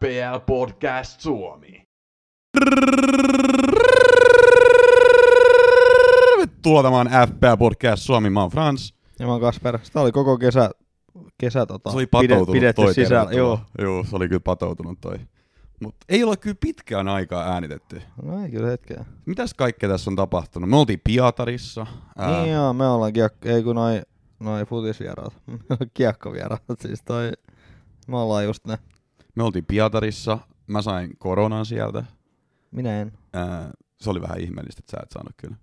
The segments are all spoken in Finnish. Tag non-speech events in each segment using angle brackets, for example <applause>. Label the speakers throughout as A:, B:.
A: Pelaaja Podcast Suomi.
B: Tervetuloa tämä on FPA Podcast Suomi, mä oon Frans.
C: Ja mä oon Kasper. Sitä oli koko kesä, kesä tota,
B: Se oli patoutunut
C: pidetty
B: toi
C: sisällä. Joo.
B: tervetuloa. Joo, se oli kyllä patoutunut toi. Mutta ei ole kyllä pitkään aikaa äänitetty.
C: No ei kyllä hetkeä.
B: Mitäs kaikkea tässä on tapahtunut? Me oltiin Pietarissa.
C: Ää. Niin joo, me ollaan kiekko, ei kun noi, noi futisvieraat, <laughs> kiekkovieraat, siis toi, me ollaan just ne.
B: Me oltiin Pietarissa. Mä sain koronan sieltä.
C: Minä en.
B: Ää, se oli vähän ihmeellistä, että sä et saanut kyllä.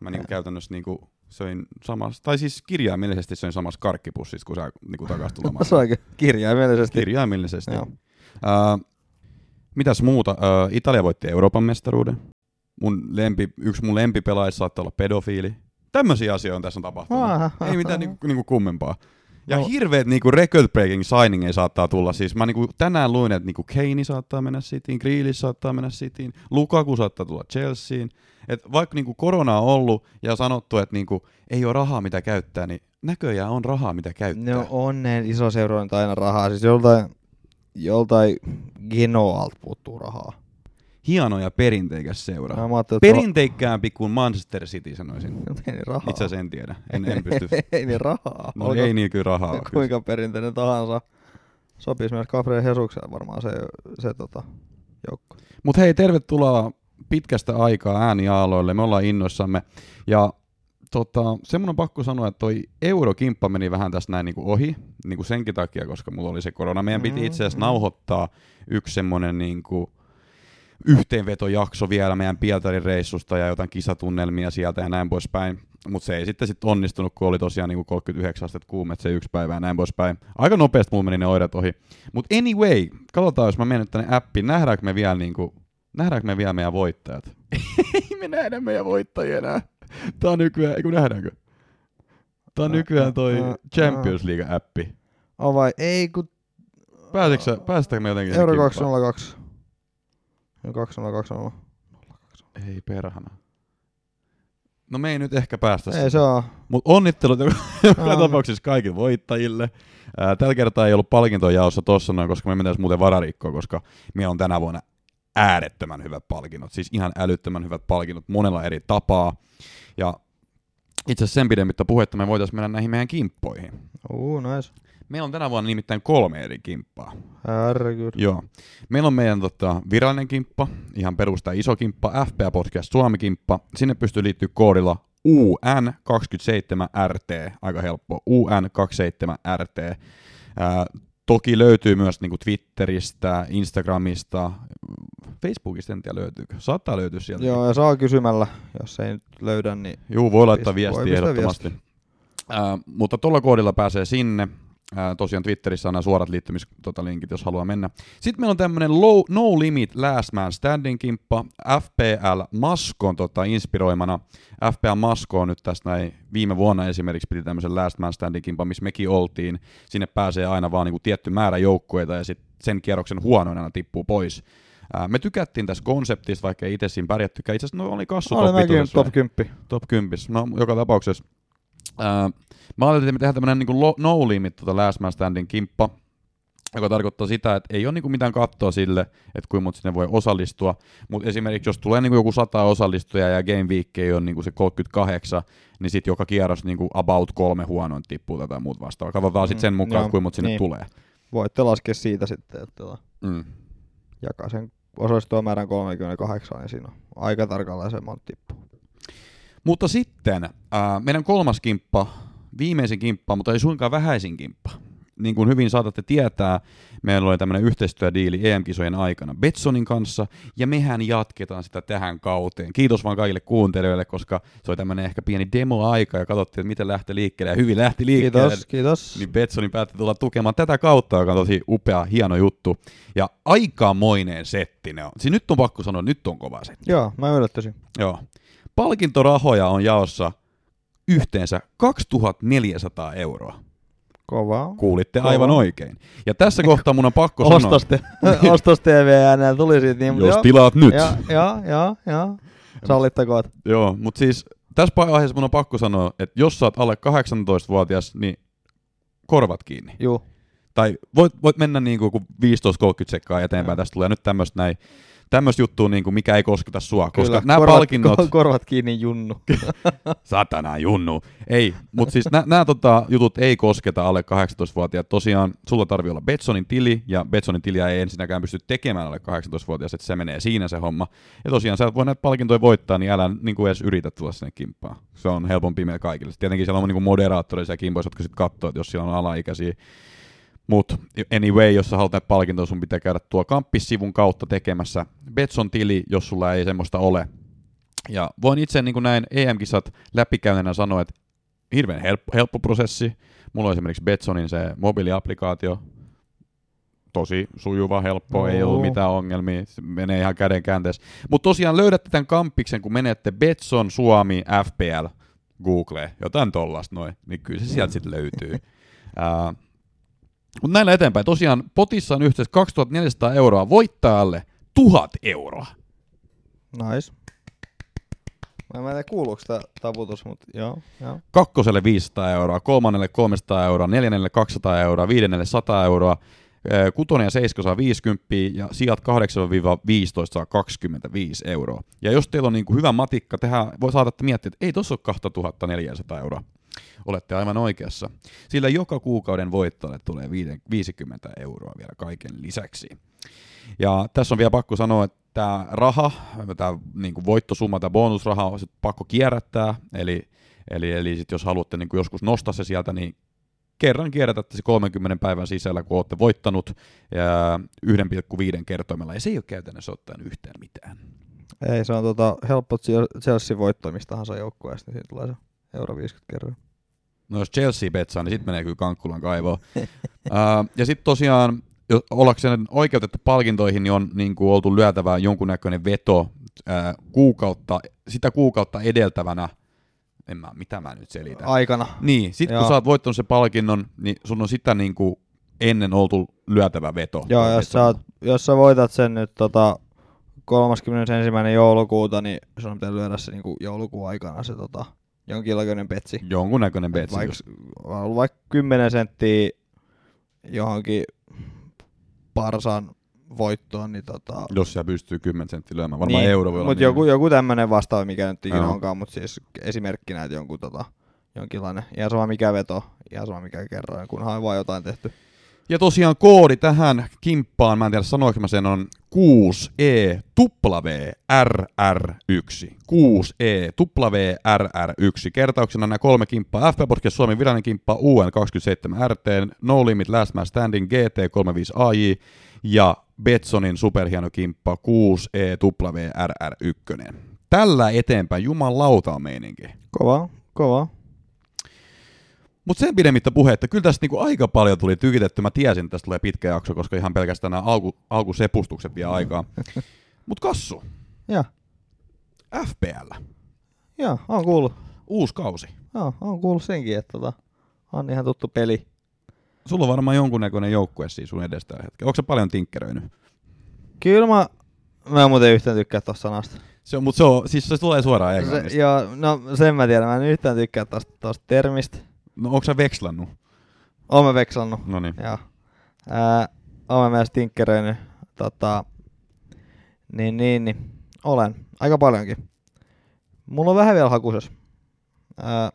B: Mä niinku
C: Ää.
B: käytännössä niinku söin samassa, tai siis kirjaimellisesti söin samassa karkkipussissa, kun sä niinku takas tulemaan.
C: <laughs> Se oikein kirjaimellisesti.
B: Kirjaimellisesti.
C: Joo.
B: Ää, mitäs muuta? Ää, Italia voitti Euroopan mestaruuden. Mun lempi, yksi mun lempipelaajista saattaa olla pedofiili. Tämmöisiä asioita tässä on tapahtunut.
C: Aha.
B: Ei mitään niinku, niinku kummempaa. Ja
C: No.
B: no. hirveet niinku record breaking signingeja saattaa tulla. Siis mä niinku tänään luin, että niinku Kane saattaa mennä Cityin, Grealish saattaa mennä Cityin, Lukaku saattaa tulla Chelseain. Et vaikka niinku korona on ollut ja sanottu, että niinku ei ole rahaa mitä käyttää, niin näköjään on rahaa mitä käyttää.
C: No on ne iso seurointa aina rahaa, siis joltain, joltain Genoalta puuttuu rahaa.
B: Hienoja perinteikäs seura.
C: Ja mä ajattelin, että
B: Perinteikkäämpi kuin Manchester City, sanoisin.
C: no, <laughs> ei niin rahaa.
B: Itse asiassa en tiedä. En, en <laughs> pysty.
C: <laughs> ei niin rahaa.
B: No
C: Olkoon-
B: ei niin kyllä rahaa.
C: <laughs>
B: ole kyllä.
C: kuinka perinteinen tahansa. Sopisi myös Gabriel Jesukseen varmaan se, se tota, joukko.
B: Mut hei, tervetuloa pitkästä aikaa ääniaaloille. Me ollaan innoissamme. Ja tota, se mun on pakko sanoa, että toi eurokimppa meni vähän tässä näin niinku ohi. Niinku senkin takia, koska mulla oli se korona. Meidän piti
C: Mm,
B: itse asiassa
C: mm.
B: nauhoittaa yksi semmonen niinku yhteenvetojakso vielä meidän Pietarin reissusta ja jotain kisatunnelmia sieltä ja näin poispäin. Mutta se ei sitten sit onnistunut, kun oli tosiaan niinku 39 astetta kuumet se yksi päivä ja näin poispäin. Aika nopeasti mulla meni ne oireet ohi. Mutta anyway, katsotaan, jos mä menen nyt tänne appiin, nähdäänkö me vielä niinku, nähdäänkö me vielä meidän voittajat? <laughs> ei me nähdä meidän voittajia enää. Tää on nykyään, ei kun nähdäänkö? Tää on
C: Ä-
B: nykyään toi
C: ä- ä-
B: Champions League-appi.
C: Oh vai ei kun
B: Pääseekö, sä- päästäänkö me jotenkin?
C: Euro
B: sinne
C: 202. No 202.
B: kilpaan? Ei perhana. No me ei nyt ehkä päästä
C: Ei se on.
B: Mutta onnittelut joka- joka
C: Aa.
B: tapauksessa kaikille voittajille. Ää, Tällä kertaa ei ollut palkintojaossa tossa noin, koska me mennään muuten vararikkoon, koska meillä on tänä vuonna äärettömän hyvät palkinnot. Siis ihan älyttömän hyvät palkinnot monella eri tapaa. Ja itse asiassa sen pidemmittä puhetta me voitaisiin mennä näihin meidän kimppoihin.
C: Uu, no nice.
B: Meillä on tänä vuonna nimittäin kolme eri kimppaa.
C: Härkyt.
B: Joo. Meillä on meidän tota, virallinen kimppa, ihan perusta iso kimppa, FPA Podcast Suomi-kimppa. Sinne pystyy liittyä koodilla UN27RT, aika helppo, UN27RT. Ää, toki löytyy myös niinku Twitteristä, Instagramista, Facebookista en tiedä löytyykö, saattaa löytyä sieltä.
C: Joo, ja saa kysymällä, jos ei nyt löydä, niin
B: Juu, voi laittaa
C: Pist-
B: viestiä
C: voi pistää
B: ehdottomasti. Ää, mutta tuolla koodilla pääsee sinne. Ää, tosiaan Twitterissä on nämä suorat liittymislinkit, jos haluaa mennä. Sitten meillä on tämmöinen low, No Limit Last Man Standing kimppa FPL Maskon tota, inspiroimana. FPL Masko on nyt tässä näin, viime vuonna esimerkiksi piti tämmöisen Last Man Standing kimpa, missä mekin oltiin. Sinne pääsee aina vaan niinku tietty määrä joukkueita ja sitten sen kierroksen huonoin aina tippuu pois. Ää, me tykättiin tässä konseptista, vaikka ei itse siinä pärjättykään. Itse asiassa no oli kassu
C: oli
B: top
C: mäkin
B: vitosessa.
C: top 10.
B: Top 10. No, joka tapauksessa. Ää, mä ajattelin, että me tehdään tämmönen niin lo- no limit tota last man standing kimppa, joka tarkoittaa sitä, että ei ole niin mitään kattoa sille, että kuinka monta sinne voi osallistua. Mutta esimerkiksi jos tulee niin joku 100 osallistujaa ja game week ei ole niin se 38, niin sitten joka kierros niin about kolme huonoin tippuu tätä muut vastaavaa. Katsotaan sitten sen
C: Mm,
B: mukaan,
C: joo,
B: kuinka monta sinne
C: niin.
B: tulee.
C: Voitte laskea siitä sitten, että tota,
B: Mm.
C: jakaa sen osallistujamäärän 38, niin siinä on aika tarkalleen se monta tippuu.
B: Mutta sitten ää, meidän kolmas kimppa, viimeisin kimppa, mutta ei suinkaan vähäisin kimppa. Niin kuin hyvin saatatte tietää, meillä oli tämmöinen yhteistyödiili EM-kisojen aikana Betsonin kanssa, ja mehän jatketaan sitä tähän kauteen. Kiitos vaan kaikille kuuntelijoille, koska se oli tämmöinen ehkä pieni demo-aika, ja katsottiin, että miten lähti liikkeelle, ja hyvin lähti liikkeelle.
C: Kiitos, kiitos.
B: Niin Betsoni päätti tulla tukemaan tätä kautta, joka on tosi upea, hieno juttu. Ja aikamoinen setti ne on. Siis nyt on pakko sanoa, nyt on kova setti.
C: Joo, mä yllättäisin.
B: Joo. Palkintorahoja on jaossa yhteensä 2400 euroa.
C: Kovaa.
B: Kuulitte
C: Kova.
B: aivan oikein. Ja tässä kohtaa mun on pakko sanoa,
C: Ostos, <laughs> te- ostos TV äänellä tuli siitä niin,
B: jos
C: joo,
B: tilaat nyt.
C: joo, joo, joo, joo. Sallittakoon.
B: Joo, mutta siis tässä pa- aiheessa mun on pakko sanoa, että jos sä oot alle 18-vuotias, niin korvat kiinni.
C: Juu.
B: tai voit, voit mennä niin kuin 15-30 sekkaa eteenpäin, tästä tulee nyt tämmöistä näin, tämmöistä juttua, niin kuin, mikä ei kosketa sua, koska
C: Kyllä,
B: nämä palkinnot,
C: ko- korvat kiinni junnu.
B: satana junnu, ei, mutta siis nämä tota, jutut ei kosketa alle 18-vuotiaat, tosiaan sulla tarvii olla Betsonin tili, ja Betsonin tiliä ei ensinnäkään pysty tekemään alle 18-vuotias, että se menee siinä se homma, ja tosiaan sä et voi näitä palkintoja voittaa, niin älä niin kuin edes yritä tulla sinne kimppaan, se on helpompi meille kaikille, tietenkin siellä on niin moderaattoreissa ja kimpoissa, jotka sitten katsoo, että jos siellä on alaikäisiä, mutta anyway, jos sä haluat näitä palkintoja, sun pitää käydä tuo kamppisivun kautta tekemässä Betson tili, jos sulla ei semmoista ole. Ja voin itse niin kuin näin EM-kisat läpikäyneenä sanoa, että hirveän helppo, helppo prosessi. Mulla on esimerkiksi Betsonin se mobiiliaplikaatio, tosi sujuva, helppo, ei ollut
C: Joo.
B: mitään ongelmia, se menee ihan käden käänteessä. Mutta tosiaan löydätte tämän kampiksen, kun menette Betson Suomi FPL Google, jotain tollasta noin, niin kyllä se sieltä sitten löytyy. Ää, mutta näillä eteenpäin. Tosiaan potissa on yhteensä 2400 euroa voittajalle 1000 euroa.
C: Nice. Mä en tiedä kuuluuko tää taputus, mut joo, joo.
B: Kakkoselle 500 euroa, kolmannelle 300 euroa, neljännelle 200 euroa, viidennelle 100 euroa, ö, kutonen ja seiska saa 50 ja sijat 8-15 saa 25 euroa. Ja jos teillä on niin hyvä matikka, tehdään, voi saatatte miettiä, että ei tossa ole 2400 euroa. Olette aivan oikeassa. Sillä joka kuukauden voittajalle tulee viiden- 50 euroa vielä kaiken lisäksi. Ja tässä on vielä pakko sanoa, että tämä raha, tämä niin voittosumma, tämä bonusraha on sit pakko kierrättää, eli, eli, eli sit jos haluatte niin joskus nostaa se sieltä, niin kerran kierrätätte se 30 päivän sisällä, kun olette voittanut ja 1,5 kertoimella, ja se ei ole käytännössä ottaen yhtään mitään.
C: Ei, se on tota, helppo Chel- Chelsea voitto mistä tahansa joukkueesta, niin siitä tulee se euro 50 kerran.
B: No jos Chelsea betsaa, niin sitten menee kyllä kankkulan kaivoon. Ää, ja sitten tosiaan, jos ollakseen oikeutettu palkintoihin, niin on niin kuin oltu lyötävää jonkunnäköinen veto ää, kuukautta, sitä kuukautta edeltävänä, en mä, mitä mä nyt selitän.
C: Aikana.
B: Niin, sit kun
C: Joo.
B: sä oot voittanut sen palkinnon, niin sun on sitä niin kuin ennen oltu lyötävä veto.
C: Joo, jos sä, oot, jos sä voitat sen nyt tota, 31. joulukuuta, niin sun pitää lyödä se niinku joulukuun aikana se tota, jonkinlainen petsi.
B: Jonkunnäköinen betsi.
C: Vaikka on ollut vaikka 10 senttiä johonkin parsan voittoon, niin tota...
B: Jos sä pystyy 10 senttiä lyömään, varmaan niin, euro voi olla.
C: Mutta joku, joku tämmöinen vastaava, mikä nyt ikinä
B: Joo.
C: onkaan, mutta siis esimerkkinä, että jonkun tota, jonkinlainen, ihan sama mikä veto, ihan sama mikä kerran, kunhan on vaan jotain tehty.
B: Ja tosiaan koodi tähän kimppaan, mä en tiedä sanoinko mä sen, on E, 6E RR1. 6E RR1. Kertauksena nämä kolme kimppaa. FP Podcast Suomen virallinen kimppa UN27 RT, No Limit Last Man Standing GT35AJ ja Betsonin superhieno kimppa E, 6E RR1. Tällä eteenpäin, jumalauta on meininki.
C: Kova, kova.
B: Mutta sen pidemmittä puhetta, kyllä tästä niinku aika paljon tuli tykitetty. Mä tiesin, että tästä tulee pitkä jakso, koska ihan pelkästään nämä alku, alkusepustukset vie <laughs> aikaa. Mutta Kassu,
C: Ja,
B: FPL,
C: ja, on kuullut.
B: uusi kausi.
C: Joo, on kuullut senkin, että tota, on ihan tuttu peli.
B: Sulla on varmaan jonkunnäköinen joukkue siis sun edestä tällä hetkellä. Onko se paljon tinkkeröinyt?
C: Kyllä mä, mä en muuten yhtään tykkää tosta sanasta.
B: Se on, mutta se, on, siis se tulee suoraan
C: Se,
B: englannista.
C: joo, no sen mä tiedän, mä en yhtään tykkää tosta, tosta termistä.
B: No onko sä vekslannut?
C: Oon mä veksannut.
B: No niin.
C: Joo. Ää, olen myös tinkkeröinyt. Tota, niin, niin, niin. Olen. Aika paljonkin. Mulla on vähän vielä hakusessa. Ää,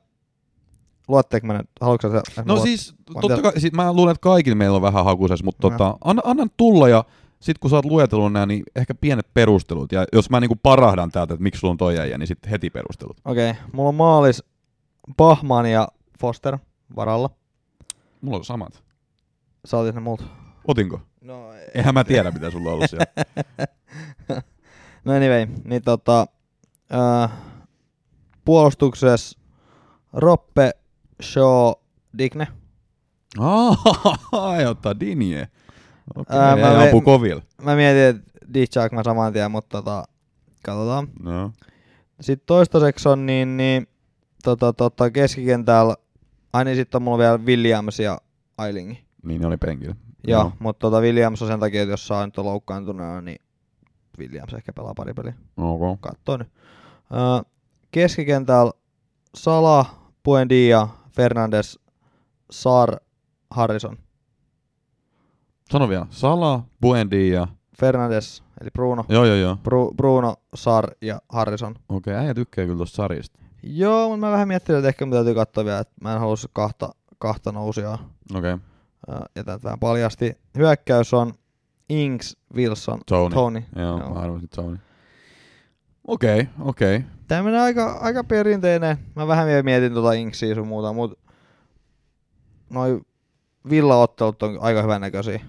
C: luotteeko mä nyt? Haluatko sä se?
B: No
C: luot-
B: siis,
C: Vaan
B: totta
C: mitä-
B: kai, siis mä luulen, että kaikilla meillä on vähän hakusessa, mutta
C: Joo.
B: tota, anna, annan tulla ja sit kun sä oot luetellut nämä, niin ehkä pienet perustelut. Ja jos mä niinku parahdan täältä, että miksi sulla on toi äijä, niin sitten heti perustelut.
C: Okei. Okay. Mulla on maalis Pahman ja Foster varalla.
B: Mulla on samat.
C: Sä otit ne muut.
B: Otinko?
C: No,
B: Eihän mä tiedä, mitä sulla on ollut <laughs> siellä.
C: no anyway. Niin tota, ää, puolustuksessa Roppe, Shaw, Digne.
B: Ah, ottaa Dinje. Okei,
C: Ää,
B: okay,
C: mä
B: ei
C: ve-
B: apu kovil.
C: Mä mietin, että Dijak mä saman tien, mutta tota, katsotaan.
B: No.
C: Sitten toistaiseksi on niin, niin tota, tota, keskikentällä, aina niin sitten on mulla vielä Williams ja Ailingi.
B: Niin ne oli penkillä.
C: Ja,
B: Joo.
C: no. mutta tota Williams on sen takia, että jos saa nyt on loukkaantuneena, niin Williams ehkä pelaa pari peliä.
B: Okay.
C: Kattoo nyt. Öö, keskikentällä Sala, Buendia, Fernandes, Sar, Harrison.
B: Sano vielä. Sala, Buendia.
C: Fernandes, eli Bruno.
B: Joo, joo, joo.
C: Bru- Bruno, Sar ja Harrison.
B: Okei, okay, äijä tykkää kyllä tuosta sarjasta.
C: Joo, mutta mä vähän miettinyt, että ehkä mun täytyy katsoa vielä, että mä en halua kahta, kahta nousijaa.
B: Okei, okay.
C: Ö, Jätän tämän paljasti. Hyökkäys on Inks, Wilson,
B: Tony.
C: Tony.
B: Joo,
C: Joo.
B: mä arvasin Tony. Okei, okay, okei. Okay.
C: Tämä menee aika, aika perinteinen. Mä vähän vielä mietin tuota Inksiä sun muuta, mutta noin villaottelut on aika hyvännäköisiä.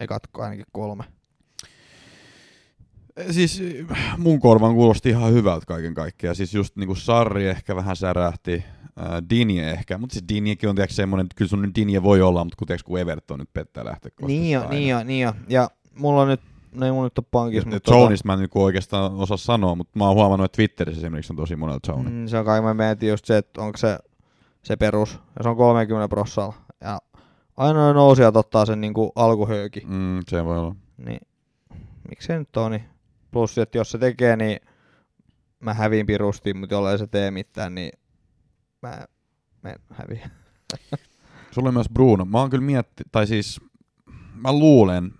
C: Ekatko ainakin kolme.
B: Siis mun korvan kuulosti ihan hyvältä kaiken kaikkiaan. Siis just niinku Sarri ehkä vähän särähti, ää, Dinje ehkä, mutta siis Dinjekin on tiiäks semmonen, että kyllä sun nyt Dinje voi olla, mutta kun tiiäks kun Everton nyt pettää lähteä
C: Niin jo, niin jo, niin jo. Ja mulla on nyt, no ei mulla nyt ole pankissa, mutta... tota-
B: Jonis mä en niinku oikeastaan osaa sanoa, mutta mä oon huomannut, että Twitterissä esimerkiksi on tosi monella Joni. Mm.
C: Mm, se on kai, mä mietin just se, että onko se se perus. Ja se on 30 prossalla. Ja aina ne nousijat ottaa sen niinku alkuhöyki.
B: Mm, se voi olla.
C: Niin miksei nyt ole, niin plus, että jos se tekee, niin mä häviin pirusti, mutta jollei se tee mitään, niin mä, mä en häviä.
B: Sulla on myös Bruno. Mä oon kyllä mietti, tai siis mä luulen,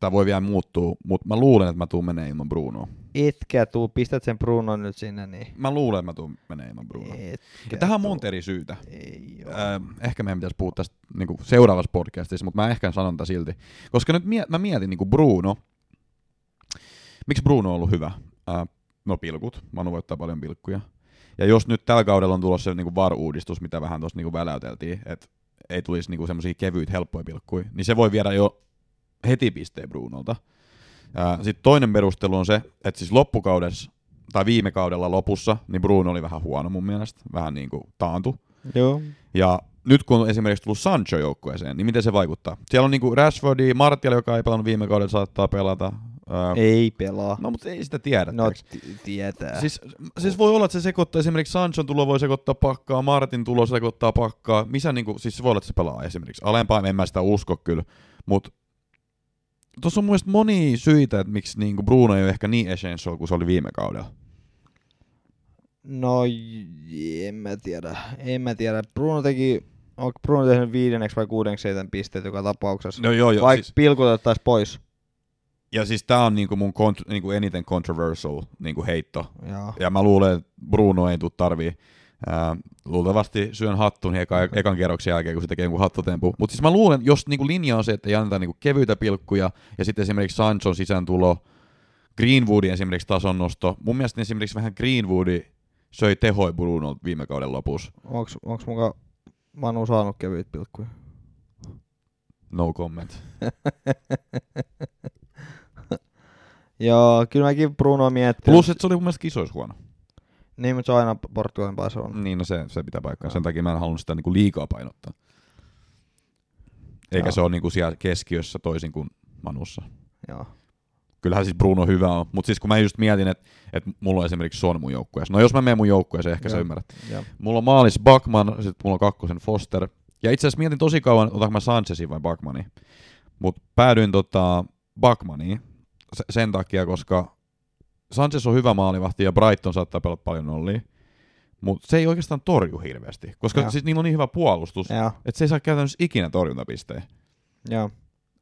B: tämä voi vielä muuttua, mutta mä luulen, että mä tuun menee ilman Brunoa.
C: Etkä tuu, pistät sen Brunon nyt sinne, niin
B: Mä luulen, että mä tuun menee ilman Brunoa.
C: etkä
B: Ja tähän on
C: tuu.
B: monta eri syytä.
C: Ei oo.
B: Öö, ehkä meidän pitäisi puhua tästä niinku seuraavassa podcastissa, mutta mä ehkä sanon tätä silti. Koska nyt mie- mä mietin niinku Bruno. Miksi Bruno on ollut hyvä? Öö, no pilkut. Manu voittaa paljon pilkkuja. Ja jos nyt tällä kaudella on tulossa se niinku VAR-uudistus, mitä vähän tuossa niinku väläyteltiin, että ei tulisi niinku semmoisia kevyitä, helppoja pilkkuja, niin se voi viedä jo heti pisteen Brunolta. Sitten toinen perustelu on se, että siis loppukaudessa tai viime kaudella lopussa, niin Bruno oli vähän huono mun mielestä, vähän niin kuin taantu.
C: Joo.
B: Ja nyt kun on esimerkiksi tullut Sancho joukkueeseen, niin miten se vaikuttaa? Siellä on niinku Rashfordi, Martial, joka ei pelannut viime kaudella, saattaa pelata. Öö,
C: Ei pelaa.
B: No mutta ei sitä tiedä.
C: No,
B: No,
C: t- tietää.
B: siis, siis, voi olla, että se sekoittaa esimerkiksi Sanchon tulo voi sekoittaa pakkaa, Martin tulo sekoittaa pakkaa. Missä niinku, siis se voi olla, että se pelaa esimerkiksi alempaan, en mä sitä usko kyllä. Mutta tuossa on mun mielestä monia syitä, että miksi niinku Bruno ei ole ehkä niin essential kuin se oli viime kaudella.
C: No, j- en mä tiedä. En mä tiedä. Bruno teki, onko Bruno tehnyt viidenneksi vai kuudenneksi seitsemän pisteet joka tapauksessa?
B: No joo, joo.
C: Vaikka
B: Siis,
C: pilkutettaisiin pois.
B: ja siis tää on niinku mun kont- niinku eniten controversial niinku heitto
C: Joo.
B: ja mä luulen, että Bruno ei tule tarvii. Ää, luultavasti syön hattun eka, ekan kerroksen jälkeen, kun se tekee jonkun hattutempun. Mutta siis mä luulen, jos niinku linja on se, että ei anneta niinku kevyitä pilkkuja, ja sitten esimerkiksi Sanchon sisääntulo, Greenwoodin esimerkiksi tason nosto. Mun mielestä esimerkiksi vähän Greenwoodi söi tehoi Brunolta viime kauden lopussa.
C: Onks, onks muka Manu saanut kevyitä pilkkuja?
B: No comment.
C: Joo, kyllä mäkin Bruno miettinyt.
B: Plus, että se oli mun mielestä kisoissa huono.
C: Niin, mutta se on aina Portugalin Barcelona.
B: Niin, no se, se pitää paikkaa. Sen takia mä en halunnut sitä niinku liikaa painottaa. Eikä
C: Joo.
B: se ole niinku siellä keskiössä toisin kuin Manussa.
C: Joo.
B: kyllähän siis Bruno hyvä on, mutta siis kun mä just mietin, että et mulla on esimerkiksi Son mun joukkueessa. No jos mä menen mun joukkueeseen, ehkä sä
C: Joo.
B: ymmärrät.
C: Joo.
B: Mulla on maalis Bakman, sitten mulla on kakkosen Foster. Ja itse asiassa mietin tosi kauan, otanko mä Sanchezin vai Bakmani. Mutta päädyin tota Bakmaniin se- sen takia, koska Sanchez on hyvä maalivahti ja Brighton saattaa pelata paljon nollia. Mutta se ei oikeastaan torju hirveästi, koska
C: Joo.
B: siis niillä on niin hyvä puolustus,
C: Joo.
B: että se ei saa käytännössä ikinä torjuntapistejä.
C: Joo.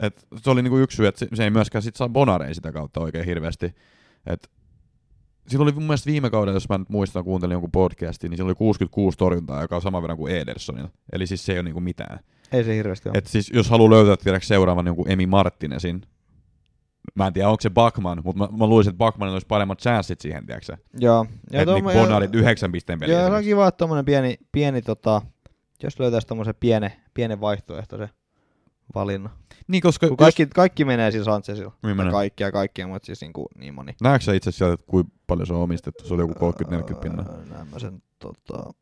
B: Et se oli niinku yksi syy, että se, se ei myöskään sit saa bonareen sitä kautta oikein hirveästi. Et sillä oli mun mielestä viime kaudella, jos mä nyt muistan, kuuntelin jonkun podcastin, niin sillä oli 66 torjuntaa, joka on saman verran kuin Edersonilla. Eli siis se ei ole niinku mitään.
C: Ei se hirveästi ole.
B: Et siis jos haluaa löytää tiedäks seuraavan jonkun Emi Martinesin, mä en tiedä onko se Bakman, mutta mä, mä luulisin, että Bakmanilla olisi paremmat chanssit siihen, tiedäksä.
C: Joo. Ja
B: Että niinku bonarit yhdeksän pisteen peliä.
C: Joo, se on
B: esimerkiksi.
C: kiva, että tommonen pieni, pieni tota, jos löytäisi tommosen pienen, pienen vaihtoehtoisen valinnan.
B: Niin, koska
C: Kun kaikki, kaikki menee siis Sanchezilla.
B: Niin
C: Ja
B: menee.
C: kaikki ja kaikki, mutta siis niin, kuin, niin moni.
B: Näetkö sä itse sieltä, että kuinka paljon se on omistettu? Se oli joku 30-40 pinnaa.
C: Öö, Näin mä sen tota...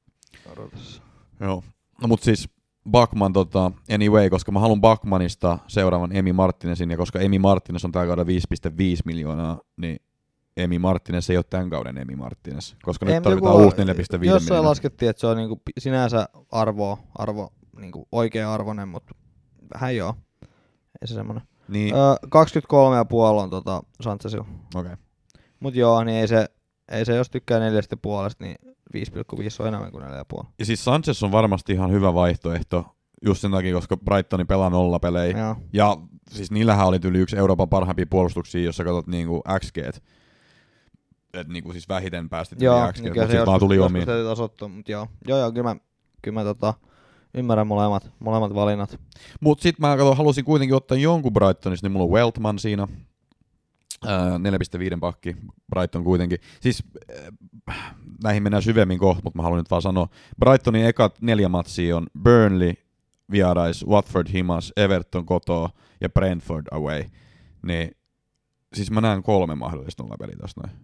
C: odotas.
B: Joo. No mut siis Bakman tota, anyway, koska mä haluan Bakmanista seuraavan Emi Martinesin, ja koska Emi Martines on tällä kaudella 5,5 miljoonaa, niin Emi Martines ei ole tämän kauden Emi Martines, koska
C: Ei,
B: nyt
C: mutta
B: tarvitaan
C: joku-
B: uusi 4,5
C: Jossain
B: miljoonaa.
C: laskettiin, että se on niinku pi- sinänsä arvoa, arvo, niinku oikea arvoinen, mutta vähän joo. Ei se semmonen.
B: Niin,
C: Öö, 23,5 on tota Sanchezilla.
B: okei. Okay.
C: Mut joo, niin ei se, ei se jos tykkää neljästä puolesta, niin 5,5 on enemmän kuin 4,5.
B: Ja siis Sanchez on varmasti ihan hyvä vaihtoehto, just sen takia, koska Brightoni pelaa nollapelejä.
C: Joo.
B: Ja siis niillähän oli yli yksi Euroopan parhaimpia puolustuksia, jos sä katsot niinku XG. Että niinku siis vähiten päästi
C: Joo,
B: XG,
C: niin
B: mutta
C: kyllä se
B: siis vaan
C: joskus,
B: tuli
C: joskus
B: omiin.
C: se tasottuu, mutta joo. Joo, joo, kyllä mä, kyllä mä tota, ymmärrän molemmat, molemmat valinnat.
B: Mutta sitten mä kato, halusin kuitenkin ottaa jonkun Brightonista, niin mulla on Weltman siinä. Ää, 4,5 pakki, Brighton kuitenkin. Siis äh, näihin mennään syvemmin kohta, mutta mä haluan nyt vaan sanoa. Brightonin ekat neljä matsia on Burnley vierais, Watford himas, Everton kotoa ja Brentford away. Niin, siis mä näen kolme mahdollista nollapeliä tästä noin.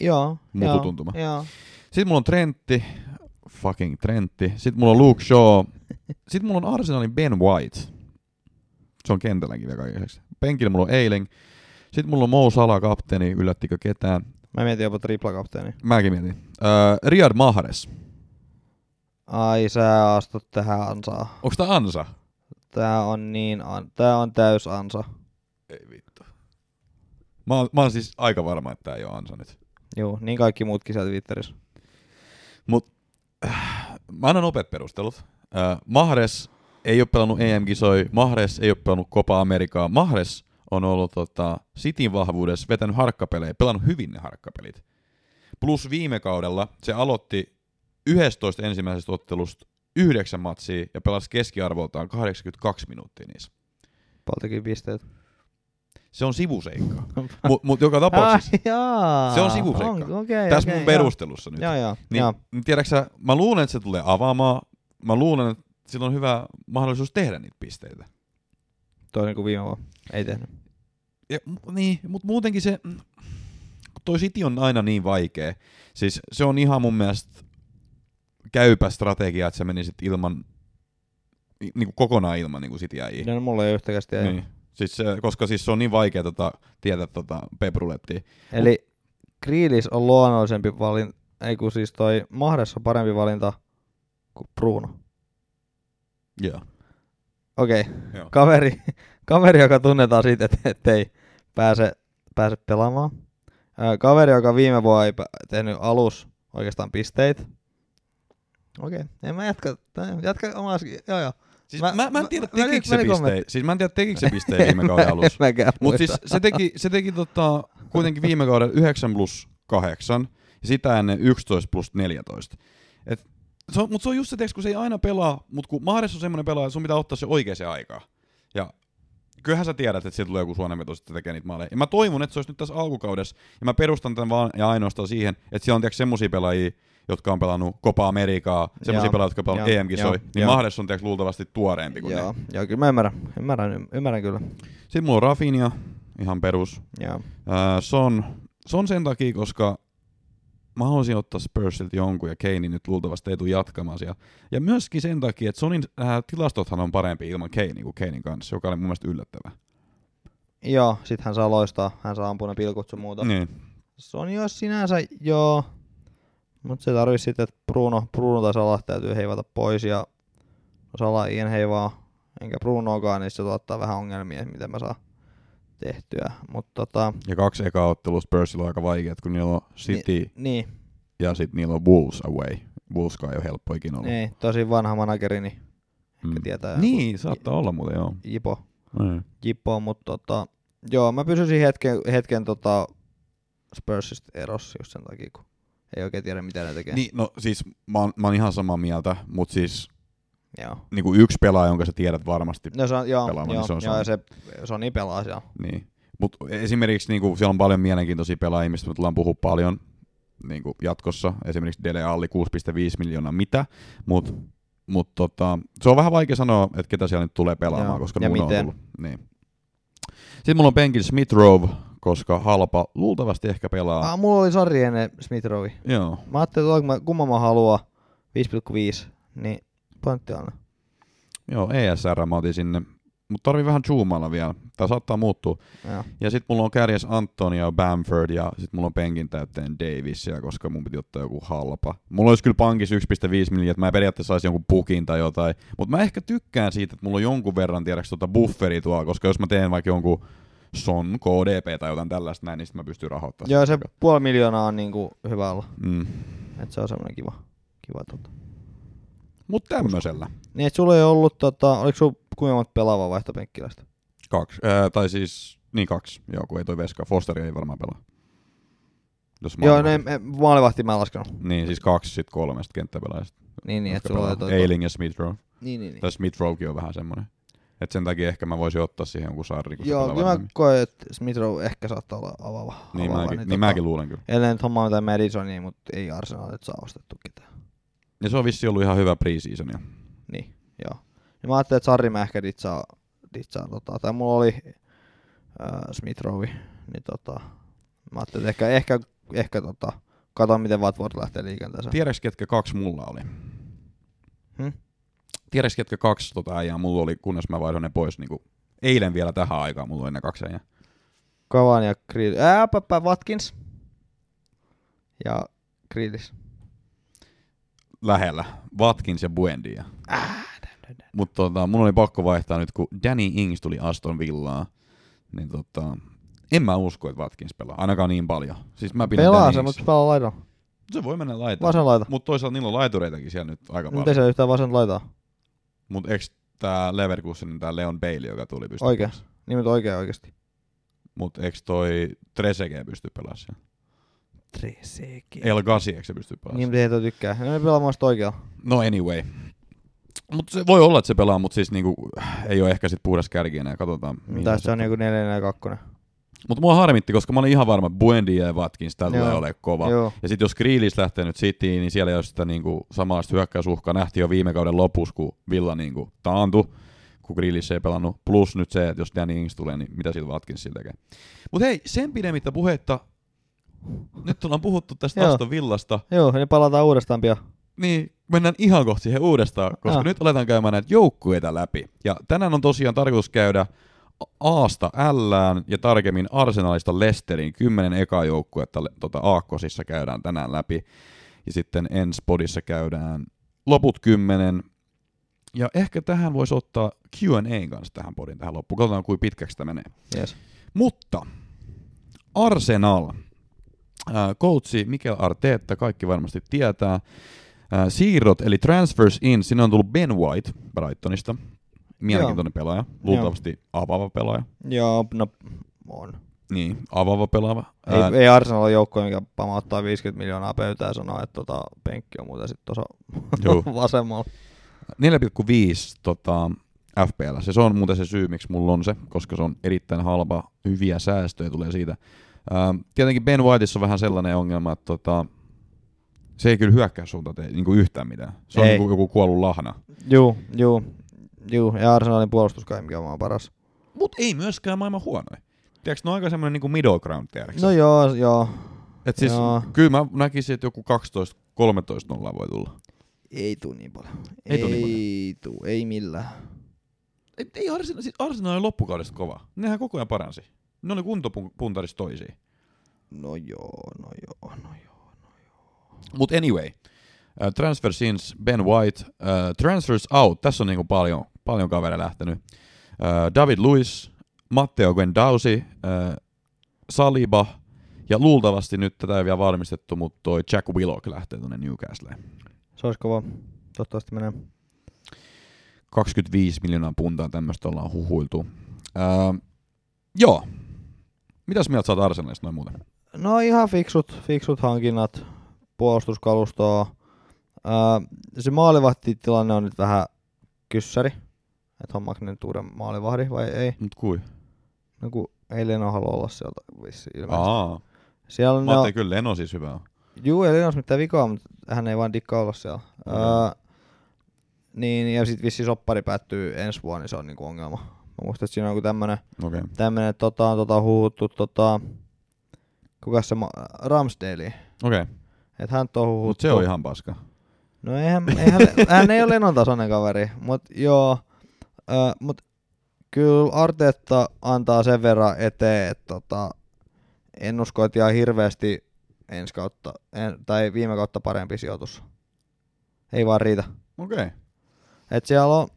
C: Joo,
B: Mutu
C: joo,
B: tuntuma.
C: joo.
B: Sitten mulla on Trentti, fucking Trentti. Sitten mulla on Luke Shaw. Sitten mulla on Arsenalin Ben White. Se on kentälläkin vielä kaiken lisäksi. Penkillä mulla on Eiling. Sitten mulla on Mo Salah kapteeni, yllättikö ketään?
C: Mä mietin jopa triplakapteeni.
B: Mäkin mietin. Öö, Riyad Mahrez.
C: Ai, sä astut tähän ansaan.
B: Onko tää Ansa?
C: Tää on niin, an- tää on täys ansa.
B: Ei vittu. Mä oon, mä oon siis aika varma, että tää ei oo Ansa nyt.
C: Joo, niin kaikki muutkin siellä Twitterissä.
B: Mä annan nopeat perustelut. Öö, Mahrez ei ole pelannut EM-kisoja. Mahrez ei ole pelannut Copa Amerikaa. Mahrez on ollut tota, Cityn vahvuudessa, vetänyt harkkapelejä, pelannut hyvin ne harkkapelit. Plus viime kaudella se aloitti 11 ensimmäisestä ottelusta yhdeksän matsia ja pelasi keskiarvoltaan 82 minuuttia niissä.
C: Paltakin pisteet.
B: Se on
C: <laughs>
B: sivuseikka. Mutta mut joka tapauksessa,
C: Ah, jaa.
B: Se on sivuseikka.
C: On- Okei,
B: tässä
C: okei,
B: mun perustelussa nyt.
C: Joo, joo, joo.
B: Niin,
C: joo.
B: niin tiedätkö sä, mä luulen, että se tulee avaamaan. Mä luulen, että sillä on hyvä mahdollisuus tehdä niitä pisteitä.
C: Toinen kuin niinku viime vuonna. Ei tehnyt.
B: Ja, mu- niin, mutta muutenkin se, mm, toi City on aina niin vaikea. Siis se on ihan mun mielestä käypä strategia, että sä menisit ilman, ni- niinku kokonaan ilman niinku Cityä. ei.
C: No, mulla ei ole yhtäkään sitä.
B: Niin. Siis, se- koska siis se on niin vaikea tota, tietää tota peprulettia.
C: Eli Kriilis on luonnollisempi valinta, ei kun siis toi Mahressa on parempi valinta kuin Bruno.
B: Joo.
C: Okei, okay.
B: Joo.
C: kaveri, <laughs> kaveri, joka tunnetaan siitä, että ettei pääse, pääse pelaamaan. Ö, Kaveri, joka viime vuonna ei pä- tehnyt alus oikeastaan pisteitä. Okei, okay. en mä jatka, tää- jatka omaa, joo joo.
B: Siis mä,
C: Mä-
B: mä, mä en tiedä,
C: mä- mä-
B: tekikö
C: mä-
B: se
C: mä-
B: pisteen.
C: kommentti.
B: Siis mä en tiedä, tekikö se pisteen viime
C: <laughs>
B: kauden
C: Mä-
B: alussa.
C: mäkään
B: Mutta
C: muista.
B: siis se teki, se teki tota, kuitenkin viime kaudella 9 plus 8 ja sitä ennen 11 plus 14. Et, se on, mut se on just se, tiiäks, kun se ei aina pelaa, mutta kun Mahrez on semmoinen pelaaja, sun pitää ottaa se oikeaan aikaan. Ja kyllähän sä tiedät, että sieltä tulee joku suonenveto, että tekee niitä maaleja. Ja mä toivon, että se olisi nyt tässä alkukaudessa, ja mä perustan tämän vaan ja ainoastaan siihen, että siellä on tiiäks, semmosia pelaajia, jotka on pelannut Copa Amerikaa, semmosia
C: Joo,
B: pelaajia, jotka on pelannut
C: joo,
B: EM-kisoja,
C: joo,
B: niin
C: joo.
B: Mahrez on tiiäks, luultavasti tuoreempi Niin kuin ne.
C: Joo, joo, kyllä mä ymmärrän, ymmärrän, ymmärrän kyllä.
B: Sitten mulla on Rafinha, ihan perus.
C: Joo.
B: Ää, se, on, se on sen takia, koska mä haluaisin ottaa Spursilta jonkun ja Keini nyt luultavasti ei tule jatkamaan siellä. Ja myöskin sen takia, että Sonin ää, tilastothan on parempi ilman Keini kuin Keinin kanssa, joka oli mun mielestä yllättävää.
C: Joo, sit hän saa loistaa, hän saa ampua ne pilkut sun muuta.
B: Niin.
C: Se on jo sinänsä, joo. Mutta se tarvii sitten, että Bruno, Bruno tai Salah täytyy heivata pois ja Salah en heivaa, enkä Brunoakaan, niin se tuottaa vähän ongelmia, että miten mä saan tehtyä. Mutta tota,
B: Ja kaksi ekaa ottelua Spursilla on aika vaikeat, kun niillä on City niin.
C: niin,
B: ja sitten niillä on Wolves away. Wolveskaan ei ole helppo ikinä olla.
C: niin, tosi vanha manageri, niin
B: Mm.
C: tietää.
B: Niin, saattaa olla muuten, joo.
C: Jipo,
B: Niin.
C: Jipo mutta tota, joo, mä pysyisin hetken, hetken tota Spursista erossa just sen takia, kun ei oikein tiedä, mitä ne tekee.
B: niin, no siis mä oon, mä oon ihan samaa mieltä, mutta siis
C: Joo.
B: niinku yksi pelaaja, jonka sä tiedät varmasti
C: No se on, joo,
B: Pelaamaan, niin
C: joo,
B: se on
C: joo, ja se, Sony pelaa siellä.
B: Niin. Mutta esimerkiksi niinku, siellä on paljon mielenkiintoisia pelaajia, mistä me tullaan puhua paljon niinku, jatkossa. Esimerkiksi Dele Alli 6,5 miljoonaa mitä, mutta mut, tota, se on vähän vaikea sanoa, että ketä siellä nyt tulee pelaamaan,
C: Joo.
B: koska
C: Ja
B: Nuno
C: miten.
B: on tullut. Niin. Sitten mulla on penkin Smith Rowe, koska halpa luultavasti ehkä pelaa.
C: Ah, mulla oli sari ennen Smithrovi.
B: Joo.
C: Mä ajattelin, että mä, kumman mä haluan 5,5, niin pointti on.
B: Joo, ESR mä otin sinne. Mutta tarvii vähän zoomailla vielä. Tämä saattaa muuttua.
C: Joo.
B: Ja sitten mulla on kärjes Antonio Bamford ja sitten mulla on penkin täytteen Davisia, koska mun piti ottaa joku halpa. Mulla olisi kyllä pankissa 1,5 miljoonaa, että mä periaatteessa saisin jonkun pukin tai jotain. Mutta mä ehkä tykkään siitä, että mulla on jonkun verran tiedäks tuota bufferi tuolla, koska jos mä teen vaikka jonkun son, KDP tai jotain tällaista näin, niin sit mä pystyn rahoittamaan.
C: Joo, se puoli miljoonaa on niinku hyvä olla.
B: Mm.
C: Et se on semmonen kiva. Kiva tota.
B: Mutta tämmöisellä.
C: Niin, et sulla ei ollut, tota, oliko sulla kuinka monta pelaavaa vaihtopenkkiläistä?
B: Kaksi. Öö, tai siis, niin kaksi. Joo, kun ei toi Veska. Fosteri ei varmaan pelaa. Jos mä
C: Joo,
B: olen-
C: ne, ne, maalivahti mä en laskenut.
B: Niin, siis kaksi sit kolmesta kenttäpelaajasta.
C: Niin, niin,
B: jotka
C: että sulla oli
B: pelaa.
C: toi.
B: Eiling ja Smith Rowe.
C: Niin, niin, niin.
B: Tai Smith Rowekin on vähän semmonen. Et sen takia ehkä mä voisin ottaa siihen jonkun sarri, kun
C: Joo,
B: se
C: kyllä
B: pelaa
C: mä
B: varmemmin.
C: koen, että Smithrow ehkä saattaa olla avaava.
B: Niin,
C: avaava,
B: mäkin, niin, mäkin luulen kyllä.
C: Ellei nyt hommaa mitään Madisonia, mutta ei Arsenalilta saa ostettu ketään.
B: Ja se on vissi ollut ihan hyvä preseasonia.
C: Niin, joo. Ja mä ajattelin, että Sarri mä ehkä ditsaa, ditsaa tota, tai mulla oli äh, Smith-Rowe, niin tota, mä ajattelin, että ehkä, ehkä, ehkä tota, katon miten Watford lähtee liikenteeseen.
B: Tiedäks ketkä kaksi mulla oli?
C: Hmm?
B: Tiedäks ketkä kaksi tota äijää mulla oli, kunnes mä vaihdoin ne pois niinku eilen vielä tähän aikaan mulla oli ne kaksi äijää.
C: Kavan ja Kriilis. Ää, päppä, Watkins. Ja Kriilis.
B: Lähellä. Watkins ja Buendia.
C: Ah,
B: Mutta tota, mun oli pakko vaihtaa nyt, kun Danny Ings tuli Aston Villaan, niin tota, en mä usko, että Watkins pelaa, ainakaan niin paljon. Siis mä pidän
C: Pelaa
B: Danny
C: se,
B: Ings-
C: mutta se pelaa laidalla.
B: se voi mennä laitaan.
C: Vasen laita.
B: Mutta toisaalta niillä on laitureitakin siellä nyt aika
C: Nyt
B: paljon.
C: ei se yhtään vasen laitaa.
B: Mutta eikö tää Leverkusenin tää Leon Bailey, joka tuli pysty
C: Oikea. Nimet oikein oikeasti.
B: Mutta eikö toi Trezeguet pysty pelaamaan siellä?
C: Treseke.
B: El Gasi, eikö se pysty pelaamaan
C: Niin,
B: siellä?
C: mutta ei toi tykkää. No ne pelaa mun mielestä oikealla.
B: No anyway. Mutta se voi olla, että se pelaa, mutta siis niinku, ei ole ehkä sit puhdas kärki enää, katsotaan.
C: Tai se on joku 4-4-2.
B: Mutta mua harmitti, koska mä olin ihan varma, että Buendia ja Watkins, tää tulee
C: Joo.
B: olemaan kova.
C: Joo.
B: Ja sitten jos Grealish lähtee nyt Cityin, niin siellä ei ole sitä niinku samanlaista hyökkäysuhkaa. Nähtiin jo viime kauden lopussa, kun Villa niinku taantui, kun Grealish ei pelannut. Plus nyt se, että jos Danny Ings tulee, niin mitä sillä Watkins sillä tekee. Mutta hei, sen pidemmittä puhetta. Nyt ollaan puhuttu tästä
C: Joo.
B: Aston Villasta.
C: Joo, niin palataan uudestaan pian.
B: Niin, mennään ihan kohti siihen uudestaan, koska
C: Ah.
B: nyt aletaan käymään näitä joukkueita läpi. Ja tänään on tosiaan tarkoitus käydä Aasta Lään ja tarkemmin Arsenalista Lesteriin. Kymmenen ekaa joukkuetta le- tota, Aakkosissa käydään tänään läpi. Ja sitten ensi podissa käydään loput kymmenen. Ja ehkä tähän voisi ottaa Q&A kanssa tähän podin tähän loppuun. Katsotaan, kuin pitkäksi tämä menee.
C: Yes.
B: Mutta Arsenal, Ää, coachi Mikel Arteetta, kaikki varmasti tietää. Ää, Siirrot, eli transfers in, sinne on tullut Ben White Brightonista. Mielenkiintoinen pelaaja, luultavasti avaava pelaaja.
C: Joo, no on.
B: Niin, avaava Äh, pelaaja.
C: Ei,
B: Ää,
C: ei Arsenal ole joukkue, mikä pamauttaa 50 miljoonaa pöytää ja sanoo, että tota, penkki on muuten sitten tuossa <laughs>
B: Juu.
C: vasemmalla.
B: 4,5 tota, FPL. Se, se on muuten se syy, miksi mulla on se, koska se on erittäin halpa, hyviä säästöjä tulee siitä. Ähm, tietenkin Ben Whiteissa on vähän sellainen ongelma, että tota, se ei kyllä hyökkää suuntaan tee niin yhtään mitään. Se on
C: Ei.
B: niin kuin joku kuollut lahna.
C: Juu, juu, juu. Ja Arsenalin puolustus kai, mikä on maan paras.
B: Mutta ei myöskään maailman huonoja. Tiedätkö, ne on aika semmoinen niin middle ground, tiedätkö?
C: No joo, joo.
B: Et siis,
C: joo.
B: kyllä mä näkisin, että joku 12-13 nollaa voi tulla.
C: Ei tuu niin paljon.
B: Ei tuu niin
C: Ei tuu, ei millään.
B: Ei, ei Arsenal, siis Arsenal oli loppukaudesta kova. Nehän koko ajan paransi. Ne oli kuntopuntarissa toisiin.
C: No joo, no joo, no joo.
B: Mutta anyway, uh, transfer since Ben White, uh, transfers out, tässä on niinku paljon, paljon kavereja lähtenyt. Uh, David Lewis, Matteo Guendouzi, uh, Saliba ja luultavasti nyt tätä ei vielä varmistettu, mutta toi Jack Willock lähtee tuonne Newcastleen.
C: Se olisi kova. Toivottavasti menee.
B: 25 miljoonaa puntaa tämmöistä ollaan huhuiltu. Uh, joo. Mitäs mieltä sä oot Arsenalista noin muuten?
C: No ihan fiksut, fiksut hankinnat, puolustuskalustoa. Ää, se maalivahtitilanne on nyt vähän kyssäri, että hommaako ne nyt uuden maalivahdi vai ei.
B: Mut kui?
C: No kun ei Leno halua olla sieltä vissiin ilmeisesti.
B: Aa,
C: Siellä on,
B: mä
C: no,
B: ajattelin kyllä Leno siis hyvä on.
C: juu, ei Leno ole mitään vikaa, mutta hän ei vaan dikkaa olla siellä.
B: Mm.
C: Ää, niin, ja sitten vissi soppari päättyy ensi vuonna, niin se on niinku ongelma. Mä muistan, että siinä on joku tämmönen
B: Okei. Okay.
C: tämmönen tota, tota, huhuttu tota, kuka se ma- Ramsdale.
B: Okei, okay.
C: Että hän on huhuttu.
B: mutta se on ihan paska.
C: No eihän, eihän <laughs> hän ei ole Lennon tasoinen kaveri, mutta joo. Äh, mut kyllä Arteetta antaa sen verran eteen, että tota, en usko, että ihan hirveästi ensi kautta, en, tai viime kautta parempi sijoitus. Ei vaan riitä.
B: Okei. Okay.
C: Et siellä on,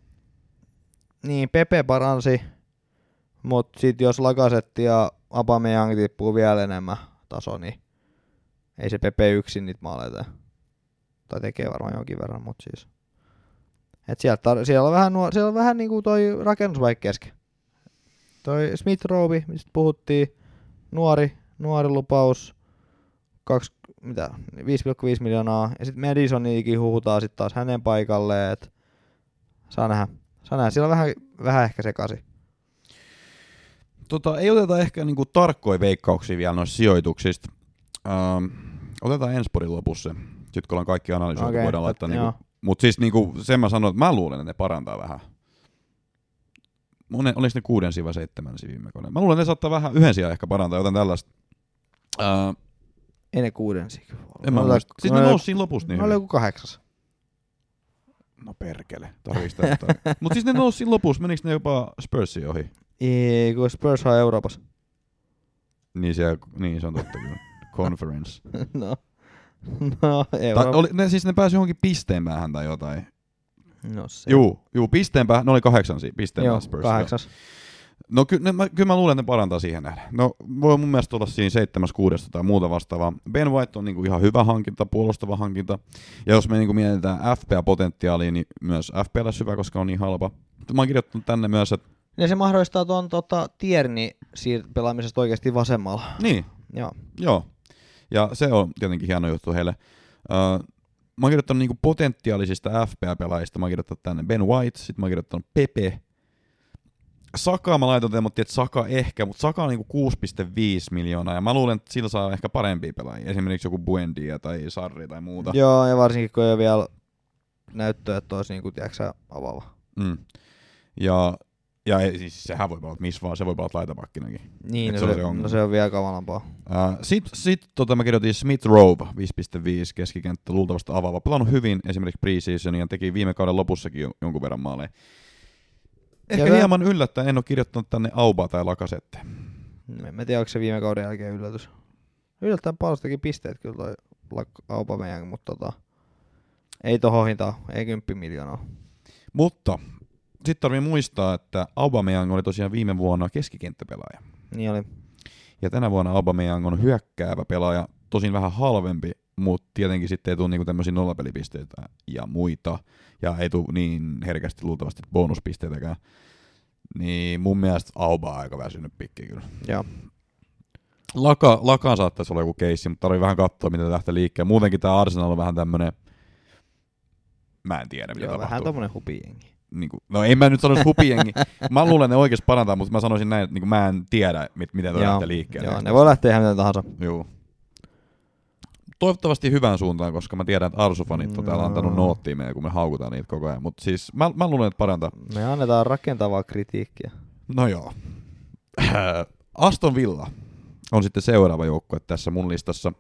C: niin Pepe paransi, mutta sit jos Lakasetti ja Abameyang tippuu vielä enemmän taso, niin ei se Pepe yksin niitä maaleja tee. Tai tekee varmaan jonkin verran, mutta siis. Et sieltä tar- siellä on vähän, nuo, siellä on vähän niin kuin toi rakennusvaikka kesken. Toi Smith Rowe, mistä puhuttiin, nuori, nuori lupaus, kaksi, mitä, 5,5 miljoonaa. Ja sitten Madisoniikin huhutaan sitten taas hänen paikalleen, et saa nähdä. Saa nähdä. Siellä on vähän, vähän ehkä sekaisin.
B: Tota, ei oteta ehkä niinku tarkkoja veikkauksia vielä noista sijoituksista. Ähm, otetaan ensi podin lopussa se. Sitten kun ollaan kaikki analysoitu, okay,
C: Okei,
B: voidaan laittaa.
C: tot-
B: Niinku,
C: joo.
B: mutta siis niinku, sen mä sanoin, että mä luulen, että ne parantaa vähän. Mone, oliko ne kuuden sivu vai seitsemän sivu viime kaudella? Mä luulen, että ne saattaa vähän yhden sijaan ehkä parantaa, joten tällaista. Äh,
C: Ei ne kuuden sikä.
B: en mä muista. Siis ne nousi siinä lopussa niin
C: Ne oli
B: hyvin.
C: joku kahdeksas.
B: No perkele, tarvii sitä jotain. <laughs> Mut siis ne nousi siinä lopussa, menikö ne jopa Spursin ohi?
C: Ei, kun Spurs on Euroopassa. <laughs>
B: Niin, siellä, niin se on totta kyllä. Conference.
C: no. No,
B: Tai
C: Eurooppa.
B: oli, ne, siis ne pääsi johonkin pisteen päähän tai jotain.
C: No se.
B: Juu, juu, pisteen päähän, ne oli kahdeksan si- pisteen
C: Joo,
B: päähän Spurs. Joo.
C: kahdeksas.
B: No ky, ne, mä, kyllä mä luulen, että ne parantaa siihen nähdä. No voi mun mielestä olla siinä seitsemäs kuudesta tai muuta vastaavaa. Ben White on niinku ihan hyvä hankinta, puolustava hankinta. Ja jos me niinku mietitään FPA-potentiaalia, niin myös FPL on hyvä, koska on niin halpa. Mä oon kirjoittanut tänne myös, että
C: Ja se mahdollistaa tuon tota, Tierni siir- pelaamisesta oikeasti vasemmalla.
B: niin,
C: Joo.
B: Joo, ja se on tietenkin hieno juttu heille. Uh, mä oon kirjoittanut niinku potentiaalisista FPA-pelaajista, mä oon kirjoittanut tänne Ben White, sit mä oon kirjoittanut Pepe. Sakaa mä laitoin, mutta että Saka ehkä, mutta Saka on niinku 6,5 miljoonaa, ja mä luulen, että sillä saa ehkä parempia pelaajia, esimerkiksi joku Buendia tai Sarri tai muuta.
C: Joo, ja varsinkin kun ei ole vielä näyttöä, että olisi niinku, tiedätkö avaava.
B: Mm. Ja, ja ei- siis sehän voi pelata missä vaan, se voi pelata laitapakkinakin.
C: Niin,
B: Et
C: no
B: se
C: se,
B: on
C: no
B: se
C: se,
B: ongelma.
C: on, vielä kamalampaa.
B: Sitten Äh, sit, tota, mä kirjoitin Smith Rowe, 5.5 keskikenttä, luultavasti avaava. Pelannut hyvin esimerkiksi preseasonia ja teki viime kauden lopussakin jo, jonkun verran maaleja. Ehkä
C: Ja
B: ja
C: mä-
B: hieman yllättäen en ole kirjoittanut tänne Aubaa tai Lakasette.
C: En mä tiedä, onko se viime kauden jälkeen yllätys. Yllättäen paljon teki pisteet kyllä toi Lak- Aubameyang, mutta tota, ei tohon hintaan, ei 10 miljoonaa.
B: Mutta sitten tarvii muistaa, että Aubameyang oli tosiaan viime vuonna keskikenttäpelaaja.
C: Niin oli.
B: Ja tänä vuonna Aubameyang on hyökkäävä pelaaja, tosin vähän halvempi, mutta tietenkin sitten ei tule niinku tämmöisiä nollapelipisteitä ja muita, ja ei tule niin herkästi luultavasti bonuspisteitäkään. Niin mun mielestä Auba on aika väsynyt pikki kyllä.
C: Joo.
B: Laka, lakaan saattaisi olla joku keissi, mutta tarvii vähän katsoa, mitä lähtee liikkeelle. Muutenkin tämä Arsenal on vähän tämmönen, mä en tiedä, mitä
C: Joo,
B: tapahtuu
C: vähän tommonen hupijengi.
B: niin kuin, no en mä nyt sanoisi hupijengi. mä luulen, että ne oikeasti parantaa, mutta mä sanoisin näin, että niin kuin mä en tiedä, mit, miten toi lähtee liikkeelle.
C: Joo, ne voi lähteä ihan miten tahansa.
B: Joo. Toivottavasti hyvään suuntaan, koska mä tiedän, että Arsufanit on täällä
C: No.
B: antanut noottia meidän, kun me haukutaan niitä koko ajan. Mutta siis mä, mä luulen, että parantaa.
C: Me annetaan rakentavaa kritiikkiä.
B: No joo. <clears throat> Aston Villa on sitten seuraava joukkue tässä mun listassa.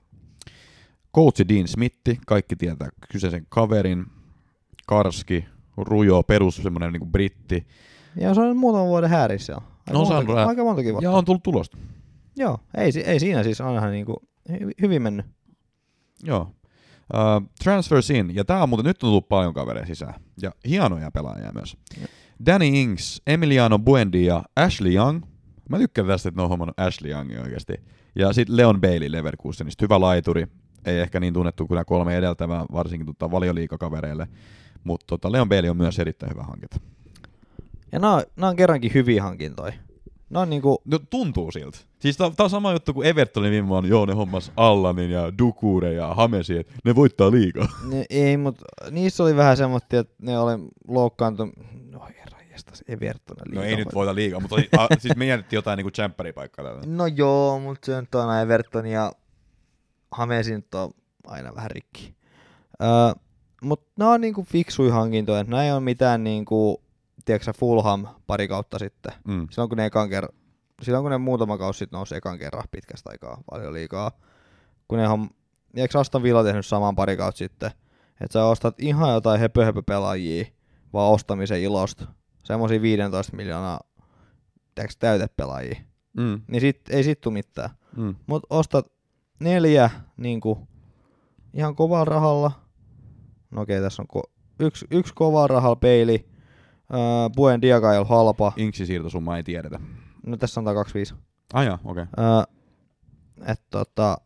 B: Coachi Dean Smitti, kaikki tietää kyseisen kaverin. Karski, rujo, perus semmoinen niin britti.
C: Ja se on nyt muutaman vuoden häärissä. jo. Aika
B: No, se on
C: monta,
B: rää-
C: aika montakin vuotta.
B: Ja on tullut tulosta.
C: Joo, ei, si- ei siinä siis, onhan niinku hy- hyvin mennyt.
B: Joo. Uh, transfers in, ja tää on muuten, nyt on tullut paljon kavereja sisään, ja hienoja pelaajia myös. Danny Ings, Emiliano Buendia ja Ashley Young. Mä tykkään tästä, että ne on hommannut Ashley Youngin oikeasti. Ja sitten Leon Bailey Leverkusenista, hyvä laituri. Ei ehkä niin tunnettu kuin nämä kolme edeltävää, varsinkin tota valioliikakavereille. Mutta tota, Leon Bailey on myös erittäin hyvä hankinta.
C: Ja nää on, nää on kerrankin hyviä hankintoja. Nää on niinku,
B: No tuntuu siltä. Siis tää, tää on sama juttu kuin Evertonin viime vuonna, joo ne hommas Allanin ja Dukure ja Hamesi, et ne voittaa liikaa.
C: ne, ei mut, niissä oli vähän semmoista, että ne oli loukkaantu... No herranjestas, Evertona
B: No
C: liikaa.
B: ei nyt
C: voi.
B: voita liikaa, mutta oli, <laughs> a, siis me jätettiin jotain niinku tsemppäripaikkaa täältä.
C: No joo, mut se nyt on aina Everton ja Hamesi nyt on aina vähän rikki. Öö, mut nää on niinku fiksuja hankintoja, nää ei oo mitään niinku, tiedätkö sä, Fulham pari kautta sitten.
B: Mm.
C: silloin kun ne ekan kerran, silloin kun ne muutama kausi sitten nousi ekan kerran pitkästä aikaa paljon liikaa, kun ne on, ja eikö Aston Villa tehnyt saman pari kautta sitten, että sä ostat ihan jotain höpö, höpö pelaajia, vaan ostamisen ilosta, semmosia 15 miljoonaa tiedätkö, täytepelaajia,
B: Mm.
C: niin sit, ei sit tuu mitään.
B: Mm.
C: Mut ostat neljä niinku, ihan kovalla rahalla. No okei, tässä on ko- yksi, yksi kovalla rahalla peili. Öö, Buen Diagail halpa.
B: Inksisiirtosumma ei tiedetä.
C: No tässä on tää 25.
B: Aja, ah, okei. Okay.
C: Öö, et tota,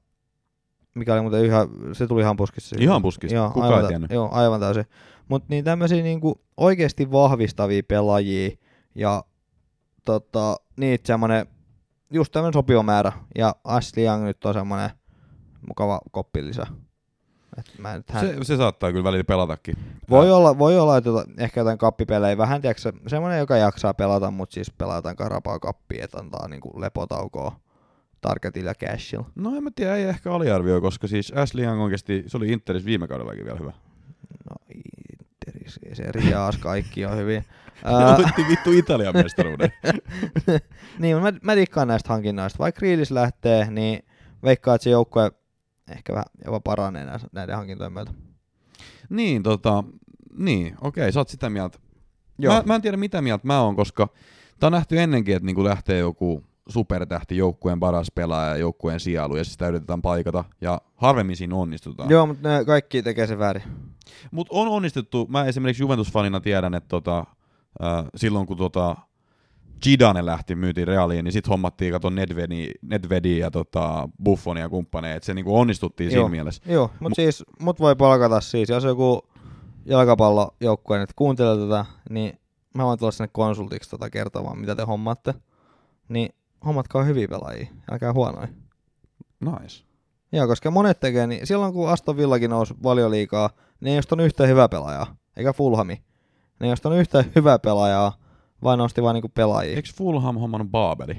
C: mikä oli muuten ihan, se tuli ihan puskissa.
B: Siis Ihan puskista. Kuka ei
C: aivan, tä-
B: tiennyt?
C: Joo, aivan täysin. Mutta niin tämmöisiä niinku oikeasti vahvistavia pelaajia ja tota, niitä semmoinen just tämmöinen sopiva määrä. Ja Ashley Young nyt on semmoinen mukava koppilisä. Et mä nyt hän...
B: Se, se saattaa kyllä välillä pelatakin.
C: Voi olla, voi olla että tota- ehkä jotain kappipelejä vähän, tiedätkö, semmoinen, joka jaksaa pelata, mutta siis pelaa jotain karapaa kappia, että antaa niinku lepotaukoa targetilla ja cashilla.
B: No en mä tiedä, ei ehkä aliarvioi, koska siis Ashley Young oikeasti, se oli Interis viime kaudellakin vielä hyvä.
C: No Interis, ei se Riaas, kaikki on <laughs> hyvin.
B: <laughs> Ää...
C: Ää,
B: vittu Italian mestaruuden.
C: niin, mä, mä dikkaan näistä hankinnoista. Vaikka Riilis lähtee, niin veikkaa, että se joukkue ehkä vähän jopa paranee nä- näiden hankintojen myötä.
B: niin, tota, niin, okei, sä oot sitä mieltä.
C: Joo.
B: Mä, mä en tiedä mitä mieltä mä oon, koska tää on nähty ennenkin, että niinku lähtee joku supertähti joukkueen paras pelaaja joukkueen sijailu ja siis sitä yritetään paikata ja harvemmin siinä onnistutaan.
C: Joo, mutta ne kaikki tekee se väärin.
B: Mutta on onnistuttu, mä esimerkiksi Juventus-fanina tiedän, että tota, äh, silloin kun tota Gidane lähti myytiin Realiin, niin sitten hommattiin kato Nedvedi, Nedvedi ja tota Buffonia ja kumppaneja, että se niinku onnistuttiin
C: Joo.
B: siinä mielessä.
C: Joo, mutta siis mut voi palkata siis, jos joku jalkapallojoukkue nyt kuuntelee tätä, niin mä voin tulla sinne konsultiksi tota kertomaan, mitä te hommaatte. Niin hommatkaa hyviä pelaajia, älkää huonoja.
B: Nice.
C: Joo, koska monet tekee, niin silloin kun Aston Villakin nousi valioliikaa, niin ei just on yhtä hyvää pelaajaa, eikä Fulhami. Ne ei just on yhtä hyvää pelaajaa, vaan nosti vaan niinku pelaajia.
B: Eikö Fulham hommannut Baabeli?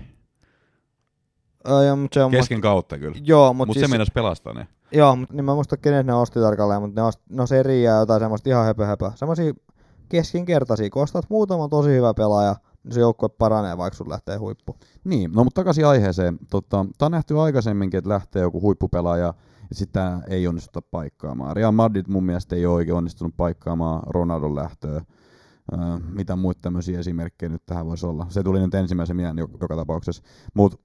C: Öö, joo, mut se on
B: Kesken kautta kyllä.
C: Must, joo, mut,
B: Mutta
C: mut
B: mut
C: siis,
B: se meinasi pelastaa ne.
C: Joo, mutta niin mä en muista kenet ne osti tarkalleen, mutta ne osti, no seriä ja jotain semmoista ihan höpöhöpöä. Semmoisia keskinkertaisia, kun ostat muutama tosi hyvä pelaaja, niin se joukkue paranee, vaikka sun lähtee huippu.
B: Niin, no mutta takaisin aiheeseen. Tota, Tämä on nähty aikaisemminkin, että lähtee joku huippupelaaja ja sitä ei onnistuta paikkaamaan. Real Madrid mun mielestä ei ole oikein onnistunut paikkaamaan Ronaldon lähtöä. Öö, mitä muita tämmöisiä esimerkkejä nyt tähän voisi olla. Se tuli nyt ensimmäisen mieleen jo- joka tapauksessa. Mutta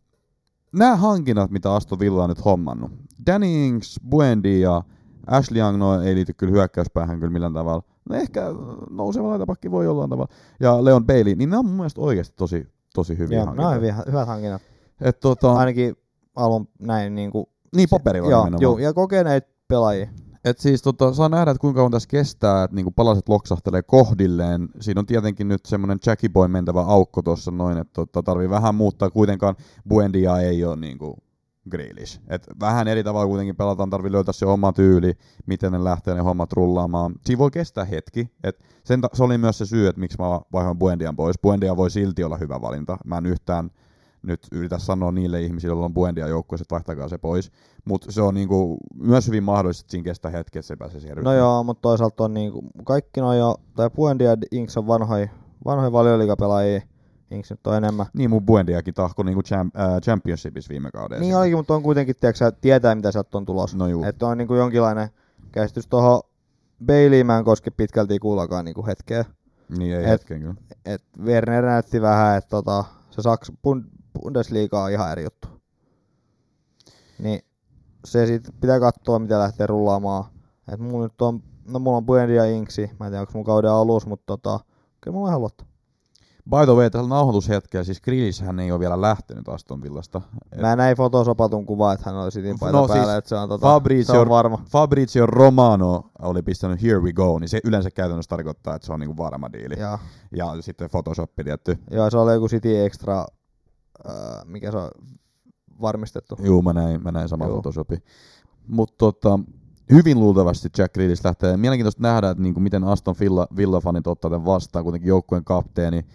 B: nämä hankinnat, mitä Aston Villa on nyt hommannut. Danny Ings, Buendi ja Ashley Young, no ei liity kyllä hyökkäyspäähän kyllä millään tavalla. No ehkä nouseva laitapakki voi jollain tavalla. Ja Leon Bailey, niin nämä on mun mielestä oikeasti tosi, tosi hyviä
C: Joo,
B: hankintoja.
C: nämä on hyviä, hyvät hankinnat.
B: Et tota,
C: Ainakin alun näin niin kuin,
B: niin paperilla
C: joo,
B: nimenomaan.
C: joo, ja kokeneet pelaajia.
B: Et siis tota, saa nähdä, että kuinka on tässä kestää, että niinku palaset loksahtelee kohdilleen. Siinä on tietenkin nyt semmoinen Jackie Boy mentävä aukko tuossa noin, että tota, tarvii vähän muuttaa. Kuitenkaan Buendia ei ole niinku Grealish. Et vähän eri tavalla kuitenkin pelataan, tarvii löytää se oma tyyli, miten ne lähtee ne hommat rullaamaan. Siinä voi kestää hetki. Et sen ta- se oli myös se syy, että miksi mä vaihdoin Buendian pois. Buendia voi silti olla hyvä valinta. Mä en yhtään nyt yritä sanoa niille ihmisille, joilla on Buendia joukkueessa, että vaihtakaa se pois. Mutta se on niinku myös hyvin mahdollista, että siinä kestää hetki, että se pääsee siihen
C: No
B: ryhmään.
C: joo, mutta toisaalta on niinku, kaikki no jo, tai Puendia ja Inks on vanhoja, vanhoja valioliikapelaajia. Inks nyt on enemmän.
B: Niin mun Buendiakin tahko niinku champ, äh, championshipissa viime kaudella.
C: Niin olikin, mutta on kuitenkin, tiedätkö, sä tietää mitä sieltä on tulossa.
B: No juu.
C: Että on niin kuin jonkinlainen käsitys tuohon Bailey mä en koske pitkälti kuullakaan niin kuin hetkeä.
B: Niin ei
C: Et-
B: hetken kyllä.
C: Et Werner näytti vähän, että tota, se Saks Bund- Bundesliga on ihan eri juttu. Niin se sitten pitää katsoa, mitä lähtee rullaamaan. Et mulla nyt on, no mulla on Buendia Inksi, mä en tiedä onko mun kauden alus, mutta tota, kyllä mulla on ihan luotto.
B: By the way, tällä nauhoitushetkellä, siis Grillishän ei ole vielä lähtenyt Aston Villasta. Et-
C: Mä näin fotosopatun kuva, että hän oli sitin paita
B: No
C: no,
B: siis
C: päällä, siis että se on, tota,
B: Fabrizio,
C: se on varma.
B: Fabrizio Romano oli pistänyt Here we go, niin se yleensä käytännössä tarkoittaa, että se on niinku varma diili. Ja,
C: Joo.
B: ja sitten Photoshop tietty.
C: Joo, se oli joku City Extra, äh, mikä se on varmistettu.
B: Juu, mä näin, mä näin saman
C: Joo.
B: Photoshopi. Mutta tota, hyvin luultavasti Jack Grealish lähtee. Mielenkiintoista nähdä, että niinku, miten Aston Villa, Villa-fanit ottaa tämän vastaan. Kuitenkin joukkueen kapteeni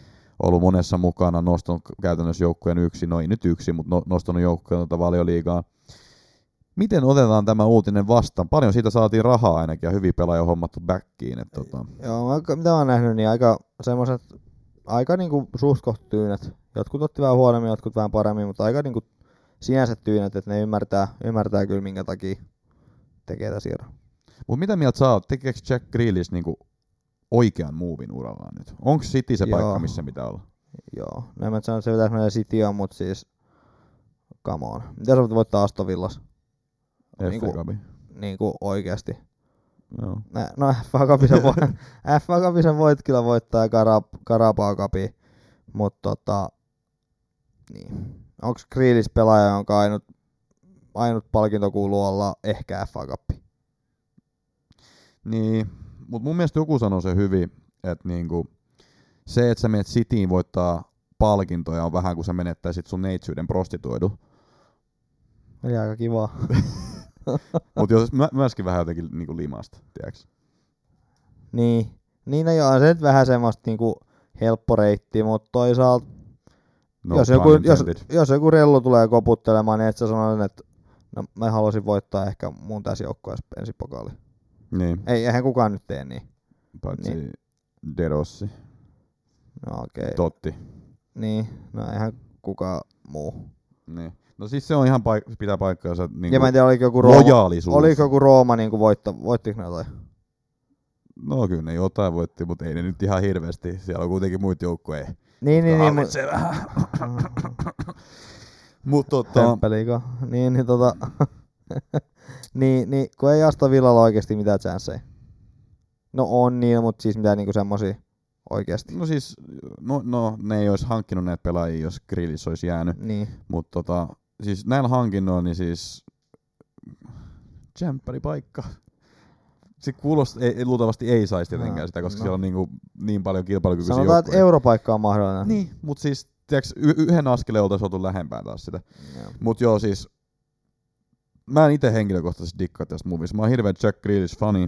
B: ollut monessa mukana, nostanut käytännössä joukkueen yksi, no ei nyt yksi, mutta no, nostanut joukkueen tuota valioliigaa. Miten otetaan tämä uutinen vastaan? Paljon siitä saatiin rahaa ainakin ja hyvin pelaaja on hommattu backiin. Et, tota.
C: Joo, mä, mitä mä oon nähnyt, niin aika semmoset, aika niinku suht koht tyynet. Jotkut otti vähän huonommin, jotkut vähän paremmin, mutta aika niinku sinänsä tyynet, että ne ymmärtää, ymmärtää kyllä minkä takia tekee tätä siirron.
B: Mutta mitä mieltä sä oot? Tekeekö Jack Grealish niinku oikean muuvin urallaan nyt? Onko City se paikka,
C: Joo.
B: missä pitää olla?
C: Joo, no en mä nyt sano, että se pitäisi mennä Cityä, mutta siis, come on. Mitä sä voit voittaa Aston Villas? Niinku-
B: FA Cupin.
C: Niinku oikeesti.
B: Joo.
C: Nä- No FA Cupissa voi, <laughs> FA Cupissa voit kyllä voittaa Karab, Karabaa Cupi, mutta tota, niin. Onko Kriilis pelaaja, jonka ainut, ainut palkinto kuuluu olla ehkä FA Cup?
B: Niin, Mutta mun mielestä joku sanoi se hyvin, että niinku, se, että sä menet Cityin voittaa palkintoja on vähän kuin sä menettäisit sun neitsyyden prostituoidu.
C: Ah. Oli aika kivaa.
B: Mutta jos mä, myöskin vähän jotenkin niinku limasta, tiedäks?
C: Niin. Niin no joo, on se nyt vähän semmoista niinku helppo reitti, mutta toisaalta
B: No
C: jos,
B: pun
C: joku, jos,
B: intended.
C: jos joku rellu tulee koputtelemaan, niin et sä sano, että no, mä haluaisin voittaa ehkä mun tässä joukkueessa ensi pokaali.
B: Niin,
C: Ei, eihän kukaan nyt tee niin.
B: paitsi niin. Derossi,
C: No okei. Okay.
B: Totti.
C: Niin, no eihän kukaan muu.
B: Niin. No siis se on ihan paik- pitää paikkaansa
C: Niin
B: niinku
C: ja mä en tiedä, oliko joku Rooma,
B: lojaalisuus.
C: oliko joku Rooma niin kuin voittaa, voittiko ne jotain?
B: No kyllä ne jotain voitti, mutta ei ne nyt ihan hirveästi. Siellä on kuitenkin muita joukkoja.
C: Niin, niin, niin.
B: Hallitsee vähän.
C: Mutta...
B: Mutta
C: <clears throat>
B: tota,
C: Hömppäliiga. Niin, niin tota... <laughs> niin, niin, kun ei Asta Villalla oikeasti mitään chanceja. No on niin, mutta siis mitään niinku semmosia oikeasti.
B: no siis, no, no ne ei olisi hankkinut näitä pelaajia, jos grillis olisi jäänyt.
C: Niin.
B: Mutta tota, siis näillä hankinnoilla, niin siis tsemppäri paikka. Se kuulosti, ei, ei- luultavasti ei saisi tietenkään
C: No,
B: sitä, koska
C: no.
B: siellä on niinku niin paljon kilpailukykyisiä
C: Sanotaan, että
B: joukkueita.
C: europaikka on mahdollinen.
B: Niin, mutta siis tiiäks, y- yhden askeleen oltaisiin oltu lähempään taas sitä.
C: Joo.
B: Mut joo, siis mä en itse henkilökohtaisesti dikkaa tästä movista. Mä oon hirveä Jack Grealish fani.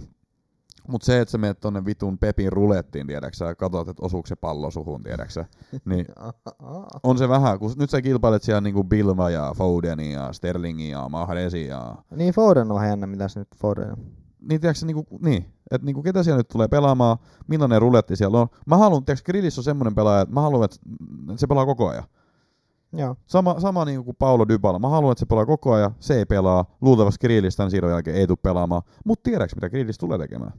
B: Mut se, että sä menet tonne vitun Pepin rulettiin, tiedäksä, ja katsot, että osuuko se pallo suhun, tiedäksä, niin
C: No,
B: on se vähän, kun nyt sä kilpailet siellä niinku Bilma ja Fodenia ja Sterlingia ja Mahresi ja...
C: Niin Foden on vähän jännä, mitä se nyt Foden on.
B: Niin, tiedäksä, niinku, niin, että niinku, ketä siellä nyt tulee pelaamaan, millainen ruletti siellä on. Mä haluan, tiedäks, Grillissä on semmonen pelaaja, että mä haluan, että se pelaa koko ajan.
C: Joo.
B: Sama, sama niin kuin Paolo Dybala. Mä haluan, että se pelaa koko ajan. Se ei pelaa. Luultavasti Grealish tämän siirron jälkeen ei tule pelaamaan. Mutta tiedäks mitä Grealish tulee tekemään?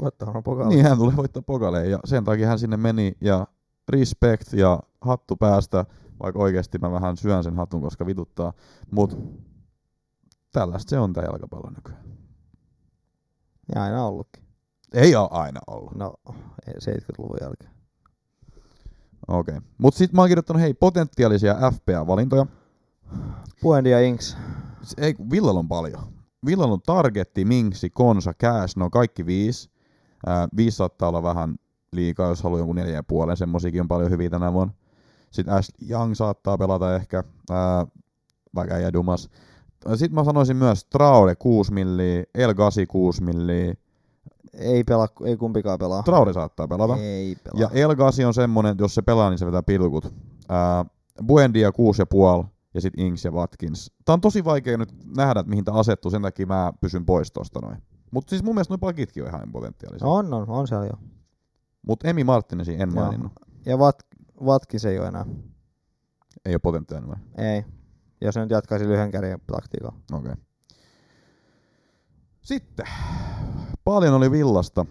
C: Voittaa on pokaali.
B: Niin hän tulee voittaa pokaleen. Ja sen takia hän sinne meni. Ja respect ja hattu päästä. Vaikka oikeasti mä vähän syön sen hatun, koska vituttaa. Mutta tällaista se on tämä jalkapallo nykyään.
C: Ja aina ollutkin.
B: Ei ole aina ollut.
C: No, ei, 70-luvun jälkeen.
B: Okei. Okay. Mutta sitten mä oon kirjoittanut, hei, potentiaalisia FPA-valintoja.
C: Puendi ja Inks.
B: Se- Ei, kun Villalla on paljon. Villalla on Targetti, Minksi, Konsa, Cash, ne on kaikki viisi. Ää, viisi saattaa olla vähän liikaa, jos haluaa jonkun neljä ja puolen, semmosiakin on paljon hyviä tänä vuonna. Sitten Ash Young saattaa pelata ehkä, ää, vaikka ja Dumas. Sitten mä sanoisin myös Traore 6 milliä, El Gasi 6 milliä.
C: Ei pelaa, ei kumpikaan pelaa.
B: Traore saattaa pelata.
C: Ei pelaa.
B: Ja El Gasi on semmonen, että jos se pelaa, niin se vetää pilkut. Ää, Buendia 6,5 ja sitten Ings ja Watkins. Tää on tosi vaikea nyt nähdä, että mihin tää asettuu, sen takia mä pysyn pois tosta noin. Mutta siis mun mielestä noin pakitkin on ihan potentiaalisia. No.
C: On, on, on siellä jo.
B: Mutta Emi Martinesi en
C: Joo.
B: maininnut.
C: Ja Vat, Vatkis ei ole enää.
B: Ei ole potentiaalinen vai?
C: Ei. Jos nyt jatkaisi lyhyen kärjen taktiikalla.
B: Okei. Okay. Sitten. Paljon oli villasta.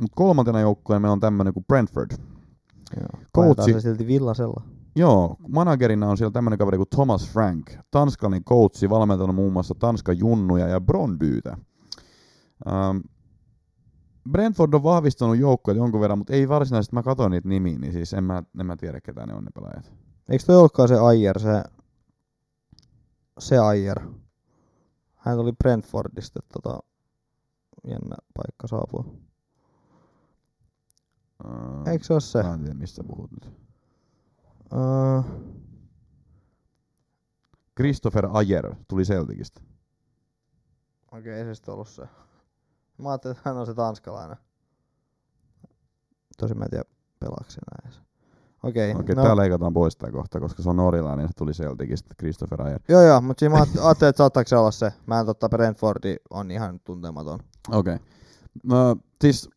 B: Mutta kolmantena joukkueena meillä on tämmönen kuin Brentford.
C: Koutsi.
B: Coachi-
C: se silti villasella.
B: Joo, managerina on siellä tämmöinen kaveri kuin Thomas Frank, tanskalainen coachi, valmentanut muun muassa Tanskan junnuja ja Brondyytä. Ähm, Brentford on vahvistanut joukkoja jonkun verran, mutta ei varsinaisesti, mä katsoin niitä nimiä, niin siis en mä, en mä tiedä ketä ne on ne pelaajat.
C: Eikö toi ollutkaan se Ayer, se, se Ayer? Hän tuli Brentfordista, tota, jännä paikka saapua.
B: Ähm,
C: Eikö se ole se?
B: Mä en tiedä, mistä puhut nyt.
C: Öö,
B: Christopher Ayer tuli Celticistä.
C: Okei, ei se sitten ollut se. Mä ajattelin, että hän on se tanskalainen. Tosi mä en tiedä pelaaksi näin. Okei,
B: Okei, okay, no. tää leikataan pois tää kohta, koska se on norjalainen ja se tuli Celticistä, Christopher Ayer.
C: Joo joo, mutta siinä mä aat- ajattelin, että saattaako se olla se. Mä en totta, Brentfordi on ihan tuntematon.
B: Okei. Okay. No, siis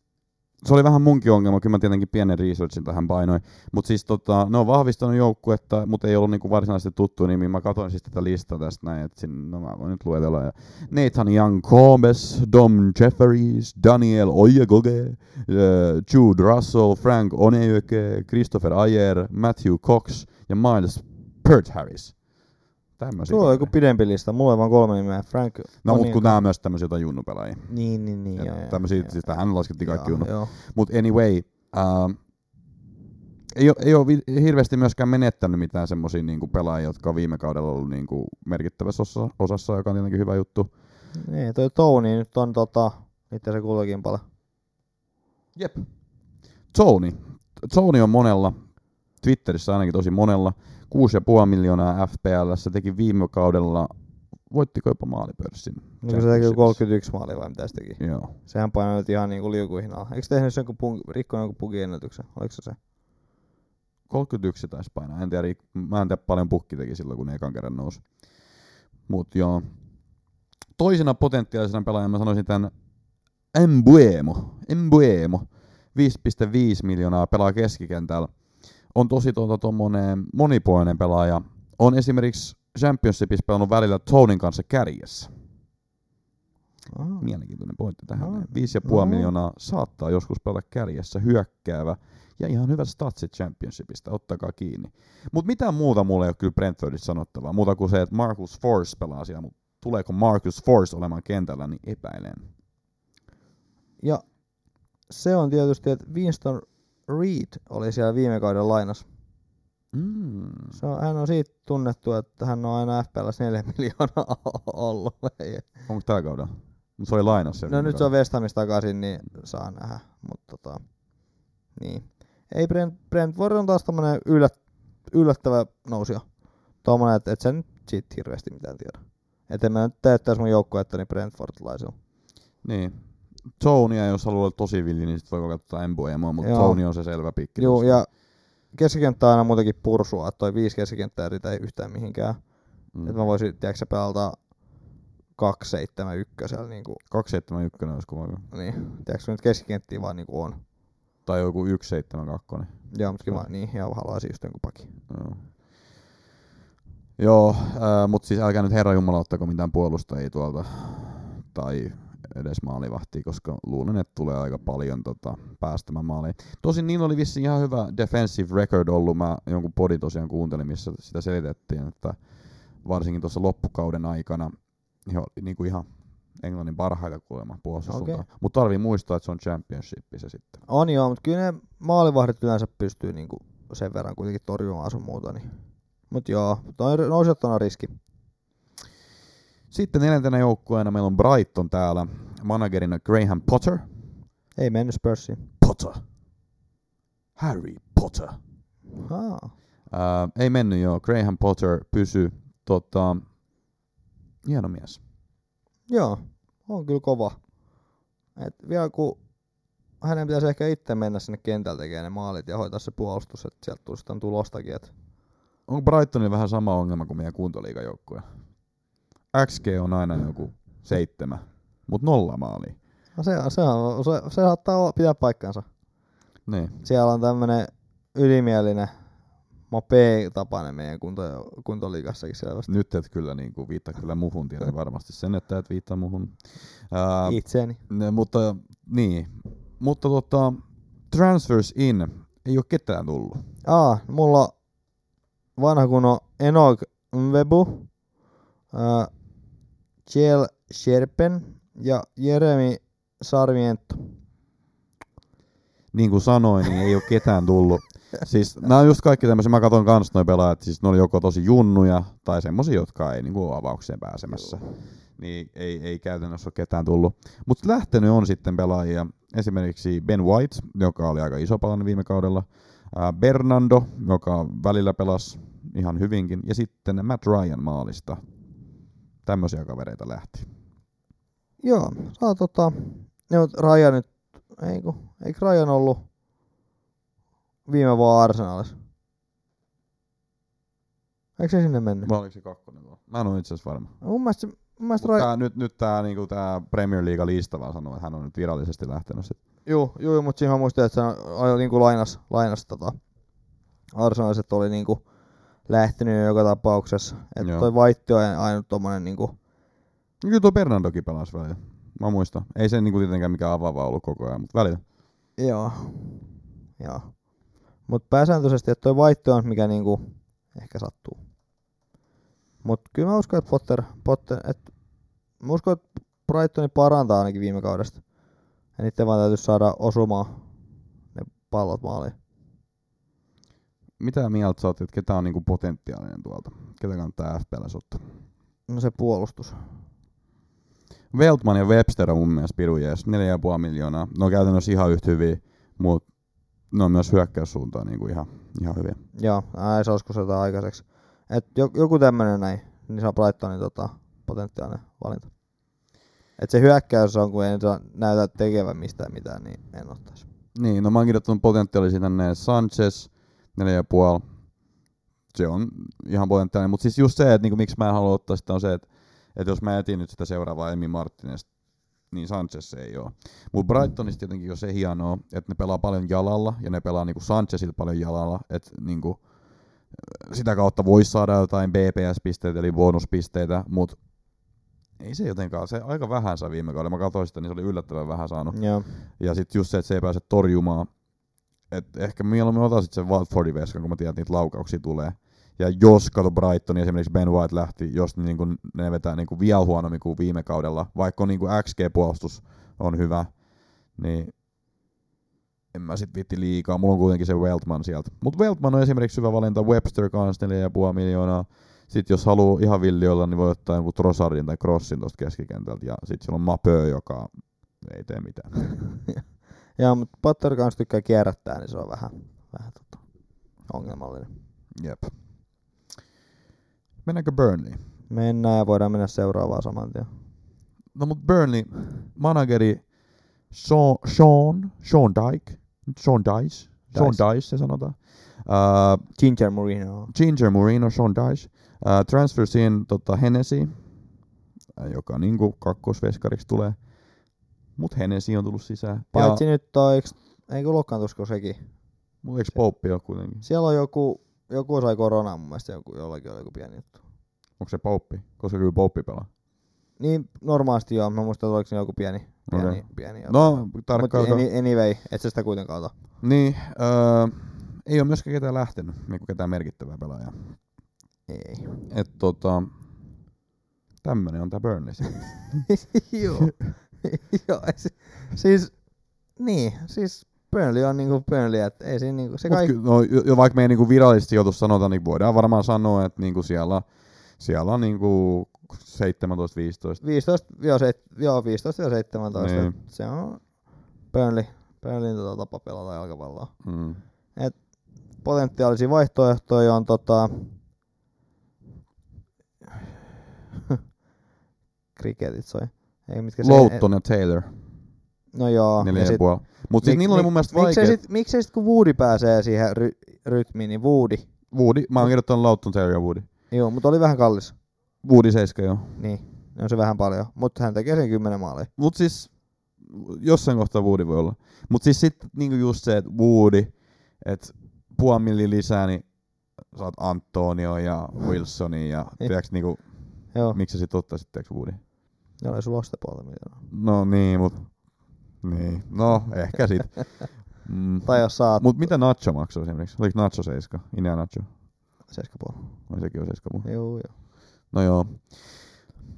B: se oli vähän munkin ongelma, kyllä mä tietenkin pienen researchin tähän painoin. Mutta siis tota, ne on vahvistanut joukkuetta, mutta ei ollut niinku varsinaisesti tuttu nimi. Mä katsoin siis tätä listaa tästä näin, että sinne, no mä voin nyt luetella. Ja Nathan Young Combes, Dom Jefferies, Daniel Ojegoge, äh, Jude Russell, Frank Onejöke, Christopher Ayer, Matthew Cox ja Miles Pert Harris. Tämmöisiä.
C: Sulla on joku niin,
B: kavereita.
C: pidempi lista, mulla on vaan kolme nimeä. Frank...
B: no mutta
C: Onin-
B: kun nämä on myös tämmöisiä jotain junnupelaajia.
C: Niin, niin, niin. Joo, joo,
B: Ja Tämmöisiä,
C: joo.
B: siis tähän laskettiin kaikki
C: Joo,
B: junnut.
C: Joo.
B: Mutta anyway, ähm, ei, ole, ei ole vi- hirveästi myöskään menettänyt mitään semmoisia niinku pelaajia, jotka on viime kaudella ollut niinku merkittävässä osa, osassa, joka on tietenkin hyvä juttu.
C: Niin, toi Tony nyt on tota... Itse se kultakin paljon.
B: Jep. Sony. Sony on monella, Twitterissä ainakin tosi monella, 6,5 miljoonaa FPL, se teki viime kaudella, voittiko jopa maalipörssin?
C: Niin kuin se teki 31 maalia vai mitä se teki?
B: Joo.
C: Sehän painoi nyt ihan niinku liukuihin alla. Eikö tehnyt sen, kun punk, rikkonut jonkun pugiennätyksen? Oliko se se?
B: 31 taisi painaa. En tiedä, rik- mä en tiedä paljon pukki teki silloin, kun ne ekan kerran nousi. Mut joo. Toisena potentiaalisena pelaajana mä sanoisin tämän Embuemo. Embuemo. 5,5 miljoonaa pelaa keskikentällä. On tosi tuota, tommonen monipuolinen pelaaja. On esimerkiksi Championshipissa pelannut välillä Tonin kanssa kärjessä. Niin,
C: Oh.
B: Mielenkiintoinen pointti tähän.
C: Aivan.
B: 5,5
C: Aivan.
B: miljoonaa saattaa joskus pelata kärjessä hyökkäävä ja ihan hyvät statsit championshipista, ottakaa kiinni. Mutta mitään muuta mulla ei ole kyllä Brentfordissa sanottavaa, muuta kuin se, että Marcus Force pelaa siellä, mutta tuleeko Marcus Force olemaan kentällä, niin epäilen.
C: Ja se on tietysti, että Winston Reed oli siellä viime kauden lainas.
B: Mm.
C: Se on, hän on siitä tunnettu, että hän on aina FPLs 4 <laughs> miljoonaa ollut. Ei.
B: Onko tällä kaudella? Mut se oli lainassa.
C: No nyt se on West Hamissa takaisin, niin saa nähdä. Mutta tota, niin. Ei Brent, Brentford on taas tommonen yllät, yllättävä nousija. Tommonen, että et sä nyt siitä hirveästi mitään tiedä. Et en mä nyt täyttäis mun joukkuetta niin Brentfordlaisilla.
B: Niin. Tonia, jos haluaa olla tosi villi, niin sit voi katsoa Embuemoa, mutta
C: Joo.
B: Tony on se selvä pikki.
C: Joo,
B: tossa.
C: ja keskikenttä on aina muutenkin pursua, että toi viisi keskikenttää riitä ei yhtään mihinkään.
B: Mm.
C: Mm. Että mä voisin, tiedätkö, pelata 271 niin kuin,
B: 271 olisi kuva.
C: niin, tiedätkö, nyt keskikenttiä vaan niin kuin on.
B: Tai joku 172.
C: Joo, mutta kyllä mä, niin, ja haluaisin just jonkun pakin.
B: Joo. Joo, äh, mutta siis älkää nyt Herra Jumala ottako mitään puolustajia tuolta tai edes maalivahtia, koska luulen, että tulee aika paljon tota, päästämään maaliin. Tosin niillä oli vissiin ihan hyvä defensive record ollut. Mä jonkun podin tosiaan kuuntelin, missä sitä selitettiin, että varsinkin tuossa loppukauden aikana he oli niinku ihan Englannin parhaita kuulemma puolustussuuntaan. Okay. Mutta tarvii muistaa, että se on championship se sitten.
C: On joo, mutta kyllä ne maalivahdit yleensä pystyy niin kuin sen verran kuitenkin torjumaan sun muuta. Niin. Mutta joo, toi nousijat on aina riski.
B: Sitten neljäntenä joukkueena meillä on Brighton täällä. Managerina Graham Potter.
C: Ei mennyt Spursiin.
B: Potter. Harry Potter.
C: Aa,
B: Ää, ei mennyt joo. Graham Potter pysy. Tota, hieno mies.
C: Joo, on kyllä kova. Et vielä kun hänen pitäisi ehkä itse mennä sinne kentällä tekemään ne maalit ja hoitaa se puolustus, että sieltä tulee sitten tulostakin. Et
B: Onko Brightonilla vähän sama ongelma kuin meidän kuntoliikajoukkue? XG on aina joku seitsemän, mutta nolla maali.
C: no se, se, on, se, se saattaa olla- pitää paikkansa.
B: Niin.
C: Siellä on tämmöinen ylimielinen Mopei-tapainen meidän kunto, kuntoliigassakin selvästi.
B: Nyt et kyllä niinku viittaa kyllä muhun, tiedän varmasti sen, että et viittaa muhun. Ää,
C: Itseäni.
B: Ne, mutta niin. Mutta tota, transfers in ei ole ketään tullut.
C: Aa, mulla on vanha kunnon Enoch Mwebu, äh, Jel Sherpen ja Jeremi Sarmiento.
B: niin kuin sanoin, niin ei ole ketään tullut. Siis nämä on just kaikki tämmöisiä, mä katson kans noin pelaajat, siis ne oli joko tosi junnuja tai semmosia, jotka ei niinku ole avaukseen pääsemässä. Niin ei, ei käytännössä ole ketään tullut. Mutta lähtenyt on sitten pelaajia, esimerkiksi Ben White, joka oli aika iso palanen viime kaudella, ää, Bernando, joka välillä pelasi ihan hyvinkin, ja sitten Matt Ryan maalista. Tämmöisiä kavereita lähti.
C: Joo, saa tota, ne on Raja nyt, ei kun, eikö Rajan ollut viime vuonna Arsenalissa? Eikö se sinne mennyt?
B: Vai oliko se kakkonen tuo? Mä en ole itse asiassa varma.
C: Mun mielestä, se- mun mielestä
B: Mut
C: Raja,
B: tää, nyt, nyt tää, niinku, tää Premier League-lista vaan sanoo, että hän on nyt virallisesti lähtenyt sit.
C: juu, juu, mutta siinä mä muistin, että se on- oli niinku lainas, lainas tota, Arsenaliset oli niinku lähtenyt jo joka tapauksessa. Että
B: Joo.
C: toi Vaitti on ainut tommonen niinku,
B: Kyllä tuo Bernardokin pelasi välillä. Mä muistan. Ei se niinku tietenkään mikään avaava ollut koko ajan, mutta välillä.
C: Joo. Joo. Mutta pääsääntöisesti, että toi vaihto on mikä niinku ehkä sattuu. Mutta kyllä mä uskon, että Potter, Potter että mä uskon, että Brightoni parantaa ainakin viime kaudesta. Ja niiden vaan täytyy saada osumaan ne pallot maaliin.
B: Mitä mieltä sä oot, että ketä on niinku potentiaalinen tuolta? Ketä kannattaa FPL ottaa?
C: No se puolustus.
B: Veltman ja Webster on mun mielestä pirun jees, 4,5 miljoonaa. Ne on käytännössä ihan yhtä hyviä, mutta ne on myös hyökkäyssuuntaan niin kuin ihan, ihan hyviä.
C: Joo, ää, ei se joskus jotain aikaiseksi. Et jo- joku tämmönen näin, niin se on Brightonin tota, potentiaalinen valinta. Et se hyökkäys on, kun ei nyt oo- näytä tekevän mistään mitään, niin en ottaisi.
B: Niin, no mä oon kirjoittanut potentiaalisia tänne Sanchez, 4,5. Se on ihan potentiaalinen, mutta siis just se, että niinku, miksi mä en halua ottaa sitä on se, että, että jos mä etin nyt sitä seuraavaa Emi Martinez, niin Sanchez ei ole. Mutta Brightonista jotenkin on se hienoa, että ne pelaa paljon jalalla ja ne pelaa niinku Sanchezilla paljon jalalla, että niinku, sitä kautta voisi saada jotain BPS-pisteitä eli bonuspisteitä, mutta ei se jotenkaan, se aika vähän sai viime kaudella. Mä katsoin sitä, niin se oli yllättävän vähän saanut.
C: Joo.
B: Ja sitten just se, että se ei pääse torjumaan. Et ehkä mieluummin otan sitten sen Watfordin veskan, kun mä tiedän, että niitä laukauksia tulee. Ja jos, kato Brighton, niin esimerkiksi Ben White lähti, jos niin kun ne vetää niin kun vielä huonommin kuin viime kaudella, vaikka niin kun XG-puolustus on hyvä, niin en mä sit vitti liikaa. Mulla on kuitenkin se Weltman sieltä. Mut Weltman on esimerkiksi hyvä valinta Webster kanssa 4,5 miljoonaa. Sitten jos haluaa ihan villioilla, niin voi ottaa joku Trossardin tai Crossin tuosta keskikentältä. Ja sitten siellä on Mapö, joka ei tee mitään.
C: Joo, mutta Potter kanssa tykkää kierrättää, niin se on vähän, vähän tota, ongelmallinen.
B: Jep. Mennäänkö Burnley?
C: Mennään ja voidaan mennä seuraavaan saman tien.
B: No mut Burnley, manageri Sean, Sean, Sean Dyke, Sean Dice, Sean
C: Dyche.
B: Dice se sanotaan. Uh,
C: Ginger Mourinho.
B: Ginger Marino, Sean Dice. Uh, transfersiin tota Hennessy, äh, joka niinku kakkosveskariksi tulee. Mut Hennessy on tullut sisään.
C: Paitsi
B: ja,
C: nyt toi, eiks, ei kun loukkaantusko sekin.
B: mut eiks Pouppi ole kuitenkin?
C: Siellä on joku, joku sai koronaa mun mielestä, joku, jollakin oli joku pieni juttu.
B: Onko se Pouppi? Koska kyllä Pouppi pelaa.
C: Niin normaalisti joo, mä muistan, että oliko siinä joku pieni, pieni,
B: Okei.
C: okay. pieni joku.
B: No, tarkkaan.
C: Mutta any, anyway, et sä sitä kuitenkaan ota.
B: Niin, öö, ei ole myöskään ketään lähtenyt, niin kuin ketään merkittävää pelaajaa.
C: Ei. <laughs>
B: Et tota, tämmönen on tää Burnley. sitten.
C: joo. <laughs> joo, ei se- siis, niin, siis Burnley on niinku Burnley, että ei siinä niinku, se
B: Mut
C: kaikki,
B: ky- no, jo, jo vaikka me ei niinku virallisesti joutu sanotaan, niin voidaan varmaan sanoa, että niinku siellä, siellä on niinku 17-15.
C: 15, joo, seit, joo, 15 ja 17,
B: Niin.
C: niin. se on Burnley, Burnleyn tota tapa pelata jalkapalloa.
B: Mm.
C: Potentiaalisia vaihtoehtoja on tota, <laughs> kriketit soi. Ei, mitkä se-
B: Lowton ja Ah, Taylor,
C: No joo. ja sit-
B: 4,5. Mutta siis
C: Mik-
B: niillä oli
C: mik-
B: mun mielestä
C: miksei
B: vaikea.
C: sit, miksei sit kun Woody pääsee siihen ry, rytmiin, niin Woody.
B: Woody, mä oon kirjoittanut Lowton, Taylor ja Woody.
C: Joo, mutta oli vähän kallis.
B: Woody 7, joo.
C: Niin, ne on se vähän paljon. Mutta hän tekee sen kymmenen maalia.
B: Mut siis jossain kohtaa Woody voi olla. Mut siis sit niinku just se, että Woody, että puoli milli lisää, niin saat Antonio ja Wilsonin ja
C: Niin.
B: tiedäks niinku,
C: Joo,
B: miksi sä sit ottaisit tiedäks Woody?
C: ne oli sulla ostapuolta miljoonaa.
B: No niin, mut niin, no ehkä sit. Mm.
C: Tai jos saat
B: Mut mitä Nacho maksoi esimerkiksi? Oliko Nacho 7? Inea Nacho?
C: seiskapuoli.
B: Vai sekin on 7 muu.
C: Joo, joo.
B: No joo.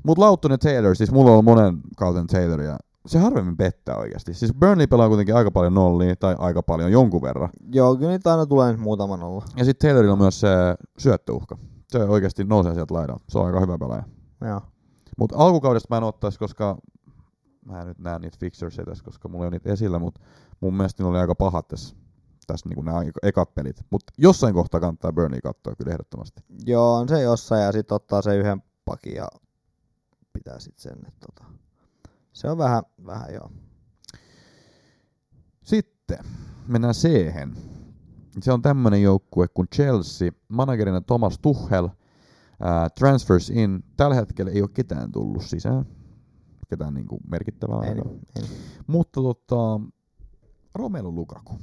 B: Mut Lautton ja Taylor, siis mulla on ollut monen kauten Taylor ja se harvemmin pettää oikeasti. Siis Burnley pelaa kuitenkin aika paljon nollia, tai aika paljon jonkun verran.
C: Joo, kyllä niitä aina tulee nyt muutaman olla.
B: Ja sitten Taylorilla on myös se syöttöuhka. Se oikeasti nousee sieltä laidalta. Se on aika hyvä pelaaja.
C: Joo.
B: Mutta alkukaudesta mä en ottaisi, koska mä en nyt näe niitä fixersia tässä, koska mulla ei ole niitä esillä, mutta mun mielestä niillä oli aika pahat tässä, tässä niinku nämä ekat pelit. Mutta jossain kohtaa kannattaa Burnley katsoa kyllä ehdottomasti.
C: Joo, on se jossain ja sit ottaa sen yhden pakin ja pitää sit sen. Et tota. Se on vähän, vähän joo.
B: Sitten mennään siihen. Se on tämmöinen joukkue kuin Chelsea, managerina Thomas Tuchel, ää, transfers in. Tällä hetkellä ei ole ketään tullut sisään, ketään niinku merkittävää.
C: Ei,
B: ainakaan.
C: niin- ei, niin.
B: Mutta tota, Romelu Lukaku.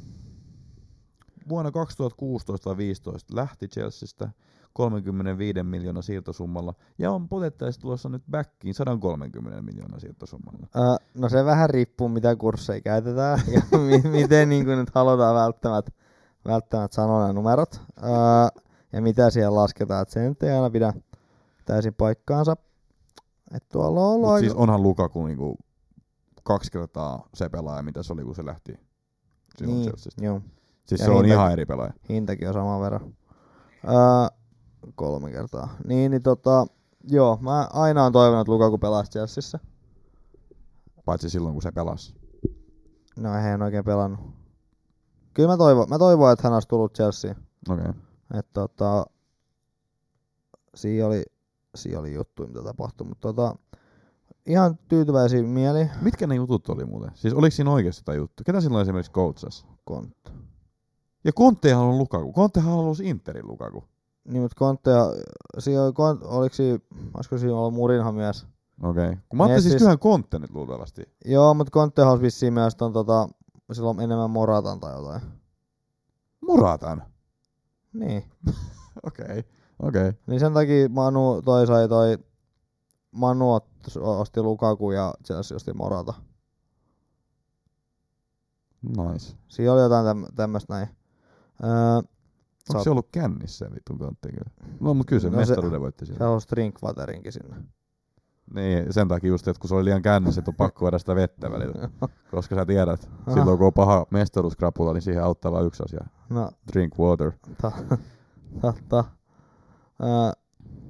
B: Vuonna 2016-2015 lähti Chelseasta 35 miljoonaa siirtosummalla ja on potentiaalisesti tulossa nyt backiin 130 miljoonaa siirtosummalla.
C: Ö, no se vähän riippuu, mitä kursseja käytetään ja <laughs> mi- miten niin kuin nyt halutaan välttämättä, välttämättä sanoa ne numerot. Ö, ja mitä siellä lasketaan, että se nyt ei aina pidä täysin paikkaansa. Et tuolla on ollut
B: Mutta
C: aika...
B: siis onhan Lukaku niinku kaksi kertaa se pelaaja, mitä se oli, kun se lähti silloin
C: niin,
B: Chelseasta.
C: joo,
B: Siis
C: Ja
B: se on
C: niinpä.
B: ihan eri pelaaja.
C: hintakin on saman verran. Ö, kolme kertaa. Niin, niin tota, joo, mä aina on toivonut, että Lukaku pelaisi Chelseassa.
B: paitsi silloin kun se pelasi.
C: No eihän hän oikein pelannut. Kyllä mä toivon, mä toivon että hän olisi tullut Chelsea.
B: Okei. Okay.
C: Että tota, siinä oli, siinä oli juttu, mitä tapahtui. Mutta tota, ihan tyytyväisin mieli.
B: Mitkä ne jutut oli muuten? Siis oliko siinä oikeasti jotain juttu? Ketä silloin esimerkiksi coachas?
C: Kontta.
B: Ja Konttehan on Lukaku. Konttehan halusi Interin Lukaku.
C: Niin, mutta Kontta, ja- siinä oli, Kon- oliko siinä, olisiko siinä ollut Murinho myös?
B: Okei. Okay. Kun mä ajattelin
C: Niin,
B: siis,
C: siis-
B: siis kyllähän Kontte nyt luultavasti.
C: Joo, mutta Kontte on vissiin myös ton, tota, silloin enemmän Moratan tai jotain.
B: Muratan.
C: Niin.
B: Okei. Okay. Okei. Okay.
C: Niin sen takia Manu toi sai toi Manu ot- osti Lukaku ja Chelsea osti Morata.
B: Nice.
C: Siinä oli jotain täm- tämmöistä näin. Öö,
B: Onko
C: Saat-
B: se ollut kännissä se vitun Kontte kyllä? No mutta kyllä se
C: No
B: no
C: se-
B: mestaruuden voitti siellä.
C: se halusi drinkwaterinkin sinne.
B: Niin, sen takia just, että kun se oli liian kännissä, että on pakko juoda sitä vettä välillä. <laughs> Koska sä tiedät, silloin kun on paha mestaruuskrapula, niin siihen auttaa vain yksi asia.
C: No,
B: Drink water.
C: ta, <laughs> ta, ta. Öö,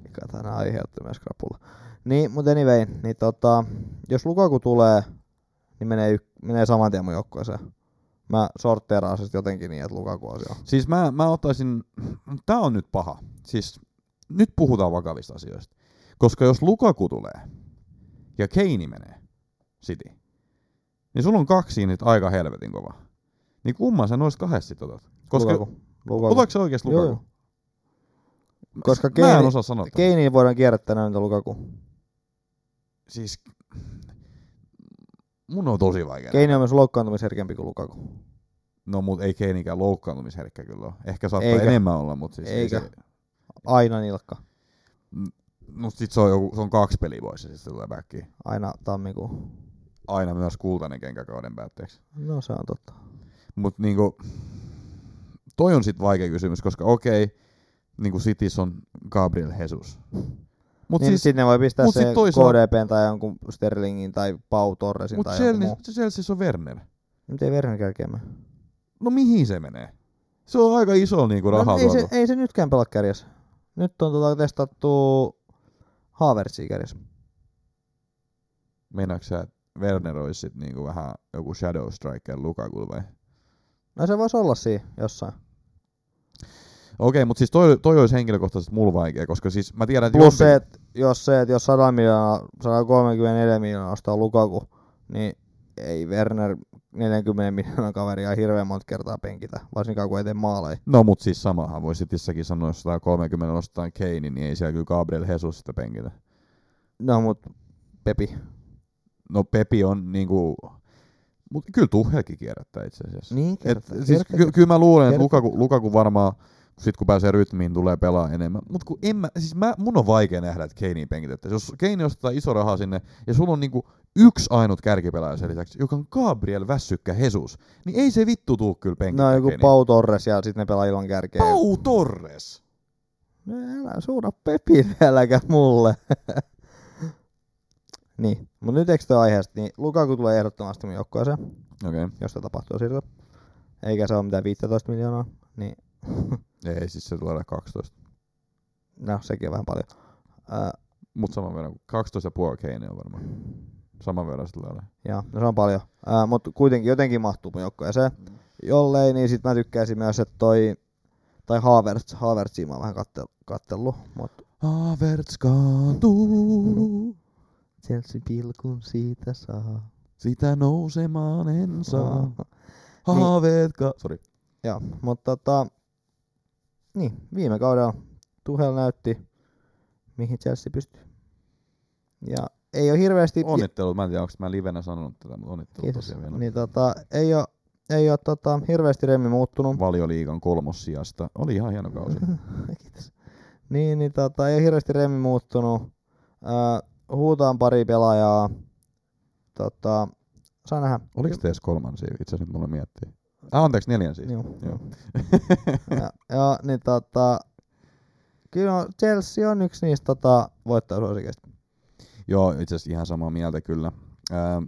C: mikä tänään aiheutti myös krapulla. Niin, mutta anyway, niin tota, jos Lukaku tulee, niin menee, yk- menee saman tien mun joukkueeseen. Mä sortteeraan siis jotenkin niin, että Lukaku on siellä.
B: Siis mä, mä ottaisin, tää on nyt paha. Siis nyt puhutaan vakavista asioista. Koska jos Lukaku tulee ja Keini menee City, niin sulla on kaksi nyt aika helvetin kova. Niin kumman sä noista kahdesta sit otat? Koska, Lukaku.
C: Lukaku. Lukaku.
B: Otatko sä oikeesti
C: Joo,
B: Lukaku?
C: joo. Koska
B: Mä en
C: Keini-
B: osaa sanoa. tätä.
C: Keiniin voidaan kierrättää näitä Lukaku.
B: Siis mun on tosi vaikea.
C: Keini on myös loukkaantumisherkempi kuin Lukaku.
B: No mut ei Keinikään loukkaantumisherkkä kyllä ole. Ehkä saattaa
C: Eikä.
B: Eikä. enemmän olla, mut siis ei
C: Eikä.
B: se,
C: Aina nilkka.
B: no sit se on, joku, se on kaksi peliä pois ja sit se tulee backiin.
C: Aina tammikuun.
B: Aina myös kultainen kenkä kauden päätteeksi.
C: No se on totta.
B: Mut niinku, toi on sit vaikea kysymys, koska okei, niinku Cities on Gabriel Jesus. Mut
C: Mut niin,
B: siis,
C: siis, sinne voi pistää
B: mut
C: se
B: sit toisaalta-
C: KDPn tai jonkun Sterlingin tai Pau Torresin
B: mut
C: tai jonkun
B: Chelsea,
C: muun.
B: Chelsea on Werner.
C: Nyt ei Verhan kärkeämään.
B: No mihin se menee? Se on aika iso niinku raha
C: ei, No niin, se,
B: tuolla.
C: ei se nytkään pelaa kärjessä. Nyt on tota testattu Havertzia kärjessä.
B: Meinaatko sä, että Werner olisi sit niinku vähän joku Shadow Striker Lukaku vai?
C: No se voisi olla siinä jossain.
B: Okei, mutta siis toi, toi olisi henkilökohtaisesti mulla vaikea, koska siis mä tiedän, että
C: Plus
B: jompi-
C: se, että jos se, että jos 100 miljoonaa, 134 miljoonaa ostaa Lukaku, niin ei Werner 40 miljoonan kaveria hirveän monta kertaa penkitä, varsinkaan kun ei tee maaleja.
B: No mut siis samahan voi Citissäkin sanoa, jos 130 ostaa Kane, niin ei siellä kyllä Gabriel Jesus sitä penkitä.
C: No mut Pepi.
B: No Pepi on niinku... Mut kyllä Tuhelkin kierrättää itse asiassa.
C: Niin,
B: Et,
C: kertaa.
B: siis
C: Kertaa.
B: ky- kyllä mä luulen, että
C: Kertaa.
B: Lukaku, Lukaku varmaan, sit kun pääsee rytmiin, tulee pelaa enemmän. Mut kun en mä, siis mä, mun on vaikea nähdä, että Kanea penkitettäisiin. Jos Kane ostaa iso raha sinne, ja sulla on niinku yksi ainut kärkipelaaja sen lisäksi, joka on Gabriel Väsykkä Jesus, niin ei se vittu tuu kyllä
C: No
B: penkittää
C: joku
B: Kanea.
C: Pau Torres ja sitten ne pelaa ilman kärkeä.
B: niin. Pau Torres!
C: No, Älä suuna Pepi vieläkään mulle. <laughs> niin, mut nyt eikö toi aiheesta, niin Lukaku tulee ehdottomasti mun joukkueeseen,
B: Okei.
C: jos se tapahtuu siirto. Eikä se ole mitään 15 miljoonaa, niin <laughs>
B: Ei, siis se tulee olla 12.
C: no sekin on vähän paljon. Öö,
B: Mutta saman verran, 12,5 Kane on varmaan. Saman verran se tulee olemaan.
C: Joo, no se on paljon. Ää, mutta kuitenkin jotenkin mahtuu mun joukkueeseen. Jollei, niin sit mä tykkäisin myös, että toi... Tai Havertz, Havertz mä oon vähän kattel, kattellut, mutta...
B: Havertz kaatuu,
C: Chelsea pilkun siitä saa.
B: sitä nousemaan en saa.
C: Saa.
B: niin. Haaveet ka... Sori.
C: Joo, mutta tota... Niin, viime kaudella Tuhel näytti, mihin Chelsea pystyy. Ja ei ole hirveästi...
B: niin. Onnittelut, mä en tiedä, onko mä livenä sanonut tätä, mutta onnittelut
C: Kiitos.
B: tosiaan vielä.
C: Niin tota, ei ole, ei ole tota, hirveästi remmi muuttunut.
B: Valioliigan kolmossijasta. Oli ihan hieno <laughs> kausi.
C: <laughs> Kiitos. Niin, niin tota, ei ole hirveästi remmi muuttunut. Äh, huutaan pari pelaajaa. Tota, saa nähdä.
B: Oliko te edes kolmansia? Itse asiassa nyt mulla miettii. Ah, anteeksi, neljänsiä.
C: Joo.
B: Joo.
C: <laughs> ja, ja, niin tota, kyllä on- Chelsea on yksi niistä tota, voittajasuosikeista.
B: Joo, itse asiassa ihan samaa mieltä kyllä. Ähm,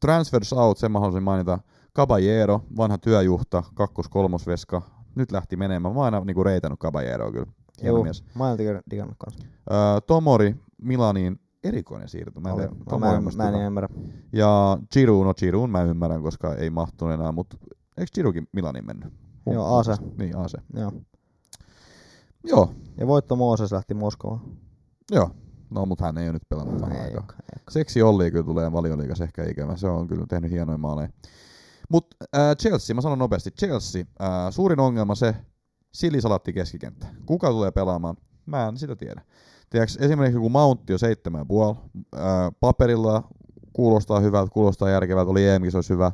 B: transfers out, sen mä haluaisin mainita. Caballero, vanha työjuhta, kakkos-kolmosveska. Nyt lähti menemään. Mä oon aina niinku reitannut Caballeroa kyllä. Hieno
C: Juu.
B: mies.
C: Mä en digannut kanssa.
B: Äh, Tomori Milaniin erikoinen siirto. Mä en,
C: Oli.
B: tiedä,
C: No,
B: tää
C: mä,
B: mua
C: en, mä en
B: hämmästyttää.
C: ihan ymmärrä.
B: Ja Giroud, no Giroud mä ymmärrän, koska ei mahtunut enää, mutta eikö Giroudkin Milanin mennyt?
C: Joo,
B: Mun-
C: AC.
B: Niin, AC.
C: Joo.
B: Joo,
C: Ja voitto Mooses lähti Moskovaan.
B: joo. No, mutta hän ei ole nyt pelannut vähän
C: Ei
B: aikaa.
C: olekaan, ei olekaan.
B: Seksi Olli kyllä tulee valioliigassa ehkä ikävä. Se on kyllä tehnyt hienoja maaleja. Mutta äh, Chelsea, mä sanon nopeasti. Chelsea, äh, suurin ongelma se silisalatti keskikenttä. Kuka tulee pelaamaan? Mä en sitä tiedä. Tiedätkö, esimerkiksi joku Mountti on 7,5. Äh, paperilla kuulostaa hyvältä, kuulostaa järkevältä. Oli em olisi hyvä.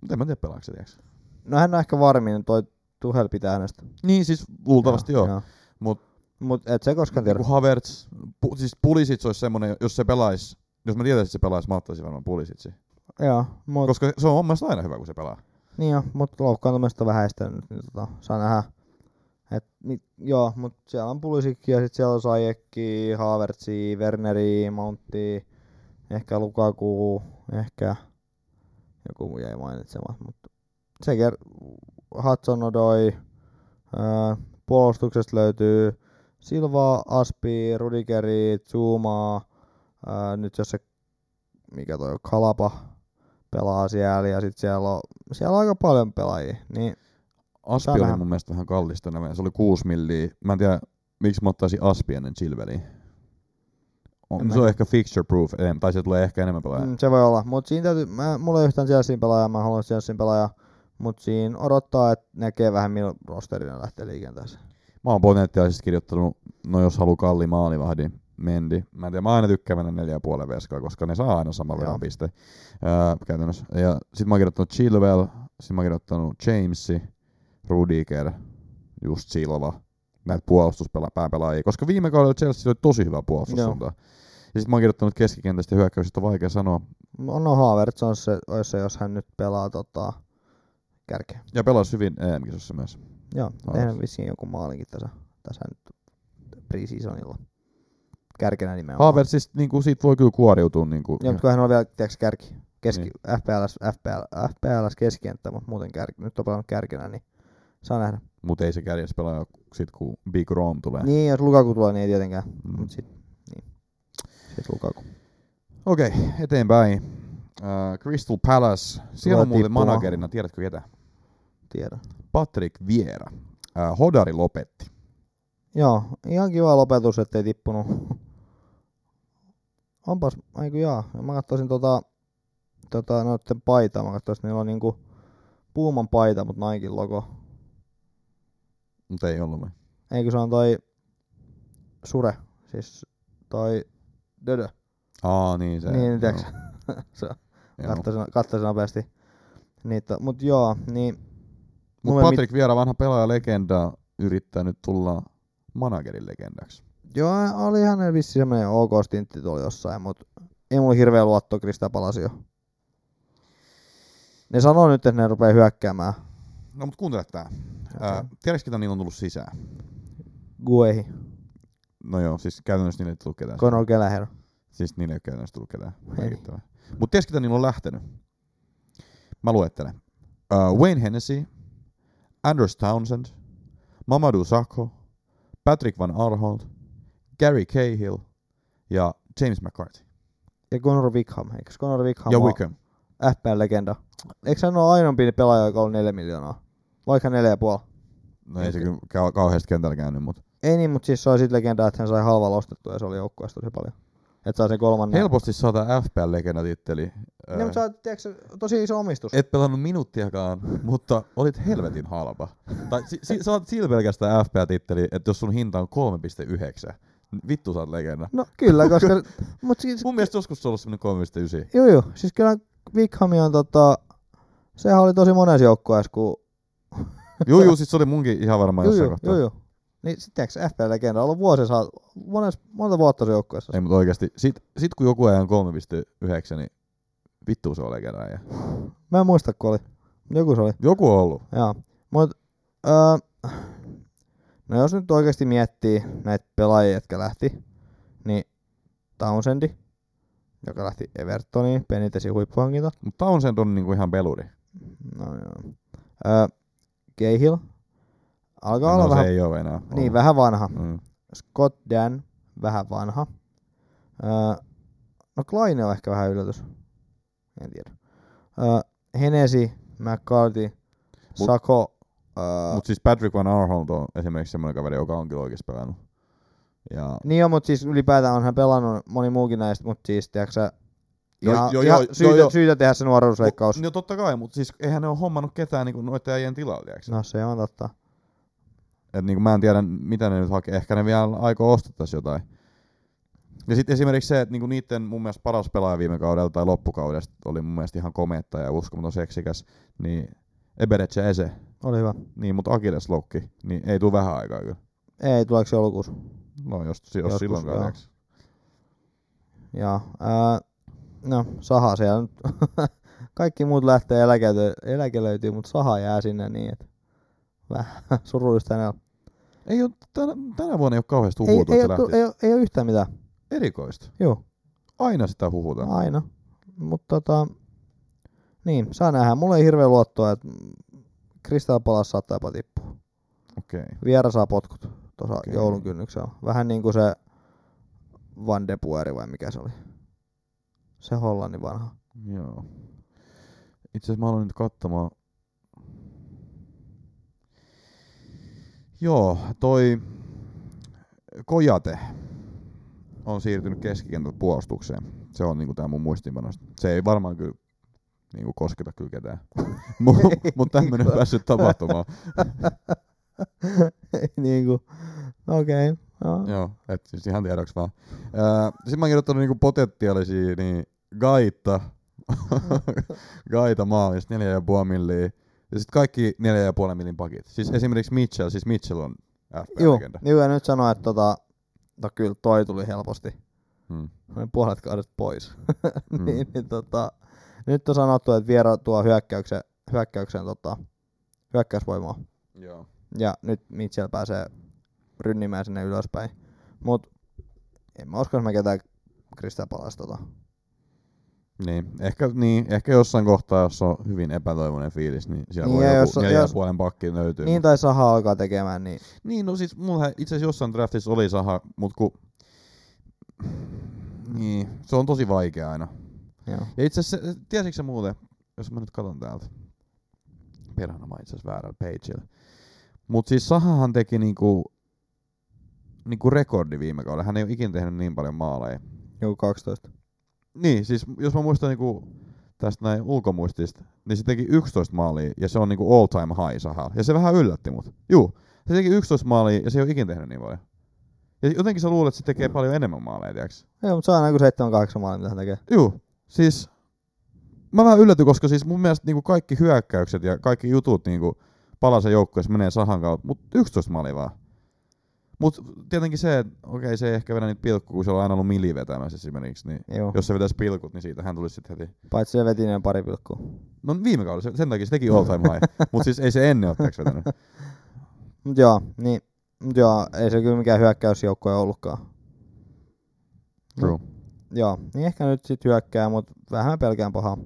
B: Mutta en mä tiedä pelaako se, tiedätkö?
C: No hän on ehkä varmin, toi Tuhel pitää hänestä.
B: Niin, siis luultavasti joo. joo. Mut-
C: Mut, Mut et se koskaan tiedä.
B: Joku Havertz, pu, siis Pulisic olisi semmonen, jos se pelaisi, jos mä tietäisin, että se pelaisi, mä ottaisin varmaan Pulisicin.
C: Joo, mut,
B: Koska se on mun mielestä aina hyvä, kun se pelaa.
C: niin joo, mut loukkaantumista on vähäistänyt, niin tota, saa nähdä. Et, ni, joo, mut siellä on Pulisikki ja sit siellä on Sajekki, Haavertsi, Werneri, Mountti, ehkä Lukaku, ehkä joku muu jäi mainitsemaan, mut se ker- Hudson Odoi, öö, puolustuksesta löytyy Silva, Aspi, Rudigeri, Zuma, öö, nyt jos se, mikä toi on, Kalapa pelaa siellä ja sit siellä on, siellä on aika paljon pelaajia, niin
B: Aspi
C: Saa
B: oli
C: nähdä.
B: mun mielestä vähän kallista nämä. Se oli 6 milliä. Mä en tiedä, miksi mä ottaisin Aspi ennen Chilveliä.
C: En
B: On,
C: mä
B: se on
C: tiedä.
B: ehkä fixture proof, em, tai se tulee ehkä enemmän pelaajia. Mm.
C: mm, se voi olla, mut siinä täytyy, mä, mulla ei yhtään Chelsean pelaajaa, mä haluan Chelsean pelaajaa, mut siinä odottaa, että näkee vähän milloin rosterina lähtee liikenteeseen.
B: Mä oon potentiaalisesti kirjoittanut, no jos haluu kalli maalivahdi, Mendi. Mä en tiedä, mä aina tykkään mennä neljä ja puolen veskaa, koska ne saa aina saman
C: Joo.
B: verran piste. Ää, käytännössä. Ja sit mä oon kirjoittanut Chilwell, sit mä oon kirjoittanut Jamesi, Rudiger, just Silva, näitä puolustuspääpelaajia, koska viime kaudella Chelsea oli tosi hyvä puolustussuunta. Ja sitten mä oon kirjoittanut keskikentästä ja hyökkäyksestä, on vaikea sanoa.
C: No no Haavertsi on se, olisi se, jos hän nyt pelaa tota, kärkeä.
B: Ja pelasi hyvin EM-kisossa myös.
C: Joo,
B: Joo.
C: tehnyt vissiin joku maalinkin tässä, tässä nyt pre-seasonilla. Kärkenä nimenomaan.
B: Haavert siis niinku, siitä voi kyllä kuoriutua. Niinku,
C: Joo, mutta kun hän on vielä, tiedätkö, kärki. Keski,
B: Niin.
C: niin. FPLS, FPL, FPLS keskikenttä, mutta muuten kärki. Nyt on pelannut kärkenä, niin saa nähdä.
B: mutta ei se kärjessä pelaa sit kun Big Rom tulee.
C: Niin, jos Lukaku tulee, niin ei tietenkään.
B: Mm.
C: Mut sit, niin. Sit Lukaku.
B: Okei, eteenpäin. Uh, Crystal Palace. Siellä on
C: Tulee
B: muuten
C: tippua.
B: managerina, tiedätkö ketä?
C: Tiedän.
B: Patrick Viera. Uh, Hodari lopetti.
C: Joo, ihan kiva lopetus, ettei tippunut. Onpas, aiku jaa. Mä katsoisin tota, tota noitten paitaa, mä katsoisin, niillä on niinku Puuman paita, mut Nikein logo.
B: Mutta ei ollut. vai?
C: Eikö se on toi Sure, siis toi Dödö.
B: Aa, niin se.
C: Niin, tiedätkö? se on.
B: Joo, joo.
C: Katsoisin, katsoisin nopeasti. Niin, to, mut joo, niin
B: Mut
C: mulla ei
B: Patrick Viera, vanha pelaaja legenda, yrittää nyt tulla managerin legendaksi.
C: joo, oli ihan vissi semmonen ok stintti tuli jossain, mut ei mulla hirveä luotto Krista Palasio. Ne sanoo nyt, että ne rupeaa hyökkäämään
B: No mut kuuntele tää. Ää, tiedätkö ketä niillä on tullut sisään?
C: Guehi,
B: No joo, siis käytännössä niille ei tullut ketään.
C: Conor Gallagher.
B: Siis niille ei ole käytännössä tullut ketään
C: Ei.
B: merkittävää. Mutta tiedätkö, ketä niillä on lähtenyt? Mä luettelen. Uh, Wayne Hennessy, Anders Townsend, Mamadou Sakho, Patrick Van Arnold, Gary Cahill ja James McCarthy.
C: Ja Conor Wickham, eikö Conor Wickham
B: ja
C: ole
B: Wickham.
C: FPL-legenda? Eikö hän ole ainoampi pelaaja, joka on 4 miljoonaa? Vaikka 4,5.
B: No ei se kyllä kau- kauheasti kentällä käynyt, mutta
C: Ei niin, mutta siis se oli sit legenda, että hän sai halvalla ostettua ja se oli joukkueesta tosi paljon. Että saa sen kolmannen.
B: helposti saa tää FPL-legendatitteli.
C: Niin, mutta sä oot, tiedätkö, tosi iso omistus.
B: Et pelannut minuuttiakaan, mutta olit helvetin halpa. Tai si- si- saat sillä pelkästään FPL-titteli, että jos sun hinta on 3,9, niin vittu sä oot legenda.
C: No
B: <laughs>
C: kyllä, koska... mut siis,
B: Mun mielestä joskus se on ollut semmonen 3,9.
C: joo joo, siis kyllä Wickham on tota... Sehän oli tosi monessa joukkueessa, kun...
B: Juu, juu, siis se oli munkin ihan varmaan
C: Joo
B: jossain
C: joo,
B: kohtaa.
C: joo joo. Niin sitten tiedätkö, FPL-legenda on ollut vuosia, saa, mones, monta vuotta se joukkueessa.
B: Ei, mutta oikeesti, sit, sit kun joku ajan 3,9, niin vittu se on legenda. Ja.
C: Mä en muista, kun oli. Joku se oli.
B: Joku on ollut.
C: Joo. Mut, öö, no jos nyt oikeasti miettii näitä pelaajia, jotka lähti, niin Townsendi, joka lähti Evertoniin, Benitesin huippuhankinta.
B: Mutta Townsend on niinku ihan peluri.
C: No joo. Öö, Cahill, alkaa olla
B: no,
C: vähän,
B: se ei oo enää.
C: niin, vähän vanha.
B: Mm.
C: Scott Dan, vähän vanha. Öö, no Kleine on ehkä vähän yllätys. En tiedä. Öö, Henesi, McCarthy,
B: Mut-
C: Sako. Öö,
B: Mutta siis Patrick Van Arnold on esimerkiksi semmoinen kaveri, joka on kyllä oikeasti pelannut. Ja
C: niin on, mutta siis ylipäätään onhan pelannut moni muukin näistä, mutta siis tiedätkö sä,
B: Joo,
C: ihan,
B: joo,
C: ihan
B: joo,
C: syytä,
B: joo, joo.
C: syytä tehdä se nuoruusleikkaus.
B: No totta kai, mutta siis eihän ne ole hommannut ketään niinku noiden äijien tilalle, no.
C: No se on totta.
B: Et niinku mä en tiedä, mitä ne nyt hakee. Ehkä ne vielä aikoo ostettaisiin jotain. Ja sitten esimerkiksi se, että niinku niiden mun mielestä paras pelaaja viime kaudella tai loppukaudesta oli mun mielestä ihan kometta ja uskomaton seksikäs, niin Eberetse Ese,
C: Oli hyvä.
B: niin mut Akiles loukki, niin ei tule vähän aikaa kyllä.
C: Ei, tuleeko joulukuussa?
B: No jos,
C: Joskus,
B: jos silloin
C: joo.
B: kadeksi.
C: Joo. Ää, no, saha siellä nyt. <laughs> Kaikki muut lähtee eläkeyty, eläke löytyy, mutta saha jää sinne niin, että vähän <laughs> surullista hänellä.
B: Ei ole, tänä, tänä vuonna ei ole kauheasti
C: Ei,
B: huhuutu,
C: ei,
B: että se
C: ole, tu-
B: lähti.
C: ei, ole, ei ole yhtään mitään.
B: Erikoista.
C: Joo,
B: Aina sitä huhutaan.
C: aina. Mutta tota, niin, saa nähdä. Mulla ei hirveä luottoa, että Kristal Palas saattaa jopa tippua.
B: Okei. Okay.
C: Viera saa potkut tuossa
B: Okei.
C: okay. joulun kynnyksellä. Vähän niin kuin se Van de Pueri vai mikä se oli. Se Hollannin vanha. <laughs>
B: Joo. Itse asiassa mä aloin nyt katsomaan. Joo, toi Kojate on siirtynyt keskikentältä puolustukseen. Se on niinku tää mun muistiinpanosta. Se ei varmaan kyllä niinku kosketa kyllä ketään. <laughs> Mutta mut tämmönen on päässyt tapahtumaan.
C: niin kuin, okei. Okay. No.
B: Joo, et siis ihan tiedoksi vaan. Öö, Sitten mä oon kirjoittanut niinku potentiaalisia, niin Gaita, <laughs> Gaita maalista neljä ja puoli milliä. Ja sitten kaikki neljä ja puolen millin pakit. Siis esimerkiksi Mitchell, siis Mitchell on
C: Joo,
B: FP-legenda.
C: juu, ja nyt sanoo, että tota, no kyllä toi tuli helposti.
B: Hmm.
C: Noin puolet kaudet pois. <laughs>
B: Mm.
C: niin, niin, tota, nyt on sanottu, että Viera tuo hyökkäyksen, hyökkäyksen tota, hyökkäysvoimaa.
B: Joo.
C: Ja nyt Mitchell pääsee rynnimään sinne ylöspäin. Mut en mä usko, että mä ketään Krista palas tota.
B: Niin, ehkä, niin, ehkä jossain kohtaa, jos on hyvin epätoivoinen fiilis, niin siellä
C: Niin,
B: voi
C: ja
B: joku
C: jos-
B: neljä ja
C: jos-
B: puolen pakki löytyy.
C: Niin tai saha alkaa tekemään, niin
B: Niin, no siis mullahan itse asiassa jossain draftissa oli saha, mut ku... Niin, se on tosi vaikea aina.
C: joo.
B: Ja itse asiassa, äh, tiesitkö sä muuten, jos mä nyt katson täältä. Perhana mä itse asiassa väärällä pageilla. Mut siis Sahahan teki niinku, niinku rekordi viime kaudella. Hän ei ole ikinä tehnyt niin paljon maaleja.
C: Joku 12.
B: Niin, siis jos mä muistan niinku tästä näin ulkomuistista, niin se teki 11 maalia ja se on niinku all time high Sahalla. Ja se vähän yllätti mut. Juu, se teki 11 maalia ja se ei ole ikinä tehnyt niin paljon. Ja jotenkin sä luulet, että se tekee paljon enemmän maaleja, tiiäks?
C: Joo, mutta se on aina kuin 7-8 maalia, mitä hän tekee.
B: Juu, siis mä vähän yllätyin, koska siis mun mielestä niinku kaikki hyökkäykset ja kaikki jutut niinku palasen joukkueessa menee sahan kautta, mutta 11 maali vaan. Mut tietenkin se, että okei se ei ehkä vedä niitä pilkkuja, kun se on aina ollut mili vetämässä esimerkiksi, niin
C: Joo,
B: jos se vetäisi pilkut, niin siitä hän tulisi sitten heti.
C: paitsi se veti ne pari pilkkua.
B: No viime kaudella, se- sen takia se teki all time high,
C: <laughs>
B: mut siis ei se ennen otteeksi vetänyt.
C: Mut joo, niin. Mut joo, ei se kyllä mikään hyökkäysjoukko ole ollutkaan.
B: True.
C: Joo, niin ehkä nyt sit hyökkää, mutta vähän mä pelkään pahaa.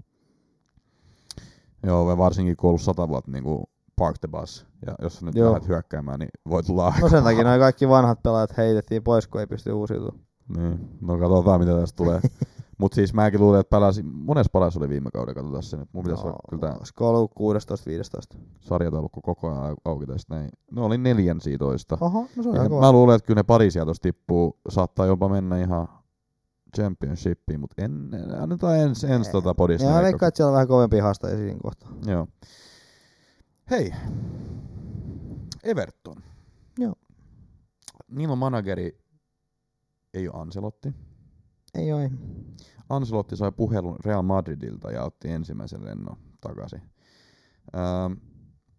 B: Joo, ja varsinkin kun on ollut sata vuotta niinku park the bus, ja jos sä nyt
C: Joo.
B: lähdet hyökkäämään, niin voi tulla aika
C: No sen takia noi kaikki vanhat pelaajat heitettiin pois, kun ei pysty uusiutumaan.
B: Niin, no katsotaan mitä tästä tulee. Mut siis mäkin luulen, että palasi, monessa palasi oli viime kaudella, katsotaan se nyt. Mun pitäisi no. kyllä tää
C: Olisiko ollut 16-15?
B: sarjataulukko koko ajan au- auki tästä näin. Ne oli neljän siitoista.
C: Oho, no se on
B: Ja
C: aika kova.
B: mä luulen, että kyllä ne pari sieltä tosta tippuu, saattaa jopa mennä ihan championshipiin, mutta en, en- annetaan ens, ens tota podista.
C: Ja mä
B: näitä
C: veikkaan, että siellä on vähän kovempia haastajia siinä kohtaa.
B: koko- Joo. Hei, Everton.
C: Joo.
B: Niillä on manageri ei ole Ancelotti.
C: Ei ole.
B: Ancelotti sai puhelun Real Madridilta ja otti ensimmäisen lennon takaisin. Ähm,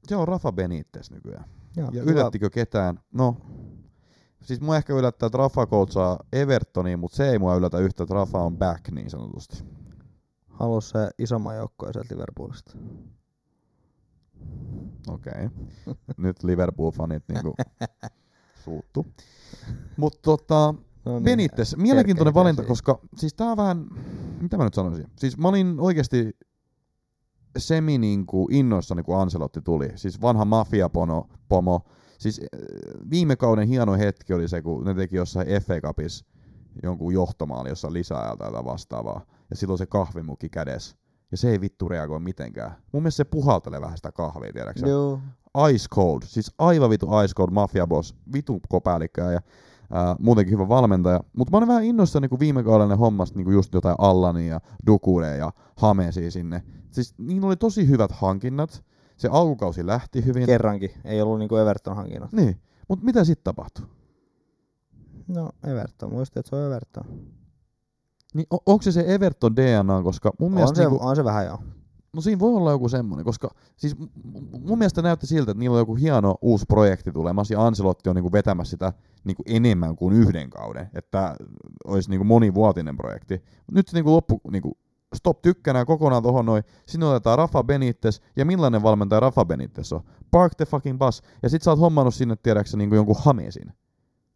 B: se on Rafa Benitez nykyään.
C: Joo,
B: Ja
C: hyvä.
B: yllättikö ketään? No, siis mua ehkä yllättää, että Rafa koutsaa Evertoniin, mutta se ei mua yllätä yhtä, että Rafa on back niin sanotusti.
C: Halus se isomman joukkoja sieltä Liverpoolista.
B: Okei. Okay. Nyt Liverpool-fanit niinku suuttu. Mutta tota,
C: No niin.
B: Benitez, mielenkiintoinen
C: Selkeä
B: valinta,
C: käsi.
B: koska siis tää on vähän, mitä mä nyt sanoisin, siis mä olin oikeasti semi niinku innoissani, kun Ancelotti tuli, siis vanha mafiapomo, pomo. siis äh, viime kauden hieno hetki oli se, kun ne teki jossain FA Cupissa jonkun johtomaali jossain lisäajalta tai vastaavaa, ja silloin se kahvimukki kädessä, ja se ei vittu reagoi mitenkään. Mun mielestä se puhaltelee vähän sitä kahvia, tiedäksä.
C: Joo.
B: Ice Cold, siis aivan vitu Ice Cold Mafia Boss, vitu kopäällikkää ja ää, muutenkin hyvä valmentaja. Mutta mä olen vähän innoissani niin viime kaudella ne hommasta niin just jotain Allania ja Dukure ja Hamesi sinne. Siis niillä oli tosi hyvät hankinnat. Se alkukausi lähti hyvin.
C: Kerrankin. Ei ollut niinku Everton hankinnat.
B: niin, mutta mitä sitten tapahtui?
C: No Everton, muista, että se on Everton.
B: Niin on, onko se se Everton DNA, koska mun
C: On
B: mielestä
C: se,
B: niinku,
C: on se vähän joo.
B: No siinä voi olla joku semmoinen, koska siis m- m- mun mielestä näytti siltä, että niillä on joku hieno uusi projekti tulemassa ja Ancelotti on niinku vetämässä sitä niinku enemmän kuin yhden kauden, että olisi niinku monivuotinen projekti. Mut Nyt se niinku loppu, niinku stop tykkänään kokonaan tohon noin, sinne otetaan Rafa Benitez, ja millainen valmentaja Rafa Benitez on? Park the fucking bus, ja sit sä oot hommannut sinne tiedäksä niinku jonkun hamesin.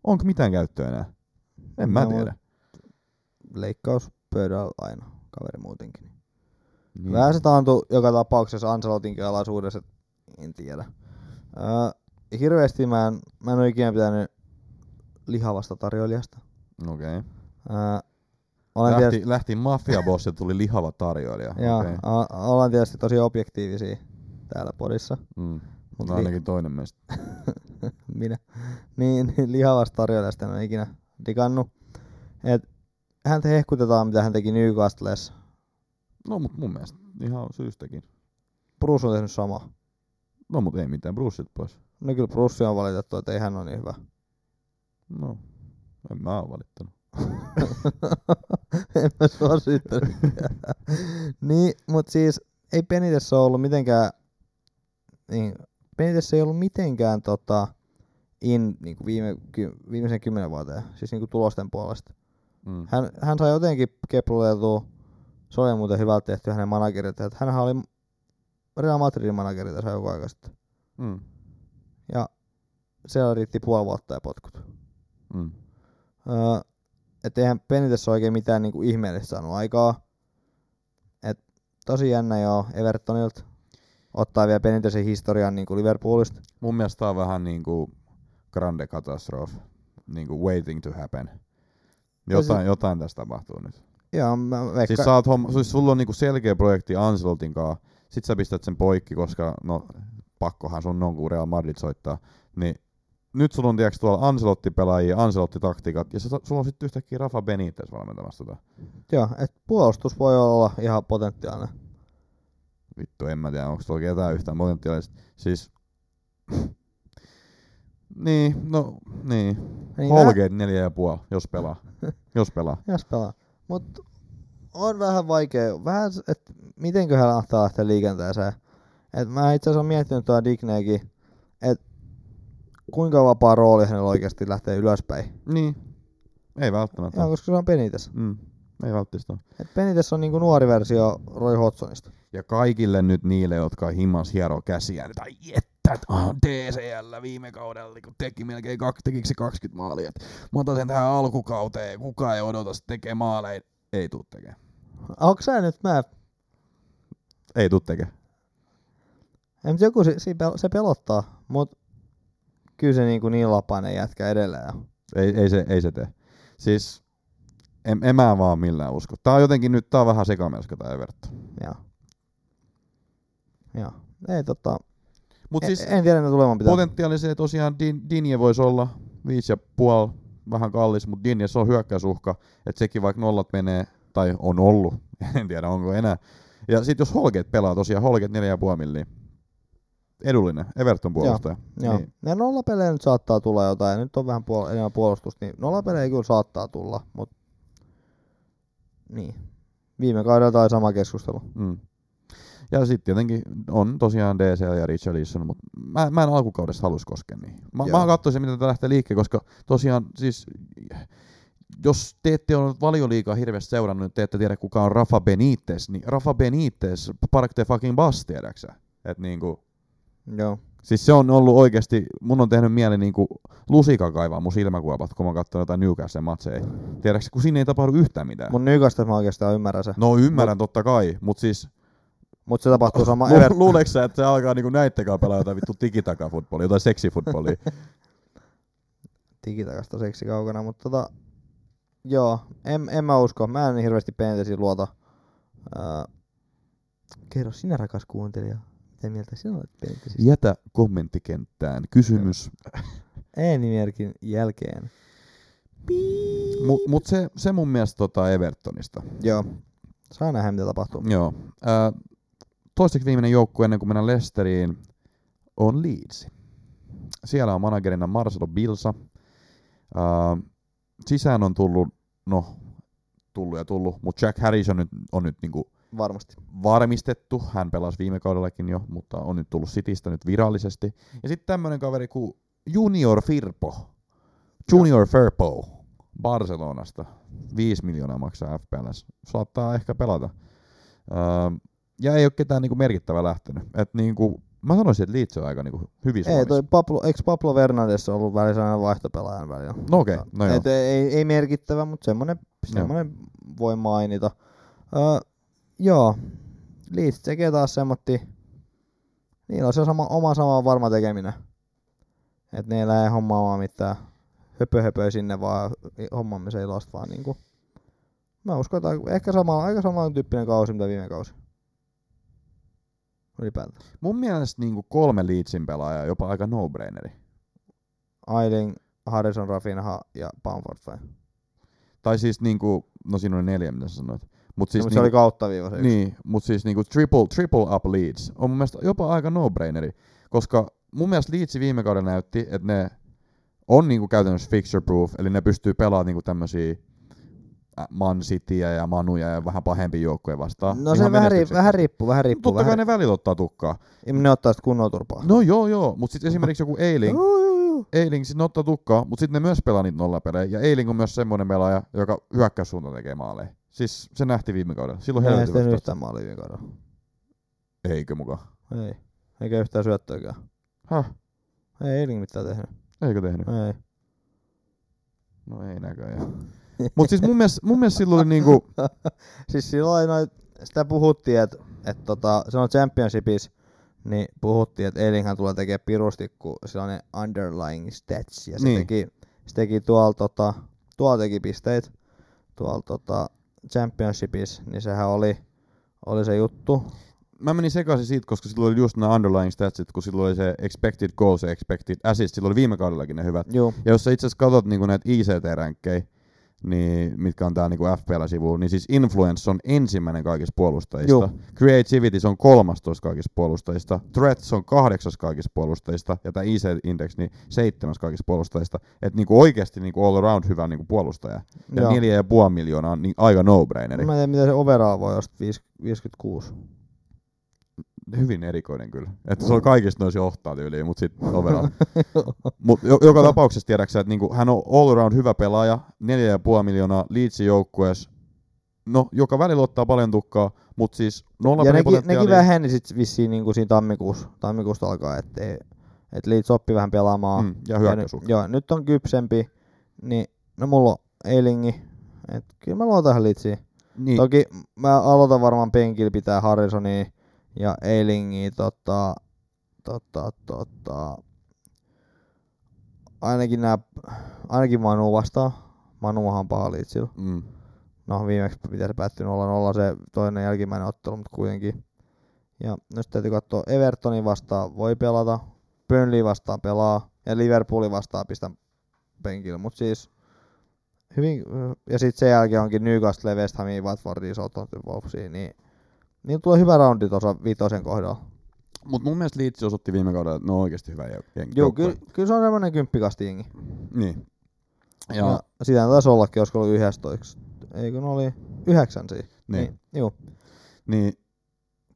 B: Onko mitään käyttöä enää? En mä
C: No,
B: tiedä.
C: Leikkaus pöydällä aina, kaveri muutenkin.
B: Niin.
C: Mm. Vähän se taantui joka tapauksessa Ancelotin alaisuudessa, et en tiedä. Öö, hirveästi mä en, mä en ole ikinä pitänyt lihavasta tarjoilijasta.
B: Niin, Okei.
C: Öö, olen
B: Okay.
C: tietysti,
B: Lähti, lähti mafiabossi, tuli lihava tarjoilija.
C: joo,
B: Okei.
C: o- ollaan tietysti tosi objektiivisia täällä podissa.
B: Mm.
C: Mut
B: No
C: li-
B: ainakin toinen meistä.
C: minä, <laughs> niin, niin lihavasta tarjoilijasta en ole ikinä digannut. Et häntä hehkutetaan, mitä hän teki Newcastles.
B: No mut mun mielestä ihan syystäkin.
C: Bruce on tehnyt sama.
B: No mut ei mitään, brussit pois.
C: No kyllä Bruce on valitettu, että ei hän ole niin hyvä.
B: No, en mä oo valittanut.
C: <laughs> en mä sua syyttänyt. niin, mutta siis ei Benitez ole ollut mitenkään, niin, Benitez ei ollut mitenkään tota, in niin kuin viime, ky, viimeisen kymmenen vuoteen, siis niin kuin tulosten puolesta.
B: Mm.
C: Hän, hän sai jotenkin kepluteltua, se oli muuten hyvältä tehty hänen managerilta, että hänhän oli Real Madridin manageri tässä joku aika sitten.
B: Mm.
C: Ja siellä riitti puoli vuotta ja potkut.
B: Mm.
C: Öö, että eihän Benitez ole oikein mitään niinku ihmeellistä saanut aikaa. Et tosi jännä joo Evertonilta. Ottaa vielä Benitezin historian niinku Liverpoolista.
B: Mun mielestä tää on vähän niinku grande katastrof. Niinku waiting to happen. Jotain, jotain tässä tapahtuu nyt.
C: Joo, mä
B: Ehkä... Siis,
C: veikkaan.
B: sä oot homma, siis sulla on niinku selkeä projekti Ancelotin kanssa, sit sä pistät sen poikki, koska no pakkohan sun on, kun Real Madrid soittaa. Niin nyt sulla on tiiäks tuolla Ancelotti-pelaajia, Ancelotti-taktiikat, ja sä, sulla on sitten yhtäkkiä Rafa Benitez valmentamassa tota.
C: Joo, et puolustus voi olla ihan potentiaalinen.
B: Vittu, en mä tiedä, onko tuolla ketään yhtään potentiaalista. Siis... <laughs> niin, no, niin.
C: Niin
B: Holgate neljä ja puoli, jos pelaa.
C: <laughs>
B: jos pelaa.
C: Jos pelaa. Mut on vähän vaikea, vähän, että mitenköhän ahtaa lähteä liikenteeseen. Et mä itse asiassa oon miettinyt tuota Digneekin, että kuinka vapaa rooli hänellä oikeasti lähtee ylöspäin.
B: Niin. Ei välttämättä.
C: Joo, koska se on Benitez.
B: Mm. Ei välttämättä. ole.
C: Et Benitez on niinku nuori versio Roy Hodgsonista.
B: Ja kaikille nyt niille, jotka on himas hiero käsiään, tai jättät, ah, DCL viime kaudella niin kun teki melkein kak, tekiksi 20 maalia. Et Mä otan sen tähän alkukauteen, kukaan ei odota, se tekee maaleja. Ei tuu tekee.
C: Onko sä nyt mä?
B: Ei tuu tekee.
C: En mut joku se, se pel- se pelottaa, mut kyllä se niinku niin lapainen jätkä edelleen. on.
B: Ei, ei, se, ei se tee. Siis en, en mä vaan millään usko. Tää on jotenkin nyt, tää on vähän sekamelska tää Everton.
C: Joo. Joo. Ei tota,
B: Mut
C: en,
B: siis
C: en tiedä mitä tuleman pitää.
B: potentiaalisesti tosiaan Din, Dinje voisi olla viisi ja puoli, vähän kallis, mutta Dinje se on hyökkäysuhka, että sekin vaikka nollat menee, tai on ollut, <laughs> en tiedä onko enää. Ja sitten jos Holget pelaa tosiaan, Holget neljä ja puoli milliä. Edullinen, Everton puolustaja.
C: Joo.
B: Niin.
C: Niin. Ja nollapelejä nyt saattaa tulla jotain, nyt on vähän puol- enemmän puolustusta, niin nollapelejä kyllä saattaa tulla, mut niin. Viime kaudella tai sama keskustelu.
B: Mm. Ja sitten tietenkin on tosiaan DCL ja Richarlison, mutta mä, mä en alkukaudesta halus koskea niihin. Mä,
C: Joo.
B: mä katsoisin, miten tätä lähtee liikkeelle, koska tosiaan siis, jos te ette ole valioliikaa hirveästi seurannut, niin te ette tiedä kuka on Rafa Benitez, niin Rafa Benitez, park the fucking bus, tiedäksä. Et niinku,
C: Joo.
B: siis se on ollut oikeasti, mun on tehnyt mieli niinku lusikan kaivaa mun silmäkuopat, kun mä katson jotain Newcastle-matseja. Tiedäksä, kun siinä ei tapahdu yhtään mitään.
C: Mun nykasta mä oikeastaan ymmärrän se.
B: No ymmärrän totta kai, mutta siis
C: Mut se tapahtuu sama
B: Lu-
C: Ever-
B: Luuleeko sä, että se alkaa niinku näittekaan pelaa jotain vittu digitaka-futbolia, jotain seksifutbolia?
C: digitakasta seksi kaukana, mutta tota, Joo, en, en mä usko. Mä en niin hirveästi Pantheriin luota. Ää, kerro sinä rakas kuuntelija, mitä mieltä sinä olet Panthersista?
B: <laughs> Jätä kommenttikenttään kysymys.
C: Äänimerkin jälkeen.
B: Mutta mut se, se mun mielestä tota Evertonista.
C: Joo. Saa nähdä, mitä tapahtuu.
B: Joo. Ää, toiseksi viimeinen joukkue ennen kuin mennään Leicesteriin on Leeds. Siellä on managerina Marcelo Bilsa. Ää, sisään on tullut, no, tullut ja tullut, mutta Jack Harris on nyt, on nyt niinku
C: Varmasti.
B: varmistettu. Hän pelasi viime kaudellakin jo, mutta on nyt tullut Citystä nyt virallisesti. Ja sitten tämmöinen kaveri kuin Junior Firpo. Junior Firpo Barcelonasta. 5 miljoonaa maksaa FPLS. Saattaa ehkä pelata. Öö, ja ei ole ketään niinku merkittävä lähtenyt. Et niinku, mä sanoisin, että Leeds on aika niinku hyvissä
C: Ei,
B: voimissa.
C: toi Pablo, eikö Pablo Fernandes ollut välissä aina vaihtopelaajan välillä?
B: No okei, no joo.
C: Et, ei, ei merkittävä, mutta semmonen, semmonen voi mainita. Öö, joo, Leeds tekee taas semmoitti, niillä on se sama, oma sama varma tekeminen. Et niillä ei hommaa mitään höpö, höpö sinne, vaan hommamme se ilosta vaan niinku. Mä uskon, että aika- ehkä sama, aika samantyyppinen kausi, mitä viime kausi. Ylipäätään.
B: Mun mielestä niinku kolme Leedsin pelaajaa on jopa aika no-braineri.
C: Ailing, Harrison, Rafinha ja Bamford vai?
B: Siis Tai siis niinku, no siinä on neljä, mitä sä sanoit. Mut siis
C: Siis no, niin, se
B: niinku-
C: oli kautta viiva se yksi.
B: Niin, mutta siis niinku triple, triple up Leeds on mun mielestä jopa aika no-braineri, koska mun mielestä Leeds viime kaudella näytti, että ne on niinku käytännössä fixture proof, eli ne pystyy pelaamaan niinku tämmösiä ä, Man Cityä ja Manuja ja vähän pahempia joukkoja vastaan.
C: No se
B: Ihan
C: vähän, riip,
B: menestyksekkäitä.
C: vähän riippuu, vähän riippuu.
B: Totta
C: vähän
B: kai ne välillä ottaa tukkaa.
C: riippuu. ne ottaa sitten kunnon turpaa.
B: No joo joo, mutta sitten esimerkiksi joku Eiling,
C: Juu, juu, juu.
B: Eiling sitten ottaa tukkaa, mutta sitten ne myös pelaa niitä nollapelejä, ja Eiling on myös semmoinen pelaaja, joka hyökkäyssuuntaan tekee maaleja. Siis se nähtiin viime kaudella. Silloin
C: Mä en
B: helvetin
C: sitten
B: vastaan.
C: yhtään maali viime kaudella.
B: Eikö mukaan?
C: Ei. Eikä yhtään syöttöäkään.
B: Häh?
C: Ei Eiling mitään tehnyt.
B: Eikö tehnyt?
C: Ei.
B: No ei näköjään. Mutta siis mun mielestä, mun mielestä silloin oli niinku,
C: Siis silloin noit, sitä puhuttiin, että et tota, se on championshipis, niin puhuttiin, että Eilinghän tulee tekemään pirusti, kun sillä on ne underlying stats. Ja se
B: Niin.
C: teki, se teki tuolla, tota, tuolla teki pisteet, tuolla tota, championshipis, niin sehän oli, oli se juttu.
B: mä menin sekaisin siitä, koska silloin oli just nämä underlying statsit, kun silloin oli se expected goals ja expected assists, silloin oli viime kaudellakin ne hyvät.
C: Juu.
B: Ja jos sä itse asiassa katsot niinku näitä ICT-ränkkejä, niin, mitkä on tää niinku FPL-sivu, niin siis influence on ensimmäinen kaikista puolustajista,
C: Joo.
B: creativity se on 13 kaikista puolustajista, threats on kahdeksas kaikista puolustajista, ja tämä IC-index niin seitsemäs kaikista puolustajista. Että niinku oikeasti niinku all around hyvä niinku puolustaja. Ja
C: Joo.
B: neljä ja puoli miljoonaa on niin aika no-braineri.
C: Mä en tiedä, mitä se overall voi olla sit viis- 56.
B: hyvin erikoinen kyllä. Että se on kaikista noissa johtaa tyyliin, mutta sitten
C: <laughs>
B: overall. Mut jo, joka tapauksessa tiedäksä, että niinku, hän on all around hyvä pelaaja, 4,5 miljoonaa Leedsin joukkueessa. No, joka välillä ottaa paljon tukkaa, mutta siis nolla
C: ja nekin,
B: pelipotentiaalia.
C: nekin väheni sit vissiin niinku siinä tammikuussa, tammikuusta alkaa, että et Leeds oppi vähän pelaamaan.
B: mm, ja
C: Ja nyt,
B: hyökkäysuhka.
C: joo, nyt on kypsempi, niin no mulla on Eilingi, et kyllä mä luotan ihan Leedsiin.
B: Niin,
C: Toki mä aloitan varmaan penkillä pitää Harrisonia ja Eilingi tota, tota, tota, ainakin nää, ainakin Manu vastaan. Manuahan on paha Leedsillä.
B: mm,
C: No viimeksi pitäisi päättyä 0-0 se toinen jälkimmäinen ottelu, mutta kuitenkin. Ja no sitten täytyy katsoa, Evertonin vastaan voi pelata, Burnley vastaan pelaa ja Liverpoolin vastaan pistän penkillä, mutta siis hyvin, ja sitten sen jälkeen onkin Newcastle, West Hamiin, Watfordiin, Southampton, Wolvesiin, niin, niin tulee hyvä roundi tuossa viitosen kohdalla.
B: mut mun mielestä Leeds osoitti viime kaudella, että ne on oikeasti hyvä jouk- jengi.
C: Joo,
B: joukkue.
C: kyllä, kyllä se on semmoinen kymppikasti jengi.
B: Niin. Ja,
C: Ja sitä taisi ollakin, olisiko ollut 11, ei kun oli yhdeksän siis.
B: niin. niin.
C: niin joo,
B: niin.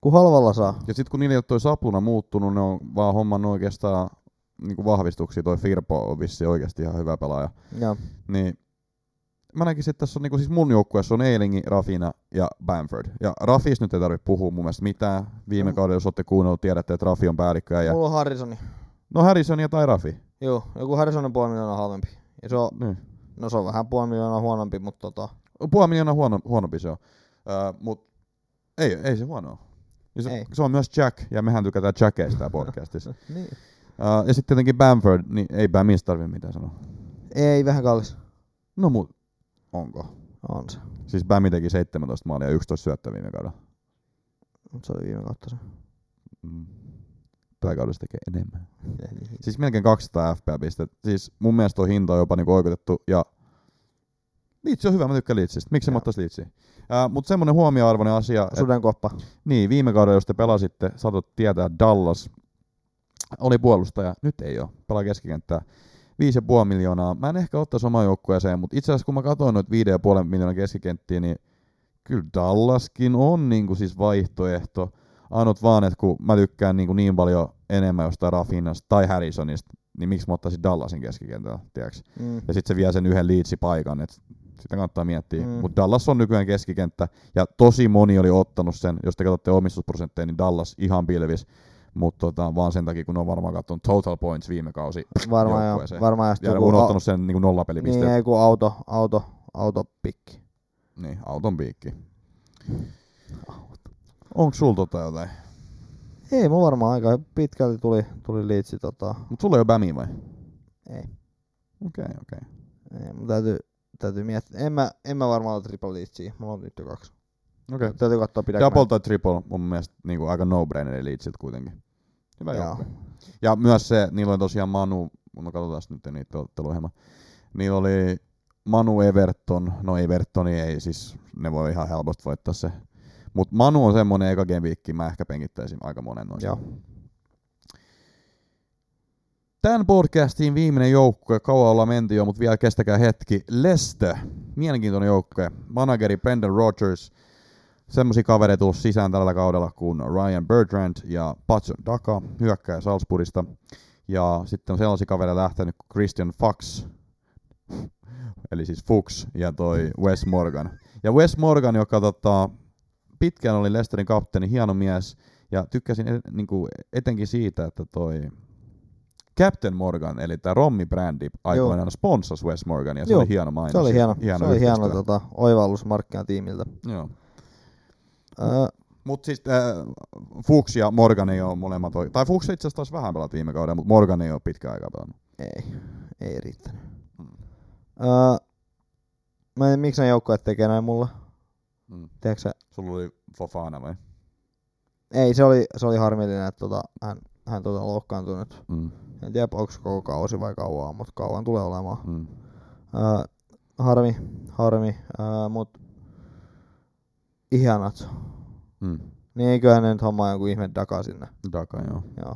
C: kun halvalla saa.
B: Ja sitten kun niillä ei ole toi sapluna muuttunut, ne on vaan homman oikeastaan niinku vahvistuksia. Toi Firpo on vissi oikeasti ihan hyvä pelaaja.
C: Joo.
B: Niin mä näkisin, että tässä on niinku, siis mun joukkueessa on Eilingi, Rafina ja Bamford. Ja Rafis nyt ei tarvitse puhua mun mielestä mitään. Viime
C: Mm.
B: kaudella, jos olette kuunnellut, tiedätte, että Rafi on päällikköä. Ja...
C: Mulla on Harrisoni.
B: No Harrisonia tai Rafi.
C: Joo, joku Harrison on puoli miljoonaa halvempi. Ja se on,
B: Niin.
C: no se on vähän puoli miljoonaa huonompi, mutta tota,
B: Puoli miljoonaa huono, huonompi se on. Öö, mut ei, ei se huono ole. ja se,
C: Ei.
B: se, on myös Jack, ja mehän tykätään Jackeista tää
C: <laughs>
B: podcastissa.
C: niin.
B: öö, ja sitten tietenkin Bamford, niin ei Bamista tarvitse mitään sanoa.
C: Ei, vähän kallis.
B: No mut, Onko?
C: On se.
B: Siis Bämi teki 17 maalia ja 11 syöttöä viime kaudella.
C: Mut se oli viime kautta se.
B: Mm. Pääkaudessa tekee enemmän. Siis melkein 200 FPA-pistettä. Siis mun mielestä tuo hinta on jopa niinku oikeutettu ja Liitsi on hyvä, mä tykkään Liitsistä. Miksi mä
C: Joo.
B: ottais Liitsiä? Äh, Mutta semmonen huomioarvoinen asia, että
C: Sudenkoppa.
B: niin, viime kaudella, jos te pelasitte, saatot tietää, Dallas oli puolustaja, nyt ei ole, pelaa keskikenttää. 5,5 miljoonaa. Mä en ehkä ottaisi omaan joukkueeseen, mutta itse asiassa kun mä katsoin noita 5,5 miljoonaa keskikenttiä, niin kyllä Dallaskin on niin kuin siis vaihtoehto. Ainut vaan, että kun mä tykkään niin, kuin niin paljon enemmän jostain Rafinasta tai Harrisonista, niin miksi mä ottaisin Dallasin keskikentällä, tiedäks?
C: Mm.
B: Ja sitten se vie sen yhden liitsipaikan, että sitä kannattaa miettiä.
C: Mm.
B: Mm. Mutta Dallas on nykyään keskikenttä, ja tosi moni oli ottanut sen. Jos te katsotte omistusprosentteja, niin Dallas ihan pilvis. Mutta tota, vaan sen takia, kun on varmaan katsonut total points viime kausi.
C: Varmaan joo.
B: joukkueeseen.
C: Varmaan ja sit
B: Ja
C: joku au-
B: unohtanut sen niin
C: Niin,
B: nollapelipisteet.
C: ei kun auto, auto, autopikki.
B: Niin, niin, auton piikki. Onko sulla tota jotain?
C: Ei, mulla varmaan aika pitkälti tuli, tuli liitsi tota.
B: Mut sulla ei ole bämiä vai?
C: Ei.
B: Okei, okay, okei. Okay.
C: ei mun täytyy, täytyy miettiä. En mä, en mä varmaan ole triple liitsiä. Mulla on nyt jo kaksi.
B: Okei. Okay.
C: Täytyy katsoa pidäkö
B: Double tai triple mun mielestä niin kuin aika no-braineri Leedsiltä kuitenkin. Hyvä
C: mä. Joo.
B: joukkue. Ja myös se, niillä oli tosiaan Manu, no katsotaan nyt niitä otteluja hieman. Niillä oli Manu Everton, no Evertoni ei siis, ne voi ihan helposti voittaa se. Mutta Manu on semmonen eka game weekki, mä ehkä penkittäisin aika monen noista.
C: Joo.
B: Tämän podcastin viimeinen joukkue, kauan ollaan menty jo, mutta vielä kestäkää hetki. Leste, mielenkiintoinen joukkue. Manageri Brendan Rodgers, semmoisia kavereita tullut sisään tällä kaudella kuin Ryan Bertrand ja Patson Daka, hyökkäjä Salzburgista. Ja sitten on sellaisia kavereita lähtenyt kuin Christian Fox, <laughs> eli siis Fuchs ja toi Wes Morgan. Ja Wes Morgan, joka tota, pitkään oli Lesterin kapteeni, hieno mies, ja tykkäsin et, niinku, etenkin siitä, että toi Captain Morgan, eli tämä Rommi-brändi aikoinaan sponsasi Wes Morgan, ja se
C: Joo.
B: oli hieno mainos.
C: Se oli
B: ja
C: hieno, se oli hieno
B: yhteistyö.
C: tota, oivallus markkinatiimiltä.
B: Joo.
C: Öö,
B: Mutta siis äh, Fuchs ja Morgan ei ole molemmat, oi- tai Fuchs itse asiassa taas vähän pelata viime kaudella, mutta Morgan ei ole pitkään aikaa pelannut.
C: ei, ei riittänyt.
B: Mm.
C: Öö, mä en tiedä, miksi ne joukkueet tekee näin mulle.
B: Mm.
C: Tiedätkö, sä?
B: Sulla oli Fofana vai?
C: ei, se oli, se oli harmillinen, että tota, hän, hän tota, loukkaantui nyt.
B: Mm.
C: En tiedä, onko koko kausi vai kauan, mutta kauan tulee olemaan.
B: Mm.
C: Öö, harmi, harmi, öö, mutta ihanat.
B: Mm.
C: Niin eiköhän ne nyt hommaa joku ihme daka sinne.
B: Daka, joo.
C: Joo.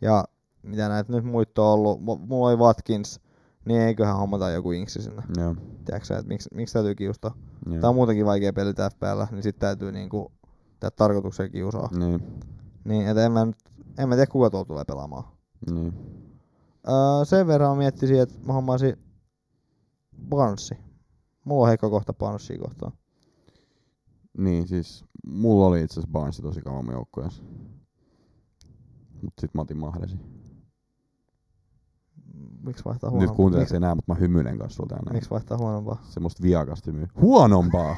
C: Ja mitä näitä nyt muita on ollut, mu- mulla oli Watkins, niin eiköhän hommata joku inksi sinne.
B: Joo.
C: Tiedätkö sä, että miksi, miksi täytyy kiustaa?
B: joo.
C: Tää on muutenkin vaikea peli tää päällä, niin sit täytyy niinku tää tarkoituksen kiusaa.
B: Niin,
C: Niin, et en mä, nyt, en mä tiedä kuka tuolla tulee pelaamaan.
B: niin.
C: Öö, sen verran mä miettisin, että mä hommaisin Barnesi. Mulla on heikko kohta Barnesia kohtaan.
B: Niin, siis mulla oli itse asiassa Barnesi tosi kauan mun joukkueessa. Mut sit mä otin Mahdesi.
C: Miksi vaihtaa
B: Nyt
C: huonompaa?
B: kuuntelet
C: Miksi,
B: enää, mut mä hymyilen kanssa sulla tänään.
C: miksi vaihtaa huonompaa?
B: Semmosta viakasta hymyä. Huonompaa!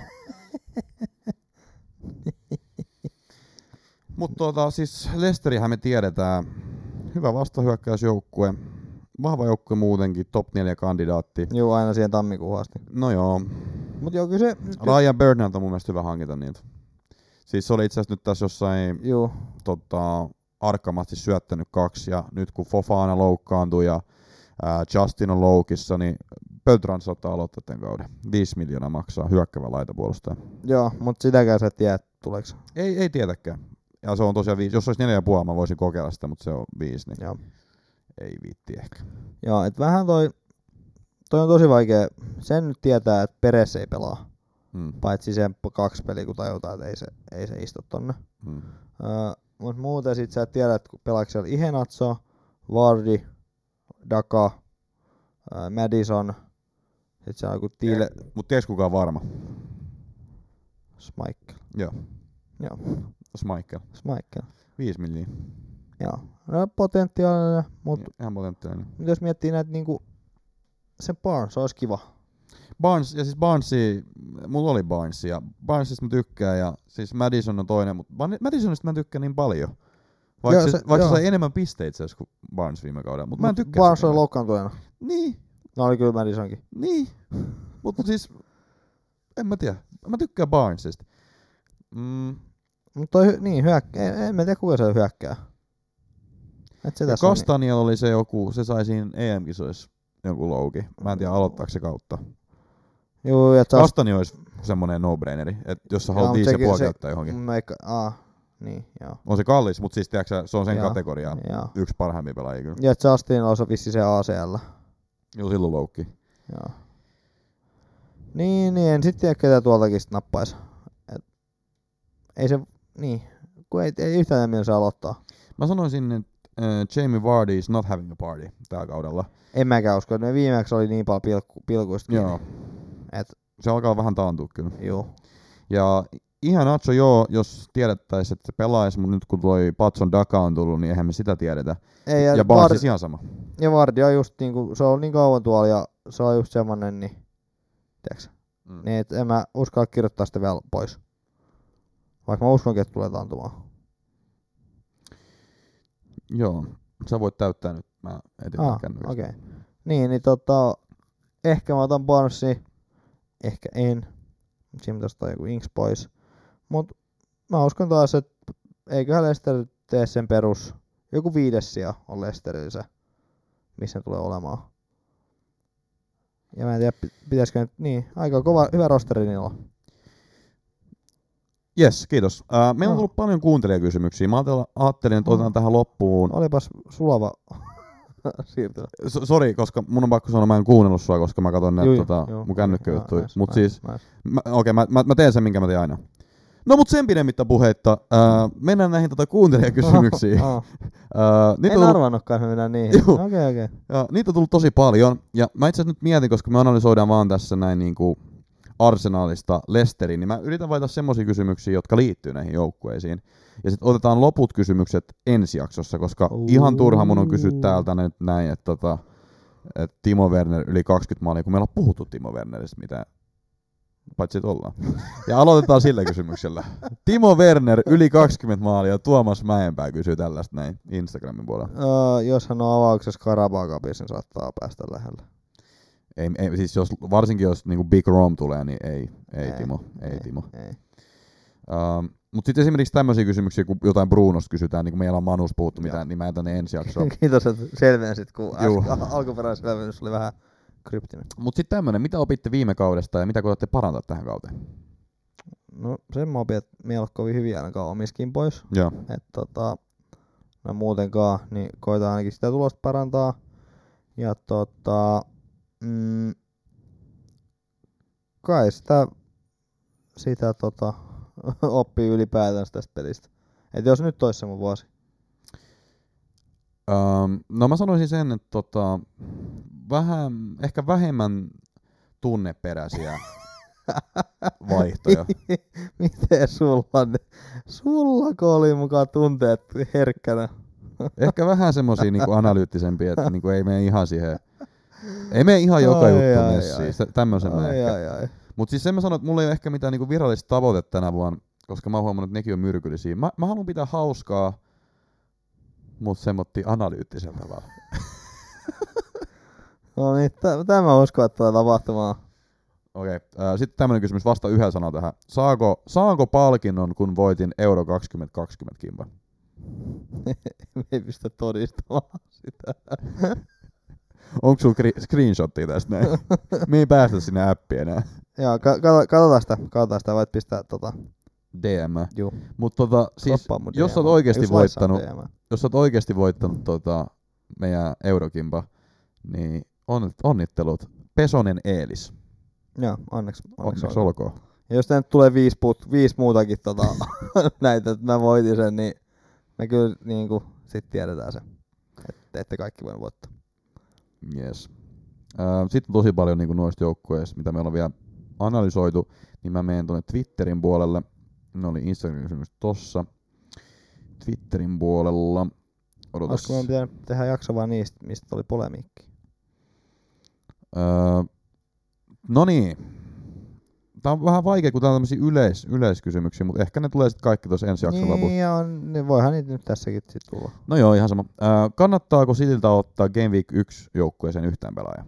B: Mutta tota, siis Lesterihän me tiedetään. Hyvä vastahyökkäysjoukkue. Vahva joukkue muutenkin, top 4 kandidaatti.
C: Juu, aina siihen tammikuuhun asti.
B: No joo,
C: Mut joo, kyllä se...
B: Ryan Bernard on mun mielestä hyvä hankita niiltä. Siis se oli itse asiassa nyt tässä jossain
C: Juu,
B: tota, arkkamasti syöttänyt kaksi ja nyt kun Fofana loukkaantui ja ää, Justin on loukissa, niin Pöltran saattaa aloittaa tämän kauden. 5 miljoonaa maksaa hyökkävä laitapuolustaja.
C: joo, mut sitäkään sä et tiedä, että tuleeks.
B: Ei, ei tietäkään. Ja se on tosiaan viisi. Jos olisi neljä ja puoli, mä voisin kokeilla sitä, mutta se on viisi, niin
C: Joo.
B: ei viitti ehkä.
C: Joo, et vähän toi... Toi on tosi vaikea. Sen nyt tietää, että Peres ei pelaa.
B: Mm,
C: Paitsi sen p- kaksi peliä, kun tajutaan, että ei se, ei se istu tonne.
B: mm,
C: Öö, mut muuten sit sä et tiedä, että pelaako siellä Ihenatso, Vardi, Daka, öö, Madison, sit siellä on joku Tile,
B: Mutta ties kuka on varma?
C: Smike.
B: Joo.
C: Joo,
B: Michael.
C: Smike.
B: 5 miljoonaa.
C: Joo, no, potentiaalinen, mutta
B: Ihan potentiaalinen.
C: jos miettii näitä niinku, se Barnes olisi kiva.
B: Barnes, ja siis Barnesi, mulla oli Barnes, ja Barnesista mä tykkään, ja siis Madison on toinen, mutta Ban- Madisonista mä en tykkää niin paljon. Vaikka,
C: Joo,
B: se,
C: se-
B: vaikka se
C: joo.
B: sai enemmän pisteitä itse asiassa kuin Barnes viime kaudella, mutta mä en
C: Mut
B: tykkää
C: Barnes
B: siitä.
C: oli loukkaantuneena.
B: Niin,
C: No oli kyllä Madisonkin.
B: niin. Mutta siis en mä tiedä. Mä tykkään Barnesista. Mm,
C: Mutta toi, hy- niin, hyök- en, en mä tiedä kuka se hyökkää. Et se
B: ja
C: tässä on niin-
B: Kastaniel oli se joku, se sai siinä EM-kisoissa jonkun louki. Mä en tiedä aloittaako se kautta.
C: Juu, ja taas...
B: Kastani olisi semmonen no-braineri, että jos sä
C: Joo,
B: haluat
C: mut
B: viisi ja
C: sekin-
B: puoli
C: se-
B: käyttää johonkin.
C: Meikka, aa, niin, joo.
B: On se kallis, mutta siis tiedätkö, sä, se on sen
C: Joo.
B: kategoriaa.
C: Joo.
B: Yksi parhaimpia pelaajia kyllä.
C: Ja Justin on vissi se ACL.
B: Joo, silloin loukki.
C: Joo. Niin, niin, en sitten tiedä ketä tuoltakin sit nappais. Et, ei se, niin, kun ei, ei yhtään tiedä, se aloittaa.
B: Mä sanoisin, että äh, Jamie Vardy is not having a party tällä kaudella.
C: En mäkään usko, ne viimeksi oli niin paljon pilkku, pilkuista. kiinni.
B: Joo.
C: Et,
B: Se alkaa vähän taantua kyllä.
C: juu.
B: Ja ihan Nacho joo, jos tiedettäisiin, että se pelaisi, mutta nyt kun toi Patson Daka on tullut, niin eihän me sitä tiedetä.
C: Ei,
B: Ja,
C: ja,
B: ja
C: Var-
B: Barnes siis ihan sama.
C: ja Vardi on just niinku, se on niin kauan tuolla ja se on just semmonen, niin, tiiäks,
B: Mm.
C: niin et en mä uskalla kirjoittaa sitä vielä pois. Vaikka mä uskonkin, että tulee taantumaan.
B: Joo, sä voit täyttää nyt. Mä etin
C: Ah,
B: ah, kännykästä.
C: Okei. Okay. Niin, niin tota, ehkä mä otan Barnesi, ehkä en. Siinä pitäisi ottaa joku Inks pois. Mut mä uskon taas, että eiköhän Lester tee sen perus. Joku viides sija on Lesterillä se, missä ne tulee olemaan. Ja mä en tiedä, pi- pitäisikö nyt, niin, aika kova, hyvä rosteri niillä on.
B: Yes, kiitos. Äh, meillä on
C: No.
B: tullut paljon kuuntelijakysymyksiä. Mä ajattelin- ajattelin, että otetaan tähän loppuun.
C: Olipas sulava <laughs> siirtymä.
B: So, sori, koska mun on pakko sanoa, mä en kuunnellut sua, koska mä katson
C: Juu,
B: näitä
C: juu,
B: tota,
C: juu.
B: mun kännykkäjuttuja.
C: Nice,
B: Mut
C: nice,
B: siis,
C: nice.
B: mä- okei, okay, mä, mä, mä, teen sen, minkä mä teen aina. No mut sen pidemmittä puheitta, äh, mennään näihin tota
C: <laughs>
B: kuuntelijakysymyksiin.
C: Aha, aha.
B: Äh, niitä,
C: En
B: on tullut,
C: arvannutkaan, että me mennään niihin.
B: Juu.
C: Okei, okei. Okay, okay.
B: ja, niitä on tullut tosi paljon, ja mä itse asiassa nyt mietin, koska me analysoidaan vaan tässä näin niinku arsenaalista Lesteriin, niin mä yritän vaihtaa semmoisia kysymyksiä, jotka liittyy näihin joukkueisiin. Ja sitten otetaan loput kysymykset ensi jaksossa, koska ihan turha mun on kysyä
C: Ooh.
B: täältä nyt näin, että tota, et Timo Werner yli 20 maalia, kun meillä on puhuttu Timo Werneristä mitään. Paitsi että ollaan. <laughs> Ja aloitetaan sillä kysymyksellä. Timo Werner yli 20 maalia, Tuomas Mäenpää kysyy tällaista näin Instagramin puolella.
C: Öö, jos hän on avauksessa Karabakapissa, niin saattaa päästä lähelle.
B: Ei, ei, siis jos, varsinkin jos niinku Big Rom tulee, niin ei, ei,
C: Ei,
B: ei Timo, ei, ei Timo.
C: Ei.
B: Um, mutta sitten esimerkiksi tämmöisiä kysymyksiä, kun jotain Brunosta kysytään, niin kuin meillä on Manus puhuttu, mitä, niin mä jätän ne ensi <laughs> jaksoon.
C: <laughs> Kiitos, että selvensit, kun
B: Juu.
C: äsken, alkuperäinen selvennys oli vähän kryptinen.
B: Mutta sitten tämmöinen, mitä opitte viime kaudesta ja mitä koetatte parantaa tähän kauteen?
C: No sen mä opin, että me ei ole kovin hyviä ainakaan omiskin pois.
B: Joo.
C: Et tota, no muutenkaan, niin koitan ainakin sitä tulosta parantaa. Ja tota, mm, kai sitä, sitä tota, <laughs> oppii ylipäätänsä tästä pelistä. Et jos nyt olisi se mun vuosi.
B: Um, no mä sanoisin sen, että tota, vähän, ehkä vähemmän <laughs> tunneperäisiä vaihtoja.
C: Miten sulla ne? Sulla kun oli mukaan tunteet herkkänä.
B: Ehkä vähän semmoisia niinku analyyttisempiä, että niinku ei mene ihan siihen, ei mene ihan joka
C: Ai,
B: juttu
C: ai,
B: messiin, Tä- tämmöisen mä
C: Ai,
B: ehkä.
C: ai, ai.
B: Mutta siis sen mä sanon, että mulla ei ole ehkä mitään niinku virallista tavoitetta tänä vuonna, koska mä oon huomannut, että nekin on myrkyllisiä. Mä, mä haluan pitää hauskaa, mutta semmoitti analyyttisellä tavalla.
C: No niin, tä- tämä uskon, että tulee tapahtumaan. <laughs>
B: Okei, okay. sitten tämmöinen kysymys, vasta yhden sanan tähän. Saako, saanko palkinnon, kun voitin Euro 2020 kimpa?
C: Me ei pysty todistamaan sitä.
B: Onko sulla kri- screenshottia tästä näin?
C: <laughs>
B: Me ei päästä sinne appiin enää.
C: Joo, ka- kato- katsotaan sitä. Katsotaan sitä, voit pistää tota.
B: DM.
C: Juu.
B: Mutta tota, siis,
C: droppaa mun
B: jos sä oot
C: DM.
B: oikeesti
C: Just laissa on
B: voittanut,
C: DM.
B: jos sä oot oikeasti voittanut tota, meidän Eurokimpa, niin on, onnittelut. Pesonen Eelis.
C: Joo, onneksi. onneksi,
B: Onneksi
C: on.
B: olkoon.
C: Ja jos tänne tulee viisi, put, viisi muutakin tota, <laughs> näitä, että mä voitin sen, niin me kyllä niinku, sit tiedetään se. Että ette kaikki voi voittaa.
B: Yes. Sitten tosi paljon niin noista joukkueista, mitä meillä on vielä analysoitu, niin mä menen tuonne Twitterin puolelle. Ne oli Instagram-kysymys tossa. Twitterin puolella. Odotas.
C: Olisiko meidän pitänyt tehdä jakso vaan niistä, mistä oli polemiikki?
B: Öö, no niin. Tämä on vähän vaikea, kun tämä on tämmöisiä yleis, yleiskysymyksiä, mutta ehkä ne tulee sitten kaikki tuossa ensi jakson lopussa.
C: Niin, on, niin voihan niitä nyt tässäkin sit tulla.
B: No joo, ihan sama. Äh, kannattaako Siltä ottaa Game Week 1 joukkueeseen yhtään pelaajaa?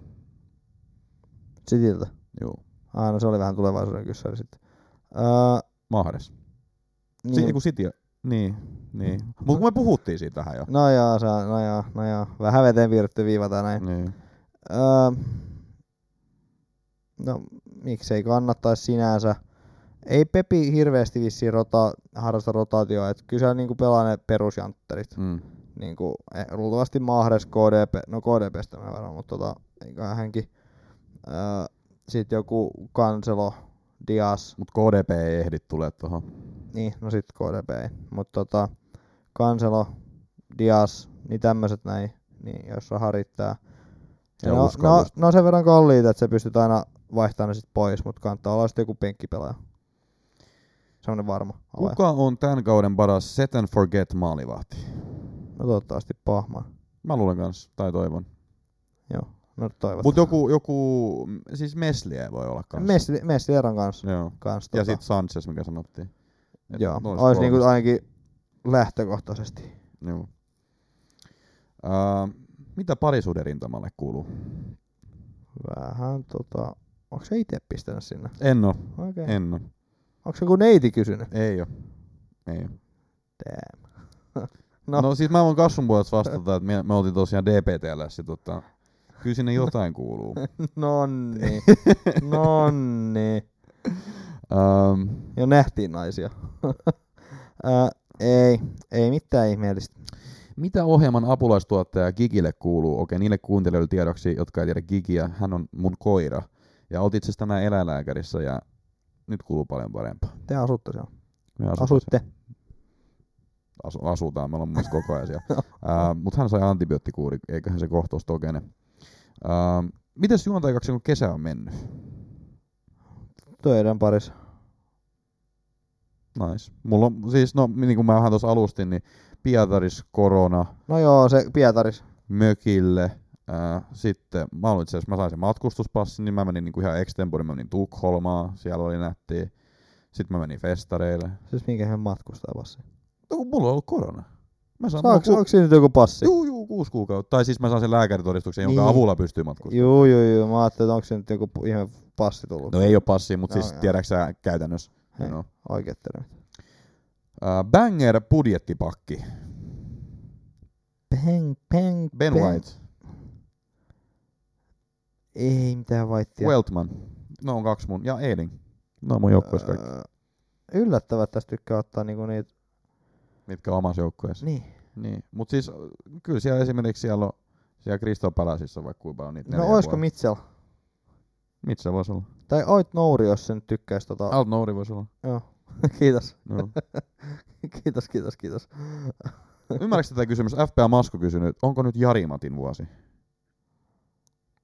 C: Sitiltä.
B: Joo.
C: Ah, no se oli vähän tulevaisuuden kyssäri sitten. Öö,
B: Mahdes. Si-
C: niin, Mm.
B: niin. City. Niin, niin. Mutta kun me puhuttiin siitä vähän jo.
C: no joo, se, on- no joo, no joo. Vähän veteen piirretty viiva tai näin.
B: Niin.
C: Öö, no, miksei kannattaisi sinänsä. Ei Pepi hirveästi vissiin rota, harrasta rotaatioa, että kyllä siellä niinku pelaa ne perusjantterit.
B: Mm.
C: Niinku, eh, luultavasti Mahres, KDP, no KDPstä mä verran, mutta tota, eiköhän hänkin. Öö, sitten joku Kanselo, Dias,
B: Mut KDP ei ehdi tulee tuohon.
C: niin, no sit KDP ei, mutta tota, Kanselo, Dias, niin tämmöiset näin, niin jos raha riittää.
B: Ja
C: no, no,
B: uskallusta.
C: no, sen verran kalliita, että se pystyt aina vaihtamaan ne sit pois, mutta kannattaa olla sitten joku penkkipelaaja. Semmoinen varma. Ole.
B: Kuka on tämän kauden paras set and forget maalivahti?
C: No toivottavasti pahma. No
B: Mä luulen kans, tai toivon.
C: Joo, no toivottavasti.
B: Mut joku, joku, m, siis Mesliä voi olla kans.
C: Messi, Messi eron kanssa.
B: Joo.
C: kanssa
B: Ja
C: tota,
B: sit Sanchez, mikä sanottiin. Et
C: joo,
B: noista
C: olisi niinku
B: kolmesta.
C: ainakin lähtökohtaisesti.
B: Joo. Uh, mitä parisuuden rintamalle kuuluu?
C: Vähän tota... Onko se itse pistänyt sinne?
B: En oo,
C: Okei. Okay.
B: en oo.
C: Onko se joku neiti kysynyt?
B: Ei oo. Ei oo.
C: Damn.
B: No,
C: No.
B: no siis mä voin kasvun puolesta vastata, että me, me oltiin tosiaan DPTLS. Tota, kyllä sinne jotain kuuluu. <laughs>
C: <laughs> Nonni. Nonni.
B: Um,
C: Jo nähtiin
B: <laughs>
C: naisia. Ää, ei, ei mitään ihmeellistä.
B: mitä ohjelman apulaistuottaja Gigille kuuluu? Okei, niille kuuntelijoille tiedoksi, jotka ei tiedä Gigiä, hän on mun koira. Ja oltiin itse asiassa tänään eläinlääkärissä ja nyt kuuluu paljon parempaa.
C: Te asutte siellä.
B: Me asutaan
C: Asutte.
B: asu, asutaan, me ollaan mun mielestä koko ajan siellä. uh, Mutta hän sai antibioottikuuri, eiköhän se kohtaus tokene. Uh, mites juontajakaksi kun kesä on mennyt?
C: Töiden parissa.
B: Nice. Mulla on, siis no niin kuin mä vähän tuossa alustin, niin Pietaris, korona,
C: No joo, se Pietaris.
B: mökille, ää, sitten mä olin itse asiassa, mä sain sen matkustuspassin, niin mä menin niinku ihan extempore, mä menin Tukholmaan, siellä oli nättiä. Sitten mä menin festareille.
C: Siis minkä hän matkustaa passi.
B: No kun mulla on ollut korona. Mä saan
C: Onko,
B: mulla
C: onko siinä nyt joku passi?
B: Juu, juu, kuusi kuukautta. Tai siis mä saan sen lääkäritodistuksen, jonka
C: Niin.
B: avulla pystyy matkustamaan.
C: Juu, juu, juu. Mä ajattelin, että onko siinä nyt joku pu- ihme passi tullut.
B: No ei ole passia, mutta
C: No,
B: siis
C: joo.
B: tiedätkö sä käytännössä.
C: Ei.
B: No.
C: Oikeat termit.
B: Uh, banger budjettipakki.
C: Peng, peng,
B: Ben
C: peng.
B: White.
C: Ei mitään vaittia.
B: Weltman. No on kaksi mun. Ja Eiling. No on mun joukkueessa kaikki,
C: Öö, Yllättävää, että tässä tykkää ottaa niinku niitä.
B: mitkä on omassa joukkueessa.
C: Niin.
B: Niin, mutta siis äh, kyllä siellä esimerkiksi siellä on, siellä Crystal Palaceissa vaikka kuinka on niitä
C: No
B: neljä
C: oisko
B: puolella.
C: Mitchell?
B: Mitä se voisi olla?
C: Tai Oit Nouri, jos sen tykkäisi tota.
B: Alt Nouri voisi olla.
C: <laughs> kiitos, <laughs>
B: No.
C: kiitos, kiitos, kiitos. <laughs>
B: Ymmärrätkö tätä kysymys? FPA Masku kysynyt, onko nyt Jarimatin vuosi?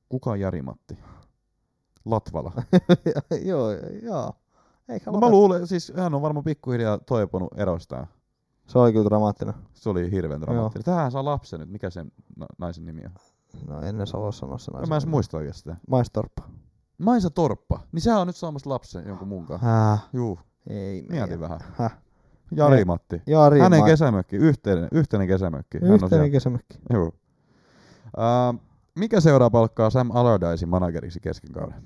B: Kuka on Jarimatti?
C: <laughs>
B: Latvala.
C: joo, joo. Eikä
B: No mä luulen, siis hän on varmaan pikkuhiljaa toipunut erostaan.
C: Se oli kyllä dramaattinen.
B: Se oli hirveän dramaattinen. Tähän saa lapsen nyt, mikä sen na- naisen nimi on?
C: No en edes halua sanoa sen
B: Mä en edes muista oikeastaan.
C: Maistorppa.
B: Maisa Torppa, niin sehän on nyt saamassa lapsen jonkun muun kanssa.
C: Häh.
B: Juu,
C: Ei meidän.
B: mieti vähän.
C: Häh.
B: Jarimatti.
C: Niin. Jari,
B: Hänen
C: Ma-
B: kesämökki, yhteinen, yhteinen kesämökki. Hän on siellä.
C: Yhteinen
B: <laughs>
C: kesämökki.
B: Joo. Uh, mikä seuraa palkkaa Sam Allardycein manageriksi kesken kauden?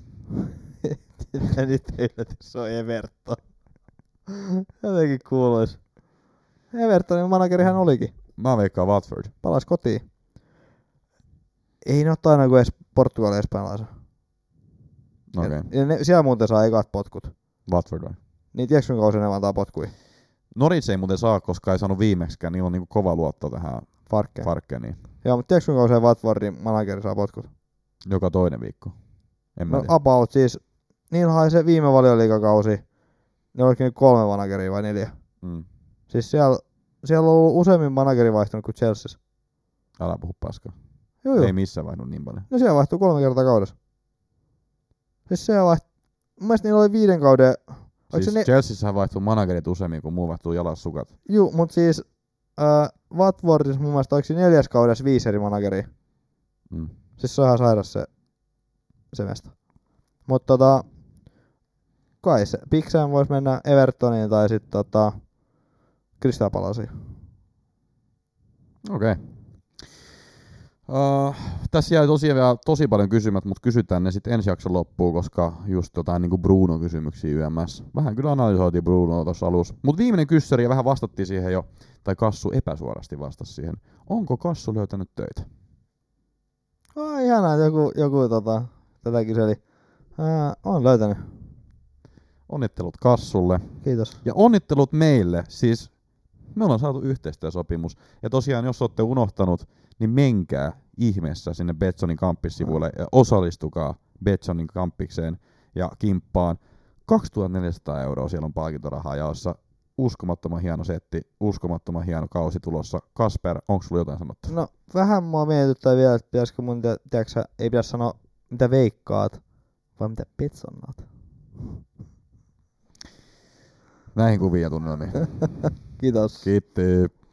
C: Mitä nyt teille, se on Everton? <laughs> Jotenkin kuuluis. Evertonin managerihan olikin.
B: Mä veikkaan Watford.
C: palas kotiin. Ei ne ottaa aina kuin edes Portugalin espanjalaisen.
B: No Okei, okay.
C: Ja, ja ne, siellä muuten saa ekat potkut.
B: Watford vai?
C: Niin tiedätkö kuinka usein ne antaa potkuja?
B: Norwich ei muuten saa, koska ei saanut viimeksikään. Niillä on niinku kova luotto tähän
C: Farkkeja. Far-
B: Farkkeniin.
C: Joo, mutta tiedätkö kuinka usein Watfordin manageri saa potkut?
B: Joka toinen viikko. En mä
C: No
B: tiedä.
C: about siis, niillähän se viime valioliikakausi, ne olikin nyt kolme manageria vai neljä.
B: Mm.
C: Siis siellä, siellä on ollut useammin manageri vaihtunut kuin Chelsea.
B: Älä puhu paskaa.
C: Joo, joo.
B: Ei missään vaihdu niin paljon.
C: No siellä vaihtuu kolme kertaa kaudessa. Siis siellä vaihtuu. Mun mielestä niillä oli viiden kauden, Oliko
B: Siis
C: se
B: ne...
C: ne-
B: Chelseassähän vaihtuu managerit useammin kuin muu vaihtuu jalassukat.
C: juu, mutta siis äh, Watfordissa mun mielestä oliko se neljäs kaudessa viisi eri manageria.
B: Mm.
C: Siis se on ihan sairas se, se mesta. Mutta tota, kai se Piksään voisi mennä Evertoniin tai sitten tota, Kristapalasiin.
B: Okei. Okay. Uh, tässä jäi tosiaan vielä tosi paljon kysymät, mutta kysytään ne sitten ensi jakson loppuun, koska just jotain niin Bruno-kysymyksiä YMS. Vähän kyllä analysoitiin Brunoa tuossa alussa. Mutta viimeinen kyssäri, ja vähän vastattiin siihen jo, tai Kassu epäsuorasti vastasi siihen. Onko Kassu löytänyt töitä?
C: Oh, ihanaa, joku, joku tota, tätä kyseli. Ää, on löytänyt.
B: Onnittelut Kassulle.
C: Kiitos.
B: Ja onnittelut meille, siis me ollaan saatu yhteistyösopimus. Ja tosiaan, jos olette unohtanut, niin menkää ihmeessä sinne Betsonin kamppissivuille ja osallistukaa Betsonin kamppikseen ja kimppaan. 2400 euroa siellä on palkintorahaa jaossa. Uskomattoman hieno setti, uskomattoman hieno kausi tulossa. Kasper, onko sulla jotain sanottavaa?
C: No vähän mua mietityttää vielä, että pitäisikö mun, tia- tiiäksä, ei pidä sanoa mitä veikkaat, vai mitä petsonnaat.
B: Näihin kuvia tunnelmiin.
C: Kiitos.
B: Kiitti.